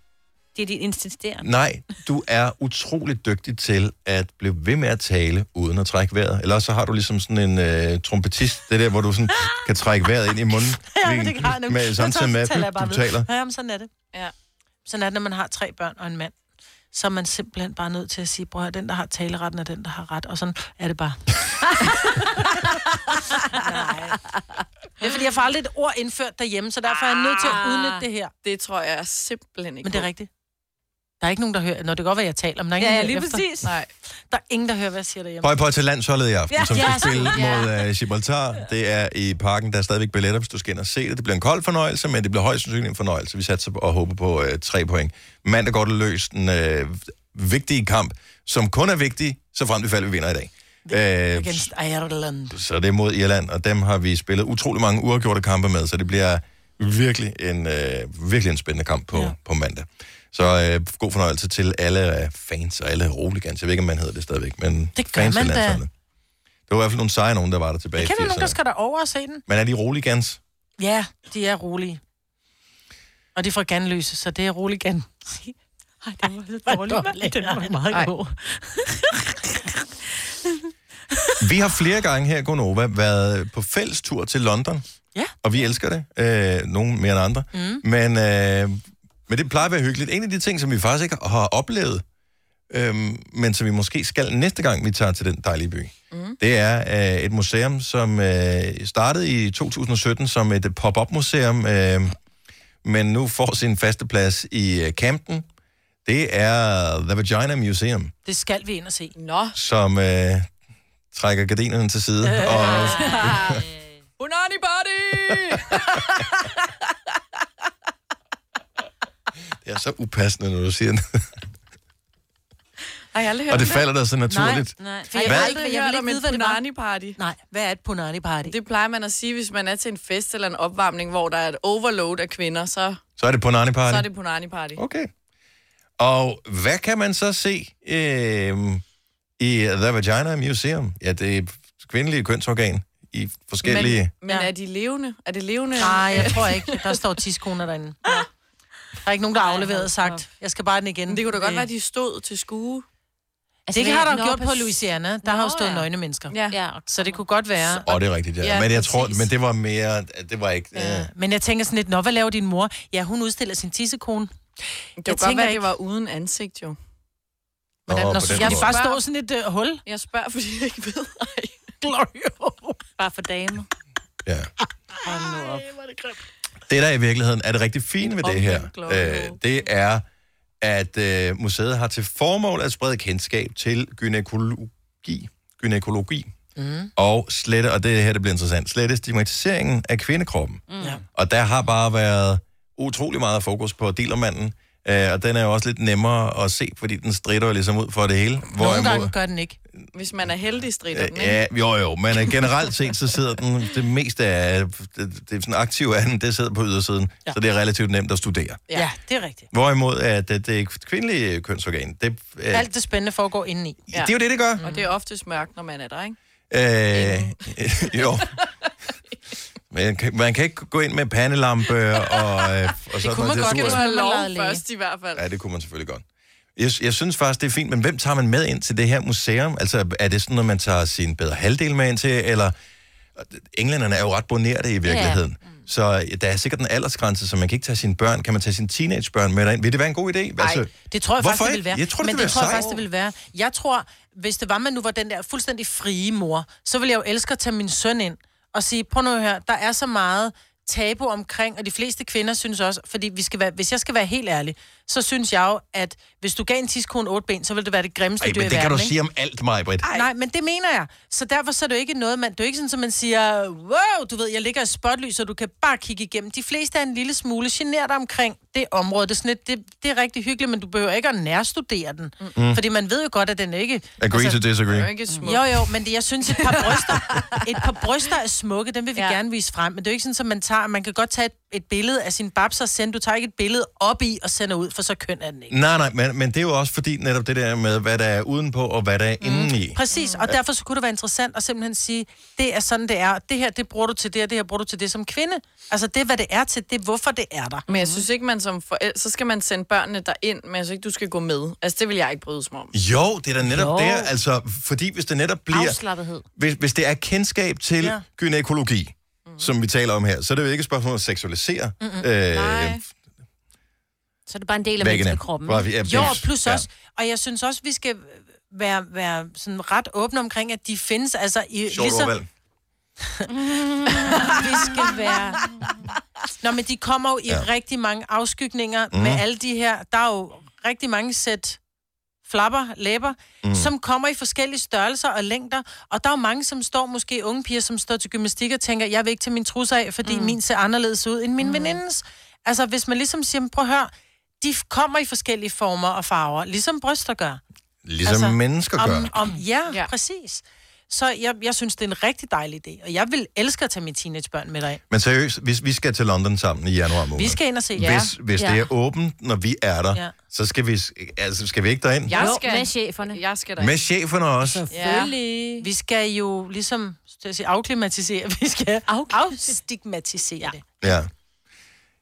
Speaker 4: Det er dit insisterende.
Speaker 1: nej, du er utrolig dygtig til at blive ved med at tale uden at trække vejret. Eller også så har du ligesom sådan en øh, trompetist, det der, hvor du sådan kan trække vejret ind i munden.
Speaker 3: Ja, men det har jeg
Speaker 1: med, samtidig med, at du taler.
Speaker 3: Ja, men sådan er det. Ja. Sådan er det, når man har tre børn og en mand. Så er man simpelthen bare nødt til at sige, bror, den der har taleretten er den, der har ret. Og sådan er det bare. Det er fordi, jeg får aldrig et ord indført derhjemme, så derfor er jeg nødt til at udnytte det her.
Speaker 5: Ah, Det tror jeg er simpelthen ikke
Speaker 3: Men det er rigtigt. Der er ikke nogen, der hører... Nå, det kan godt være, jeg taler, men der er ingen,
Speaker 4: Ja,
Speaker 3: der
Speaker 4: lige
Speaker 3: hører efter.
Speaker 4: præcis.
Speaker 3: Nej. Der er ingen, der hører, hvad jeg siger derhjemme.
Speaker 1: Pøj, pøj til landsholdet i aften,
Speaker 3: Ja.
Speaker 1: ja. som skal
Speaker 3: Ja.
Speaker 1: spille
Speaker 3: Ja.
Speaker 1: mod uh, Gibraltar. Det er i parken, der er stadigvæk billetter, hvis du skal ind og se det. Det bliver en kold fornøjelse, men det bliver højst sandsynligt en fornøjelse. Vi satser på- og håber på uh, tre point. Mandag går det løs den uh, vigtige kamp, som kun er vigtig, så frem til fald vi vinder i dag. Øh,
Speaker 3: Against Ireland.
Speaker 1: så det er mod Irland, og dem har vi spillet utrolig mange uafgjorte kampe med, så det bliver virkelig en, øh, virkelig en spændende kamp på, ja. på mandag. Så øh, god fornøjelse til alle øh, fans og alle roligans. Jeg ved ikke, om man hedder det stadigvæk, men
Speaker 3: Det gør
Speaker 1: fans
Speaker 3: man
Speaker 1: til
Speaker 3: da.
Speaker 1: landsholdet. Det var i hvert fald nogle seje nogen, der var der tilbage
Speaker 3: Jeg
Speaker 1: i
Speaker 3: kender nogen, der
Speaker 1: 80'erne.
Speaker 3: skal der over og se den.
Speaker 1: Men er de roligans?
Speaker 3: Ja, de er rolige. Og de er fra Ganløse, så det er rolig Gan.
Speaker 4: Ej, det var lidt
Speaker 3: dårligt, mand. Den var meget god.
Speaker 1: Vi har flere gange her i Gonova været på fælles tur til London.
Speaker 3: Ja.
Speaker 1: Og vi elsker det. Øh, nogle mere end andre. Mm. Men, øh, men det plejer at være hyggeligt. En af de ting, som vi faktisk ikke har oplevet, øh, men som vi måske skal næste gang, vi tager til den dejlige by, mm. det er øh, et museum, som øh, startede i 2017 som et pop-up museum, øh, men nu får sin faste plads i øh, Camden. Det er The Vagina Museum,
Speaker 3: Det skal vi ind og se. Nå.
Speaker 1: som øh, trækker gardinerne til side og
Speaker 5: Unani body!
Speaker 1: Det er så upassende, når du siger det.
Speaker 5: Har jeg aldrig hørt
Speaker 1: Og det
Speaker 5: om
Speaker 1: falder dig så naturligt.
Speaker 5: Nej, nej.
Speaker 1: For
Speaker 5: For jeg,
Speaker 1: hvad?
Speaker 5: har aldrig
Speaker 3: Jeg vil
Speaker 5: hørt
Speaker 3: ikke
Speaker 5: om
Speaker 3: vide,
Speaker 5: et
Speaker 3: hvad det var.
Speaker 5: punani-party.
Speaker 3: Nej, hvad er et punani-party?
Speaker 5: Det plejer man at sige, hvis man er til en fest eller en opvarmning, hvor der er et overload af kvinder, så,
Speaker 1: Så er det på en anden
Speaker 5: så er
Speaker 1: party.
Speaker 5: det punani-party.
Speaker 1: Okay. Og hvad kan man så se øh, i The Vagina Museum? Ja, det er kvindelige kønsorgan i forskellige... Men...
Speaker 5: Men, men ja. er de levende? Er det levende?
Speaker 3: Nej, jeg tror ikke. Der står 10 kroner derinde. Der er ikke nogen, der har afleveret og sagt, jeg skal bare den igen.
Speaker 5: Det kunne da godt være, de stod til skue.
Speaker 3: Altså, det
Speaker 5: hvad-
Speaker 3: har der jo
Speaker 5: Nå,
Speaker 3: gjort på
Speaker 5: pas-
Speaker 3: Louisiana. Der har jo stået nøgne mennesker.
Speaker 5: Ja.
Speaker 3: Så det kunne godt være.
Speaker 1: Og det er rigtigt, ja.
Speaker 3: Ja,
Speaker 1: ja men jeg
Speaker 3: præcis.
Speaker 1: tror, men det var mere... Det var ikke... øh. Ja.
Speaker 3: Men jeg tænker sådan lidt, nå, hvad laver din mor? Ja, hun udstiller sin tissekone.
Speaker 5: Det kunne godt være, det var uden ansigt, jo.
Speaker 3: Hvordan,
Speaker 1: Nå,
Speaker 3: når
Speaker 1: på
Speaker 3: så
Speaker 1: den
Speaker 3: jeg
Speaker 1: måde.
Speaker 3: bare står sådan et uh, hul.
Speaker 5: Jeg spørger, fordi jeg ikke ved.
Speaker 3: Glorio.
Speaker 4: Bare for damer.
Speaker 1: Ja.
Speaker 4: Hold nu op.
Speaker 1: Det, der i virkeligheden er det rigtig fine ved det her, øh, det er, at øh, museet har til formål at sprede kendskab til gynækologi. Gynækologi.
Speaker 3: Mm.
Speaker 1: og slette, og det her det bliver interessant, slette stigmatiseringen af kvindekroppen.
Speaker 3: Mm. Ja.
Speaker 1: Og der har bare været utrolig meget fokus på dealermanden, øh, og den er jo også lidt nemmere at se, fordi den strider jo ligesom ud for det hele.
Speaker 3: Nogle gange gør den ikke.
Speaker 5: Hvis man er heldig, strider den,
Speaker 1: øh,
Speaker 5: ikke?
Speaker 1: ja, jo jo, men øh, generelt set, så sidder den, det meste af, det, det er sådan aktive af den, det sidder på ydersiden, ja. så det er relativt nemt at studere.
Speaker 3: Ja, ja det er rigtigt.
Speaker 1: Hvorimod at øh, det, det kvindelige kønsorgan, det, øh,
Speaker 3: Alt det spændende foregår indeni.
Speaker 1: Ja. Det er jo det, det gør.
Speaker 5: Og det er oftest mørkt, når man er der, ikke?
Speaker 1: Øh, jo. Man kan, man kan ikke gå ind med pandelampe og, øh, og sådan noget.
Speaker 5: Det
Speaker 1: super-
Speaker 5: skal du have lov først, i hvert fald.
Speaker 1: Ja, det kunne man selvfølgelig godt. Jeg, jeg synes faktisk, det er fint, men hvem tager man med ind til det her museum? Altså, er det sådan, at man tager sin bedre halvdel med ind til, eller... Englænderne er jo ret bonerte i virkeligheden. Ja.
Speaker 3: Mm.
Speaker 1: Så øh, der er sikkert en aldersgrænse, så man kan ikke tage sine børn. Kan man tage sine teenagebørn med derind? Vil det være en god idé?
Speaker 3: Nej, det tror jeg
Speaker 1: altså, hvorfor
Speaker 3: faktisk, det vil
Speaker 1: ikke?
Speaker 3: være.
Speaker 1: Jeg tror, det
Speaker 3: Men
Speaker 1: vil
Speaker 3: det tror jeg
Speaker 1: være
Speaker 3: faktisk, det vil være. Jeg tror, hvis det var, man nu var den der fuldstændig frie mor, så ville jeg jo elske at tage min søn ind og sige, prøv nu her, der er så meget tabu omkring, og de fleste kvinder synes også, fordi vi skal være, hvis jeg skal være helt ærlig, så synes jeg jo, at hvis du gav en tidskone otte ben, så ville det være det grimmeste
Speaker 1: Ej,
Speaker 3: dyr i
Speaker 1: men det
Speaker 3: verden,
Speaker 1: kan du
Speaker 3: ikke?
Speaker 1: sige om alt, mig, Britt.
Speaker 3: Ej. Nej, men det mener jeg. Så derfor så er det jo ikke noget, man... Det er jo ikke sådan, at man siger, wow, du ved, jeg ligger i spotlys, og du kan bare kigge igennem. De fleste er en lille smule generet omkring det område. Det er, sådan lidt, det, det er rigtig hyggeligt, men du behøver ikke at nærstudere den. Mm.
Speaker 1: Mm.
Speaker 3: Fordi man ved jo godt, at den er ikke... altså,
Speaker 1: Agree to disagree. Den er jo
Speaker 5: ikke smuk.
Speaker 3: Jo, jo, men det, jeg synes, et par bryster, et par bryster er smukke. Dem vil vi ja. gerne vise frem. Men det er jo ikke sådan, at man tager har, at man kan godt tage et, et billede af sin babs og sende. Du tager ikke et billede op i og sender ud, for så køn er den ikke.
Speaker 1: Nej, nej, men, men det er jo også fordi netop det der med, hvad der er udenpå og hvad der er mm. indeni.
Speaker 3: Præcis, og derfor så kunne det være interessant at simpelthen sige, det er sådan, det er. Det her, det bruger du til det, og det her bruger du til det som kvinde. Altså, det er, hvad det er til, det er, hvorfor det er der.
Speaker 5: Men jeg synes ikke, man som forældre, så skal man sende børnene derind, men jeg synes ikke, du skal gå med. Altså, det vil jeg ikke bryde mig om.
Speaker 1: Jo, det er da netop
Speaker 5: Jo.
Speaker 1: jo. der, altså, fordi hvis det netop bliver...
Speaker 5: Afslappethed.
Speaker 1: Hvis, hvis det er kendskab til
Speaker 5: Ja.
Speaker 1: ja. gynækologi, mm-hmm. som vi taler om her, så er det jo ikke et spørgsmål om at seksualisere.
Speaker 4: Mm-mm.
Speaker 1: Øh,
Speaker 4: Så er det bare en del af
Speaker 1: Væggene.
Speaker 4: menneskekroppen.
Speaker 1: Bare vi- ja,
Speaker 3: Jo,
Speaker 1: det-
Speaker 3: og plus
Speaker 1: ja.
Speaker 3: også, og jeg synes også, vi skal være, være sådan ret åbne omkring, at de findes, altså i,
Speaker 1: sjovt ordvalg.
Speaker 3: Mm, vi skal være... Nå, men de kommer jo i ja. rigtig mange afskygninger mm.
Speaker 1: Mhm.
Speaker 3: med alle de her... Der er jo rigtig mange sæt flapper, læber, mm.
Speaker 1: Mhm.
Speaker 3: som kommer i forskellige størrelser og længder. Og der er jo mange, som står, måske unge piger, som står til gymnastik og tænker, jeg vil ikke tage min trusser af, fordi mm. min ser anderledes ud end min mm. venindes. Altså, hvis man ligesom siger, "Men prøv at høre, de f- kommer i forskellige former og farver, ligesom bryster gør.
Speaker 1: Ligesom altså, mennesker gør.
Speaker 3: Om, om, ja, ja, præcis. Så jeg, jeg synes, det er en rigtig dejlig idé, og jeg vil elske at tage mine teenagebørn med dig.
Speaker 1: Men seriøst, hvis vi skal til London sammen i januar måned.
Speaker 3: Vi skal ind og se. Ja.
Speaker 1: Hvis, hvis
Speaker 3: Ja.
Speaker 1: det er åbent, når vi er der,
Speaker 3: Ja.
Speaker 1: ja. så skal vi, altså, skal vi ikke derind?
Speaker 3: Jeg skal. med cheferne. Jeg skal
Speaker 1: Med cheferne også.
Speaker 3: Selvfølgelig. Ja. Vi skal jo ligesom skal jeg sige, afklimatisere, vi skal afstigmatisere ja. det.
Speaker 1: Ja.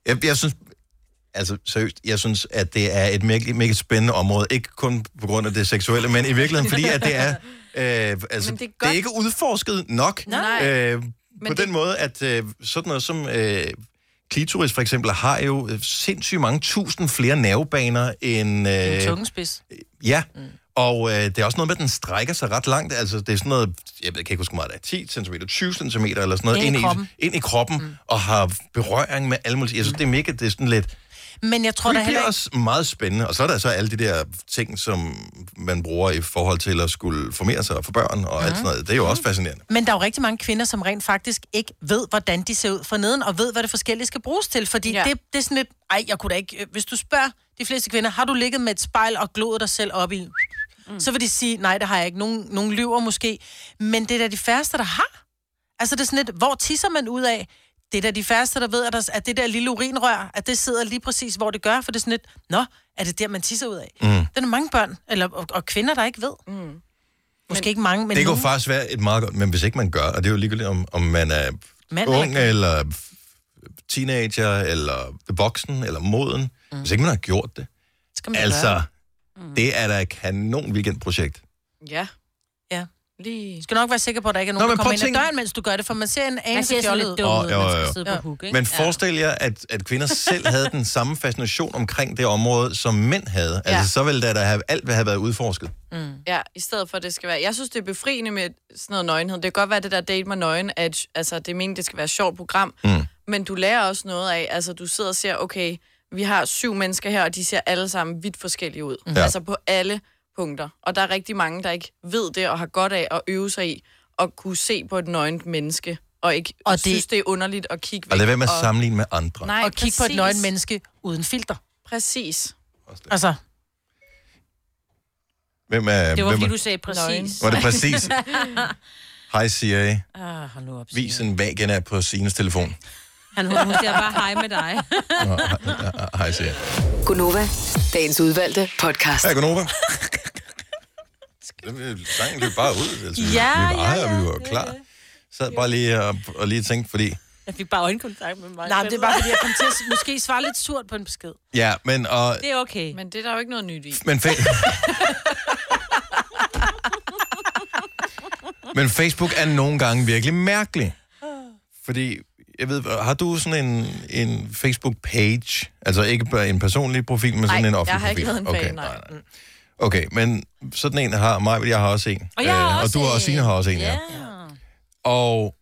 Speaker 1: Jeg, jeg synes, altså seriøst, jeg synes, at det er et mega, mega spændende område. Ikke kun på grund af det seksuelle, men i virkeligheden, fordi at det er, øh, altså, det
Speaker 5: Men det er
Speaker 1: er,
Speaker 5: godt.
Speaker 1: det er ikke udforsket nok.
Speaker 5: Nej.
Speaker 1: Øh, på
Speaker 5: det-
Speaker 1: den måde, at øh, sådan noget som øh, klitoris for eksempel, har jo øh, sindssygt mange tusind flere nervebaner end...
Speaker 3: En
Speaker 1: Øh,
Speaker 3: tungespids.
Speaker 1: ja, mm. og øh, det er også noget med, at den strækker sig ret langt. Altså, det er sådan noget, jeg ved jeg kan ikke huske hvor meget, det er 10 cm, 20 cm eller sådan noget.
Speaker 3: Ind i kroppen.
Speaker 1: ind i kroppen mm. og har berøring med alle mulige... Jeg synes, det er mega, det er sådan lidt...
Speaker 3: Men jeg Mm. tror da
Speaker 1: det
Speaker 3: heller
Speaker 1: bliver
Speaker 3: ikke...
Speaker 1: også meget spændende. Og så er der så alle de der ting, som man bruger i forhold til at skulle formere sig og få børn og mm. alt sådan noget. Det er jo også fascinerende.
Speaker 3: Men der er jo rigtig mange kvinder, som rent faktisk ikke ved, hvordan de ser ud for neden, og ved, hvad det forskellige skal bruges til. Fordi ja. det, det er sådan lidt, ej, jeg kunne da ikke... øh, Hvis du spørger de fleste kvinder, har du ligget med et spejl og gloet dig selv op i... Mm. Så vil de sige, nej, det har jeg ikke. Nogen, nogen lyver måske. Men det er da de færreste, der har. Altså det er sådan lidt, hvor tisser man ud af? Det er da de færreste, der ved, at, der, at det der lille urinrør, at det sidder lige præcis, hvor det gør. For det er sådan lidt, nå, er det der, man tisser ud af?
Speaker 1: Mm.
Speaker 3: Det er der mange børn, eller, og, og kvinder, der ikke ved. Mm. Måske ikke mange, men
Speaker 1: det kunne
Speaker 3: nogen.
Speaker 1: faktisk være et meget godt... Men hvis ikke man gør, og det er jo ligegyldigt, om, om man er
Speaker 3: Mand
Speaker 1: Mand,
Speaker 3: eller
Speaker 1: ung ikke. eller teenager eller voksen eller moden. Mm. Hvis ikke man har gjort det.
Speaker 3: Skal man
Speaker 1: Altså,
Speaker 3: gøre
Speaker 1: mm. det er da et kanon weekendprojekt.
Speaker 5: Ja.
Speaker 3: Ja.
Speaker 5: Lige.
Speaker 3: Du skal nok være sikker på, at der ikke er
Speaker 1: Nå,
Speaker 3: nogen, Nå,
Speaker 1: men
Speaker 3: der
Speaker 1: prøv
Speaker 3: kommer ind
Speaker 1: at
Speaker 3: ad
Speaker 1: tænke-
Speaker 3: døren, mens du gør det, for man ser en anelse
Speaker 4: ser sådan
Speaker 3: fjollet
Speaker 4: lidt
Speaker 3: ud.
Speaker 4: dum ud,
Speaker 1: Åh,
Speaker 4: man skal sidde på huk, ikke?
Speaker 1: Men forestil jer, at, at kvinder selv havde den samme fascination omkring det område, som mænd havde. Altså,
Speaker 5: Ja.
Speaker 1: så ville der, der have, alt have været udforsket.
Speaker 5: Mm. Ja, i stedet for, at det skal være... Jeg synes, det er befriende med sådan noget nøgenhed. Det kan godt være, at det der date med nøgen, at altså, det er meningen, det skal være et sjovt program. Mm. Men du lærer også noget af, altså du sidder og ser, okay, vi har syv mennesker her, og de ser alle sammen vidt forskellige ud. Mm.
Speaker 1: Ja.
Speaker 5: Altså på alle punkter. Og der er rigtig mange, der ikke ved det, og har godt af at øve sig i at kunne se på et nøgent menneske, og ikke og det... synes, det er underligt at kigge væk.
Speaker 1: Og lad være med at
Speaker 5: og-
Speaker 1: sammenligne med andre.
Speaker 5: Nej,
Speaker 3: og kigge på et
Speaker 5: præcis.
Speaker 3: nøgen menneske uden filter.
Speaker 5: Præcis.
Speaker 3: Altså,
Speaker 1: Hvem er, hvem er,
Speaker 3: sagde
Speaker 5: præcis.
Speaker 1: Var det præcis? Hej Siri,
Speaker 4: Ah, hold nu op.
Speaker 1: vis en vagina på Sines telefon.
Speaker 4: Han hun, hun siger bare hej med dig.
Speaker 1: Nå, he- he- Hej Siri.
Speaker 8: Gunova, dagens udvalgte podcast.
Speaker 1: Hej Gunova. Den, øh, Sangen løb bare ud. Altså, vi-
Speaker 4: Ja,
Speaker 1: vi var
Speaker 4: ja,
Speaker 1: her, vi var klar. Sad bare lige og, og lige tænkte, fordi...
Speaker 4: Jeg fik bare øjenkontakt med mig.
Speaker 3: nej, men det er bare, fordi jeg kom til at s- måske svare lidt surt på en besked.
Speaker 1: Ja, men... Og,
Speaker 3: er okay.
Speaker 5: Men det er der jo ikke noget nyt i.
Speaker 1: Men, fa- men Facebook er nogle gange virkelig mærkelig. Fordi, jeg ved, har du sådan en, en Facebook-page? Altså ikke bare en personlig profil, men sådan
Speaker 5: Nej,
Speaker 1: en
Speaker 5: jeg
Speaker 1: offentlig
Speaker 5: har ikke
Speaker 1: profil?
Speaker 5: været en fan,
Speaker 1: okay,
Speaker 5: nej. Mm.
Speaker 1: nej. Okay, men sådan en har mig, jeg har også en.
Speaker 5: Og jeg har
Speaker 1: Øh, og
Speaker 5: også
Speaker 1: du har-
Speaker 5: en.
Speaker 1: og Signe har også en, ja. Og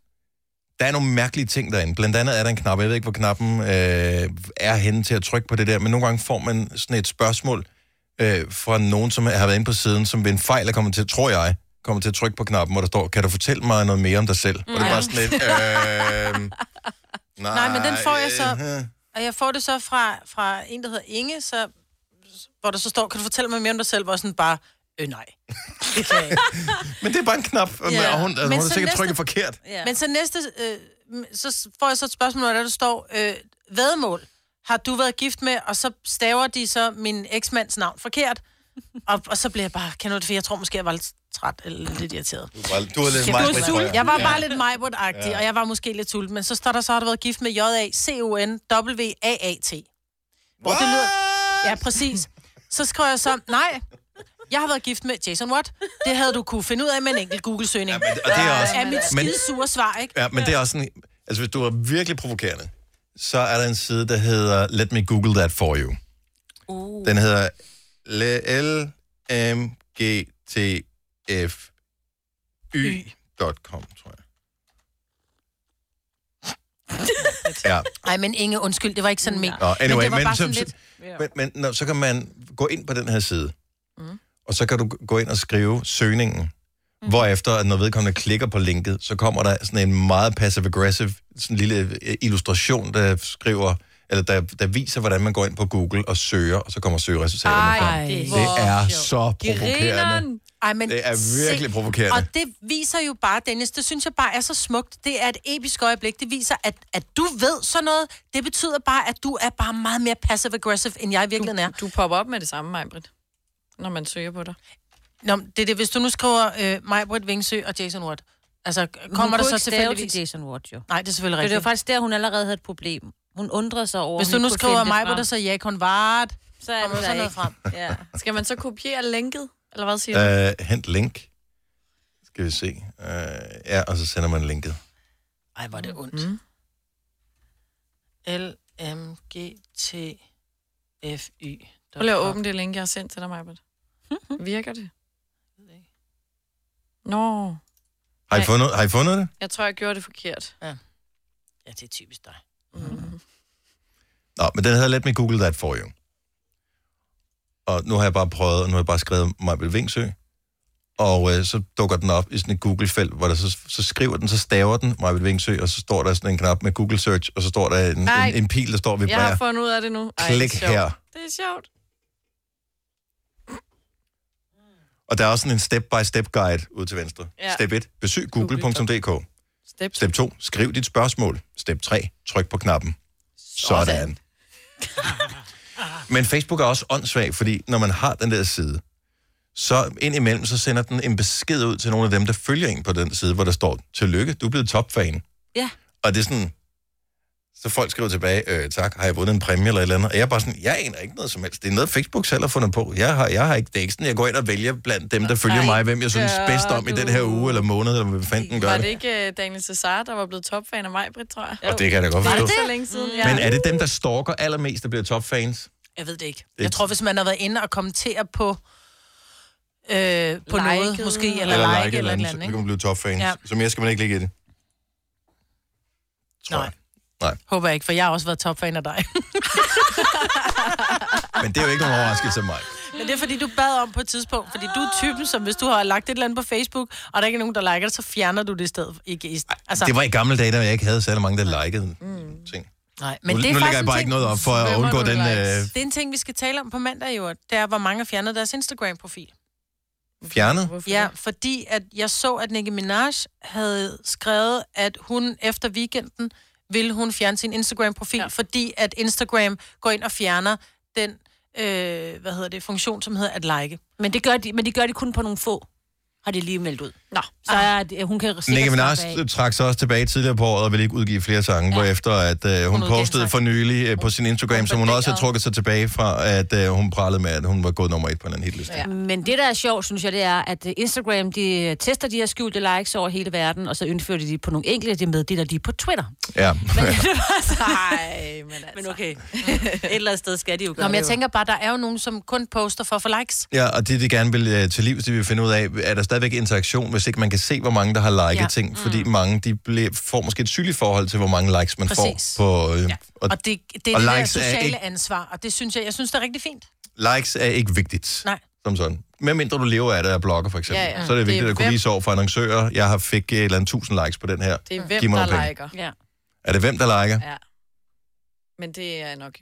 Speaker 1: der er nogle mærkelige ting derinde. Blandt andet er der en knap, jeg ved ikke, hvor knappen øh, er henne til at trykke på det der, men nogle gange får man sådan et spørgsmål øh, fra nogen, som har været inde på siden, som ved en fejl er kommet til, tror jeg, kommer til at trykke på knappen, hvor der står, kan du fortælle mig noget mere om dig selv? Mm. Og det er bare sådan lidt, øh, nej,
Speaker 3: Nej, men den får jeg så...
Speaker 1: øh,
Speaker 3: Og jeg får det så fra, fra en, der hedder Inge, så, hvor der så står, kan du fortælle mig mere om dig selv? Hvor jeg sådan bare, Øh, nej. Det kan jeg ikke.
Speaker 1: Men det er bare en knap, og
Speaker 3: Ja.
Speaker 1: ja. hun, altså,
Speaker 3: Men
Speaker 1: hun har
Speaker 3: så
Speaker 1: sikkert
Speaker 3: næste-
Speaker 1: trykket forkert.
Speaker 3: Ja. Men så næste, øh, m- så s- får jeg så et spørgsmål, hvor der står, øh, vedmål har du været gift med, og så staver de så min eksmands navn forkert. Og, og så bliver jeg bare, kan du det, for jeg tror måske, jeg var lidt træt eller lidt irriteret.
Speaker 1: Du var, du var lidt
Speaker 3: Jeg,
Speaker 1: meget
Speaker 3: var sulten. jeg var bare lidt majbot-agtig,
Speaker 1: Ja.
Speaker 3: og jeg var måske lidt sulten, men så står der så, har du været gift med J-A-C-O-N-W-A-A-T. Hvor det lyder... Ja, præcis. Så skriver jeg så, nej, jeg har været gift med Jason Watt. Det havde du kunne finde ud af med en enkelt Google-søgning. Ja, men,
Speaker 1: og det er også-
Speaker 3: Af mit
Speaker 1: men-
Speaker 3: skide sure svar, ikke?
Speaker 1: Ja, men det er også sådan... Altså, hvis du er virkelig provokerende, så er der en side, der hedder Let me Google that for you. Uh. Den hedder l m g t f y.com, tror jeg. Ja.
Speaker 3: Nej, men Inge, undskyld, det var ikke sådan ment.
Speaker 1: Nå, anyway,
Speaker 3: men det var
Speaker 1: men
Speaker 3: bare
Speaker 1: så-
Speaker 3: sådan
Speaker 1: så-
Speaker 3: lidt...
Speaker 1: Men, men nå, så kan man gå ind på den her side, mm. og så kan du gå ind og skrive søgningen, mm. hvorefter, at når vedkommende klikker på linket, så kommer der sådan en meget passive-aggressive sådan en lille øh, illustration, der skriver, eller der, der viser, hvordan man går ind på Google og søger, og så kommer søgeresultaterne frem. Det er så provokerende.
Speaker 3: Ej, men
Speaker 1: Det er virkelig
Speaker 3: se-
Speaker 1: provokerende.
Speaker 3: Og det viser jo bare, Dennis, det synes jeg bare er så smukt. Det er et episk øjeblik. Det viser, at, at du ved sådan noget. Det betyder bare, at du er bare meget mere passive-aggressive, end jeg virkelig er.
Speaker 5: Du popper op med det samme, Majbrit, når man søger på dig.
Speaker 3: Nå, men det er det. Hvis du nu skriver øh, Majbrit Vingsø og Jason Watt, altså kommer der så tilfældigvis...
Speaker 4: til Jason Watt, jo.
Speaker 3: Nej, det er selvfølgelig
Speaker 4: Det
Speaker 3: rigtigt.
Speaker 4: var faktisk der, hun allerede havde et problem. Hun undrede sig over,
Speaker 3: Hvis
Speaker 4: om
Speaker 3: du
Speaker 4: hun
Speaker 3: nu
Speaker 4: kunne
Speaker 3: skriver
Speaker 4: finde det
Speaker 3: mig på
Speaker 4: frem.
Speaker 3: det, så jeg kun vart,
Speaker 4: så er
Speaker 3: kommer
Speaker 4: det
Speaker 3: der
Speaker 4: der
Speaker 3: sådan noget
Speaker 4: ikke.
Speaker 3: frem.
Speaker 5: Ja. Skal man så kopiere linket? Eller hvad siger du?
Speaker 1: Uh, hent link. Skal vi se. Uh, ja, og så sender man linket.
Speaker 3: Ej, hvor er det ondt. Mm. l m g t f y
Speaker 5: Prøv lige at åbne det link, jeg har sendt til dig, Majbrit. Virker det? Nå,
Speaker 1: Har I
Speaker 5: Nej.
Speaker 1: fundet, har I fundet det?
Speaker 5: jeg tror, jeg gjorde det forkert.
Speaker 3: Ja, ja det er typisk dig.
Speaker 1: Nå, men den hedder Let me Google that for you. Og nu har jeg bare prøvet, og nu har jeg bare skrevet Mabel Vingsø. Og øh, så dukker den op i sådan et Google-felt, hvor der så, så skriver den, så staver den Mabel Vingsø, og så står der sådan en knap med Google Search, og så står der en,
Speaker 5: Ej.
Speaker 1: en, en pil, der står og
Speaker 5: Jeg har
Speaker 1: vibrerer.
Speaker 5: fundet ud af det nu. Ej,
Speaker 1: Klik
Speaker 5: det er sjovt.
Speaker 1: her.
Speaker 5: Det er sjovt.
Speaker 1: Og der er også sådan en step-by-step-guide ud til venstre.
Speaker 5: Ja.
Speaker 1: Ja. Step 1, besøg google.dk.
Speaker 5: Step.
Speaker 1: Step 2, skriv dit spørgsmål. Step 3, tryk på knappen. Sådan. Sådan. Men Facebook er også åndssvag, fordi når man har den der side, så indimellem så sender den en besked ud til nogle af dem, der følger en på den side, hvor der står, tillykke, du er blevet topfan.
Speaker 4: Ja.
Speaker 1: Og det er sådan, så folk skriver tilbage, øh, tak, har jeg vundet en præmie eller et eller andet? Og jeg er bare sådan, jeg aner ikke noget som helst. Det er noget, Facebook selv har fundet på. Jeg har, jeg har ikke, det er ikke sådan, jeg går ind og vælger blandt dem, der følger
Speaker 5: Ej,
Speaker 1: mig, hvem jeg synes
Speaker 5: gør
Speaker 1: bedst om i den her uge eller måned, eller hvad fanden den gør.
Speaker 5: Var det ikke øh, Daniel Cesar, der var blevet topfan af mig, Britt, tror jeg?
Speaker 1: Og det kan jeg da godt
Speaker 5: Var
Speaker 1: forstå.
Speaker 5: det så længe
Speaker 3: Mm.
Speaker 5: siden?
Speaker 1: Men er det dem, der stalker allermest, der bliver topfans?
Speaker 3: Jeg ved det ikke.
Speaker 1: Det-
Speaker 3: Jeg tror, hvis man har været inde og kommentere på, øh, på noget, måske, eller, eller like, eller, eller, eller
Speaker 1: så
Speaker 3: andet,
Speaker 1: kan
Speaker 3: ikke?
Speaker 1: man blive topfans.
Speaker 3: Ja.
Speaker 1: Ja. Som jeg skal man ikke ligge i det.
Speaker 3: Nej.
Speaker 1: Nej.
Speaker 3: Håber jeg ikke, for jeg har også været topfan af dig.
Speaker 1: Men det er jo ikke nogen overraskelse af mig.
Speaker 3: Men det er fordi, du bad om på et tidspunkt, fordi du er typen, som hvis du har lagt et eller andet på Facebook, og der ikke er nogen, der liker det, så fjerner du det i stedet. Ikke i, altså,
Speaker 1: Det var i gamle dage, da jeg ikke havde særlig mange, der likede mm. ting.
Speaker 3: Nej, men
Speaker 1: nu,
Speaker 3: det er
Speaker 1: nu
Speaker 3: faktisk
Speaker 1: lægger jeg
Speaker 3: en
Speaker 1: bare
Speaker 3: ting.
Speaker 1: ikke noget op for at
Speaker 3: Svømmer
Speaker 1: undgå
Speaker 3: du
Speaker 1: den...
Speaker 3: likes?
Speaker 1: Øh,
Speaker 3: Det er en ting, vi skal tale om på mandag, jo. Det er, hvor mange har fjernet deres Instagram-profil.
Speaker 1: fjernet.
Speaker 3: Ja, fordi at jeg så, at Nicki Minaj havde skrevet, at hun efter weekenden ville hun fjerne sin Instagram-profil, ja. fordi at Instagram går ind og fjerner den øh, hvad hedder det, funktion, som hedder at like.
Speaker 4: Men det gør de, men de gør det kun på nogle få, har de lige meldt ud.
Speaker 3: Nå.
Speaker 4: Så
Speaker 3: Ah.
Speaker 4: er det, hun kan sikkert
Speaker 1: Nicki
Speaker 4: slappe
Speaker 1: Minaj
Speaker 4: af.
Speaker 1: trak sig også tilbage tidligere på året og ville ikke udgive flere sange, ja. hvorefter at, øh, hun,
Speaker 4: udgav
Speaker 1: hun
Speaker 4: en
Speaker 1: postede
Speaker 4: sang.
Speaker 1: for nylig øh, på sin Instagram, som hun også havde trukket sig tilbage fra, at øh, hun pralede med, at hun var gået nummer et på en anden hitliste.
Speaker 4: Ja. Men det, der er sjovt, synes jeg, det er, at øh, Instagram, de øh, tester de her skjulte likes over hele verden, og så indfører de de på nogle enkelte, det meddeler de på Twitter.
Speaker 1: Ja.
Speaker 4: Men det var så...
Speaker 5: Nej, men altså...
Speaker 4: Men okay. Et eller andet sted skal de jo gøre
Speaker 3: Nå, men jeg
Speaker 4: det jo.
Speaker 3: tænker bare, der er jo nogen, som kun poster for at få likes.
Speaker 1: Ja, og det, de gerne vil øh, til livs, de vil finde ud af, er der stadigvæk interaktion, hvis ikke man kan se, hvor mange, der har liket
Speaker 3: Ja.
Speaker 1: ja. ting, fordi mange, de bliver, får måske et synligt forhold til, hvor mange likes man
Speaker 3: Præcis.
Speaker 1: får. På, øh, ja. og,
Speaker 3: Og det, det er
Speaker 1: og
Speaker 3: og det der
Speaker 1: likes er
Speaker 3: sociale
Speaker 1: ikke-
Speaker 3: ansvar, og det synes jeg, jeg synes, det er rigtig fint.
Speaker 1: likes er ikke vigtigt.
Speaker 3: Nej.
Speaker 1: Som sådan. Med mindre du lever af det, er blogger for eksempel.
Speaker 3: Ja, ja.
Speaker 1: Så er det
Speaker 3: Det er
Speaker 1: vigtigt det at kunne
Speaker 3: hvem-
Speaker 1: vise over for annoncører, jeg har fik øh, et eller andet tusind likes på den her.
Speaker 5: Det er hvem,
Speaker 1: Giv mig
Speaker 5: der
Speaker 1: nogle penge.
Speaker 5: liker.
Speaker 4: Ja.
Speaker 1: Er det hvem, der liker?
Speaker 5: ja. Men det er nok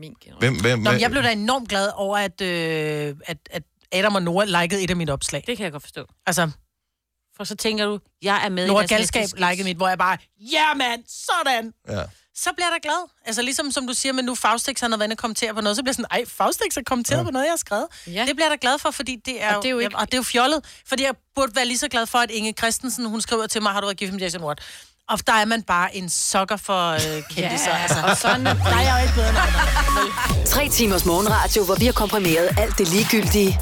Speaker 5: min generation.
Speaker 1: Hvem- hvem-
Speaker 3: Nå, men jeg blev da enormt glad over, at, øh, at, at Adam og Nora likede et af mine opslag. Det kan jeg godt forstå. Altså,
Speaker 4: For så tænker du, jeg er med
Speaker 3: Nora
Speaker 4: deres
Speaker 3: Galskab
Speaker 4: næste-
Speaker 3: likede mit, hvor jeg bare, ja yeah, mand, sådan!
Speaker 1: Ja.
Speaker 3: Så bliver jeg da glad. Altså ligesom som du siger, men nu Faustix han har været inde og kommentere på noget, så bliver jeg sådan, ej, Faustix har kommenteret ja. på noget, jeg har skrevet. Ja. Det bliver jeg da glad for, fordi det er, og det er jo, ikke... og det er jo fjollet. Fordi jeg burde være lige så glad for, at Inge Christensen, hun skriver til mig, har du været gift med Jason Watt? Og der er man bare en sokker for øh, kendiser.
Speaker 8: Ja,
Speaker 3: altså.
Speaker 8: og sådan er
Speaker 3: der er jeg jo ikke bedre end andre.
Speaker 8: Tre timers morgenradio, hvor vi har komprimeret alt det ligegyldige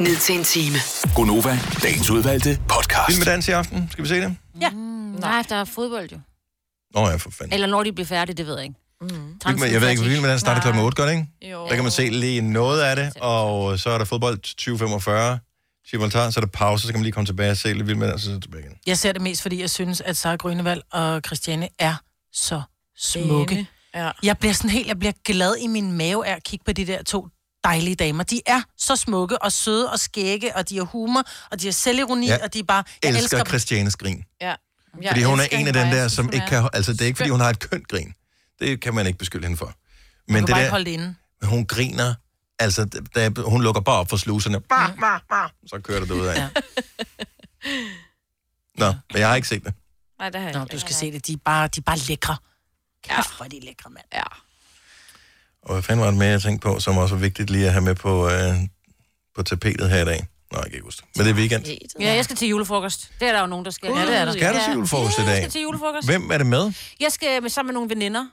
Speaker 8: ned til en time.
Speaker 2: Gonova, dagens udvalgte podcast.
Speaker 1: Vild med dans i aften. Skal vi se det?
Speaker 4: Ja. Mm, nej, der er fodbold jo.
Speaker 1: Nå ja, for fanden.
Speaker 4: Eller når de bliver færdige, det ved jeg ikke. Mm.
Speaker 1: Vild med, jeg ved ikke, vild med dans starter klokken 8, gør det ikke?
Speaker 4: Jo.
Speaker 1: Der kan man se lige noget af det, og øh, så er der fodbold 20.45, Gibraltar, så er der pause, så kan man lige komme tilbage og se lidt vild med dans, og så tilbage igen.
Speaker 3: Jeg ser det mest, fordi jeg synes, at Sara Grønevald og Christiane er så smukke.
Speaker 5: Enig. Ja.
Speaker 3: Jeg bliver sådan helt, jeg bliver glad i min mave af at kigge på de der to dejlige damer. De er så smukke og søde og skægge, og de har humor, og de har selvironi, ja. og de er bare... Jeg
Speaker 1: Jeg elsker,
Speaker 3: elsker
Speaker 1: elsker Christianes grin.
Speaker 5: Ja.
Speaker 1: Jeg fordi hun er en af den der, som ikke kan... Altså, det er ikke, fordi hun har et kønt grin. Det kan man ikke beskylde hende for. Men
Speaker 3: Men
Speaker 1: det
Speaker 3: det bare ikke
Speaker 1: der,
Speaker 3: holde det inde.
Speaker 1: men hun griner, altså, da, hun lukker bare op for sluserne, bah,
Speaker 5: Mm.
Speaker 1: bah, bah, så kører det ud af. Ja. Nå, men jeg har ikke set det.
Speaker 5: Nej, det har jeg
Speaker 3: Nå,
Speaker 5: ikke.
Speaker 3: du skal se det. De er bare, de er bare lækre. Kæft, hvor er de lækre, mand.
Speaker 5: Ja.
Speaker 1: Og hvad fanden var det med, jeg tænkte på, som også var vigtigt lige at have med på, øh, på tapetet her i dag? Nå, jeg kan ikke huske det. Men det er weekend.
Speaker 4: Ja, jeg skal til julefrokost. Det er der jo nogen, der skal. Ja, det er der.
Speaker 1: Skal du til julefrokost i
Speaker 4: Ja,
Speaker 1: dag?
Speaker 4: jeg skal til julefrokost.
Speaker 1: Hvem er det med?
Speaker 4: Jeg skal med sammen med nogle veninder.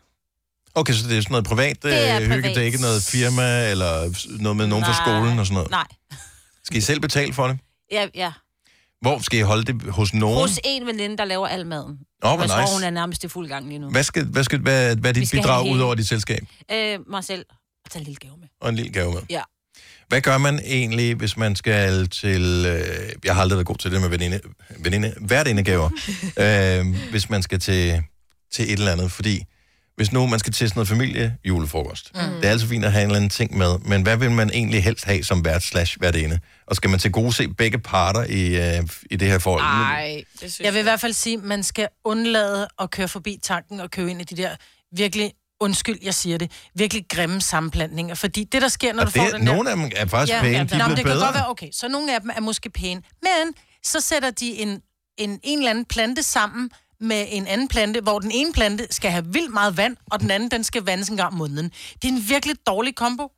Speaker 1: Okay, så det er sådan noget privat
Speaker 4: Det er
Speaker 1: øh, hygge,
Speaker 4: privat.
Speaker 1: det er ikke noget firma, eller noget med nogen fra
Speaker 4: Nej.
Speaker 1: skolen og sådan noget?
Speaker 4: Nej.
Speaker 1: Skal I selv betale for det?
Speaker 4: Ja, ja.
Speaker 1: Hvor skal I holde det? Hos nogen?
Speaker 4: Hos en veninde, der laver al maden.
Speaker 1: Åh, hvor
Speaker 4: jeg
Speaker 1: nice.
Speaker 4: tror, hun er nærmest i fuld gang lige nu.
Speaker 1: Hvad, skal, hvad, skal, hvad, hvad er
Speaker 4: Vi
Speaker 1: dit
Speaker 4: skal have
Speaker 1: bidrag
Speaker 4: hele-
Speaker 1: ud over dit selskab?
Speaker 4: Øh, mig selv. Og tage en lille gave med.
Speaker 1: Og en lille gave med.
Speaker 4: Ja.
Speaker 1: Hvad gør man egentlig, hvis man skal til... Øh, jeg har aldrig været god til det med veninde, veninde, værtindegaver. øh, hvis man skal til, til et eller andet, fordi hvis nu man skal til sådan noget familiejulefrokost, mm.
Speaker 12: Mm.
Speaker 1: det er altså fint at have en eller anden ting med, men hvad vil man egentlig helst have som vært slash værtinde? Og skal man til gode se begge parter i, øh, i det her forhold?
Speaker 5: Ej, det synes
Speaker 3: Jeg vil i hvert fald sige, at man skal undlade at køre forbi tanken og købe ind i de der virkelig, undskyld, jeg siger det, virkelig grimme sammenplantninger. Fordi det, der sker, når
Speaker 1: Og
Speaker 3: du får
Speaker 1: det-
Speaker 3: den der...
Speaker 1: nogle af dem er faktisk pæne, de er
Speaker 3: Nå, men
Speaker 1: blevet
Speaker 3: det kan
Speaker 1: bedre.
Speaker 3: godt være, okay, så nogle af dem er måske pæne. Men så sætter de en, en, en eller anden plante sammen med en anden plante, hvor den ene plante skal have vildt meget vand, og den anden, den skal vandes en gang om måneden. Det er en virkelig dårlig kombo.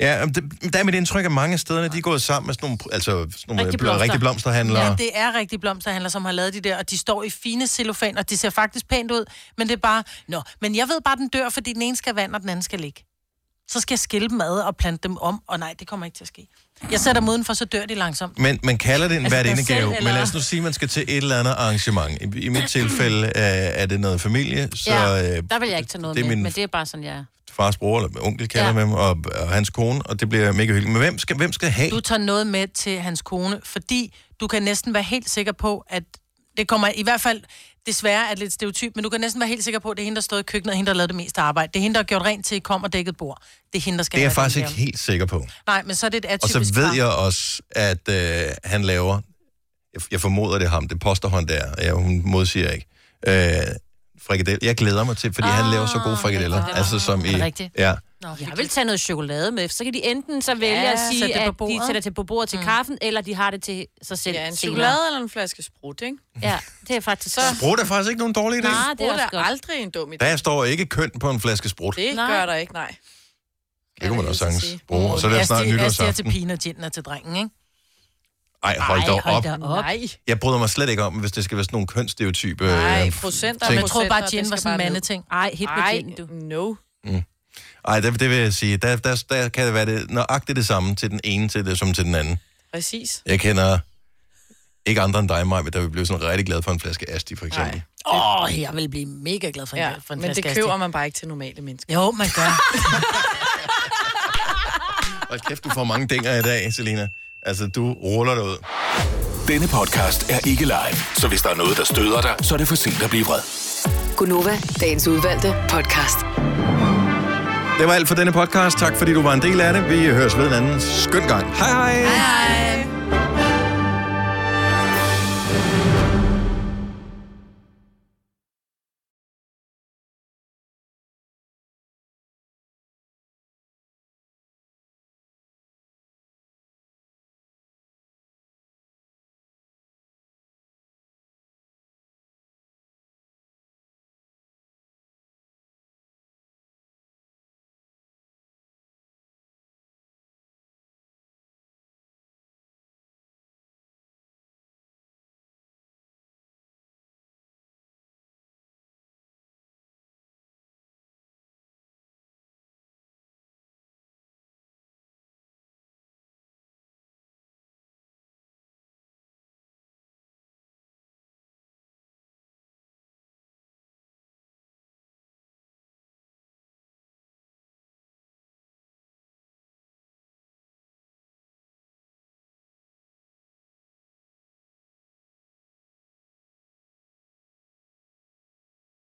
Speaker 1: Ja, men det, der er mit indtryk, at mange af stederne, de er gået sammen med sådan nogle, altså, sådan nogle rigtig, blomster. rigtig blomsterhandlere.
Speaker 3: Ja, det er rigtig blomsterhandlere, som har lavet de der, og de står i fine cellofan, og de ser faktisk pænt ud, men det er bare, nå, men jeg ved bare, den dør, fordi den ene skal have vand, og den anden skal ligge. Så skal jeg skille dem ad og plante dem om, og nej, det kommer ikke til at ske. Jeg sætter dem udenfor, så dør de langsomt.
Speaker 1: Men man kalder det en
Speaker 3: Altså,
Speaker 1: altså,
Speaker 3: dig
Speaker 1: værtindegave,
Speaker 3: selv,
Speaker 1: men
Speaker 3: eller?
Speaker 1: lad os nu sige, at man skal til et eller andet arrangement. I, i mit tilfælde øh, er det noget familie, så
Speaker 4: ja,
Speaker 1: øh,
Speaker 4: der vil jeg ikke tage noget
Speaker 1: det er
Speaker 4: med,
Speaker 1: min-
Speaker 4: men det er bare sådan, jeg er.
Speaker 1: fars bror eller onkel kalder
Speaker 4: Ja.
Speaker 1: ja. med dem, og, og hans kone, og det bliver mega hyggeligt. Men hvem skal, hvem skal have?
Speaker 3: Du tager noget med til hans kone, fordi du kan næsten være helt sikker på, at det kommer i hvert fald desværre er det lidt stereotyp, men du kan næsten være helt sikker på, at det er hende, der stod i køkkenet, og hende, der lavede det meste arbejde. Det er hende, der har gjort rent til I kom og dækket bord. Det er hende, der skal
Speaker 1: Det er jeg
Speaker 3: have den
Speaker 1: faktisk ikke
Speaker 3: gave.
Speaker 1: helt sikker på.
Speaker 3: Nej, men så er det et
Speaker 1: Og
Speaker 3: atypisk
Speaker 1: så ved
Speaker 3: par.
Speaker 1: jeg også, at øh, han laver, jeg, jeg formoder det er ham, det påstår han der, ja, hun modsiger ikke, øh, frikadelle. Jeg glæder mig til, fordi ah, han laver så gode frikadeller. Altså som
Speaker 4: Er
Speaker 1: i...
Speaker 4: det rigtigt?
Speaker 1: Ja.
Speaker 4: Nå, jeg vil tage noget chokolade med, så kan de enten så vælge
Speaker 5: Ja,
Speaker 4: ja, at
Speaker 5: sætte
Speaker 4: sige,
Speaker 5: det på
Speaker 4: at de
Speaker 5: bordet.
Speaker 4: sætter det på bordet til
Speaker 5: Mm.
Speaker 4: kaffen, eller de har det til sig selv
Speaker 5: Ja, en
Speaker 4: senere.
Speaker 5: chokolade eller en flaske sprut, ikke?
Speaker 4: Ja, det er faktisk så...
Speaker 1: Sprut er faktisk ikke nogen dårlig idé.
Speaker 5: Nej, det er,
Speaker 4: også
Speaker 5: er aldrig en dum idé.
Speaker 1: Der står ikke køn på en flaske sprut.
Speaker 5: Det
Speaker 3: Nej.
Speaker 5: gør der ikke, nej.
Speaker 1: Det kunne man også sagtens bruge. Og så er det
Speaker 3: Jeg
Speaker 1: snart
Speaker 3: stiger- Jeg
Speaker 1: nytårsaften.
Speaker 3: stiger til pigen og gin og til drengen, ikke?
Speaker 1: Ej, hold
Speaker 3: Ej,
Speaker 1: da op.
Speaker 3: op. Nej.
Speaker 1: Jeg bryder mig slet ikke om, hvis det skal være sådan nogle kønsstereotype.
Speaker 5: Nej,
Speaker 1: øh,
Speaker 5: procenter.
Speaker 1: ting.
Speaker 3: Jeg troede bare, gin var sådan en mandeting.
Speaker 4: Nej, helt
Speaker 5: med gin, du. no.
Speaker 1: Mm. Ej, det, det vil jeg sige. Der, der, der kan det være det, nøjagtigt det samme til den ene til det, som til den anden.
Speaker 5: Præcis.
Speaker 1: Jeg kender ikke andre end dig, Maj, men der vil blive sådan rigtig glad for en flaske Asti, for eksempel.
Speaker 3: Åh, oh, jeg vil blive mega glad for en, ja, for en
Speaker 5: men det
Speaker 3: flaske
Speaker 5: køber
Speaker 3: Asti.
Speaker 5: man bare ikke til normale mennesker.
Speaker 3: Jo, man gør.
Speaker 1: Og kæft, du får mange dinger i dag, Selina. Altså, du ruller dig ud.
Speaker 2: Denne podcast er ikke live, så hvis der er noget, der støder dig, så er det for sent at blive vred.
Speaker 8: Gunova, dagens udvalgte podcast.
Speaker 1: Det var alt for denne podcast. Tak fordi du var en del af det. Vi høres ved en anden skøn gang. Hej hej!
Speaker 8: Hej.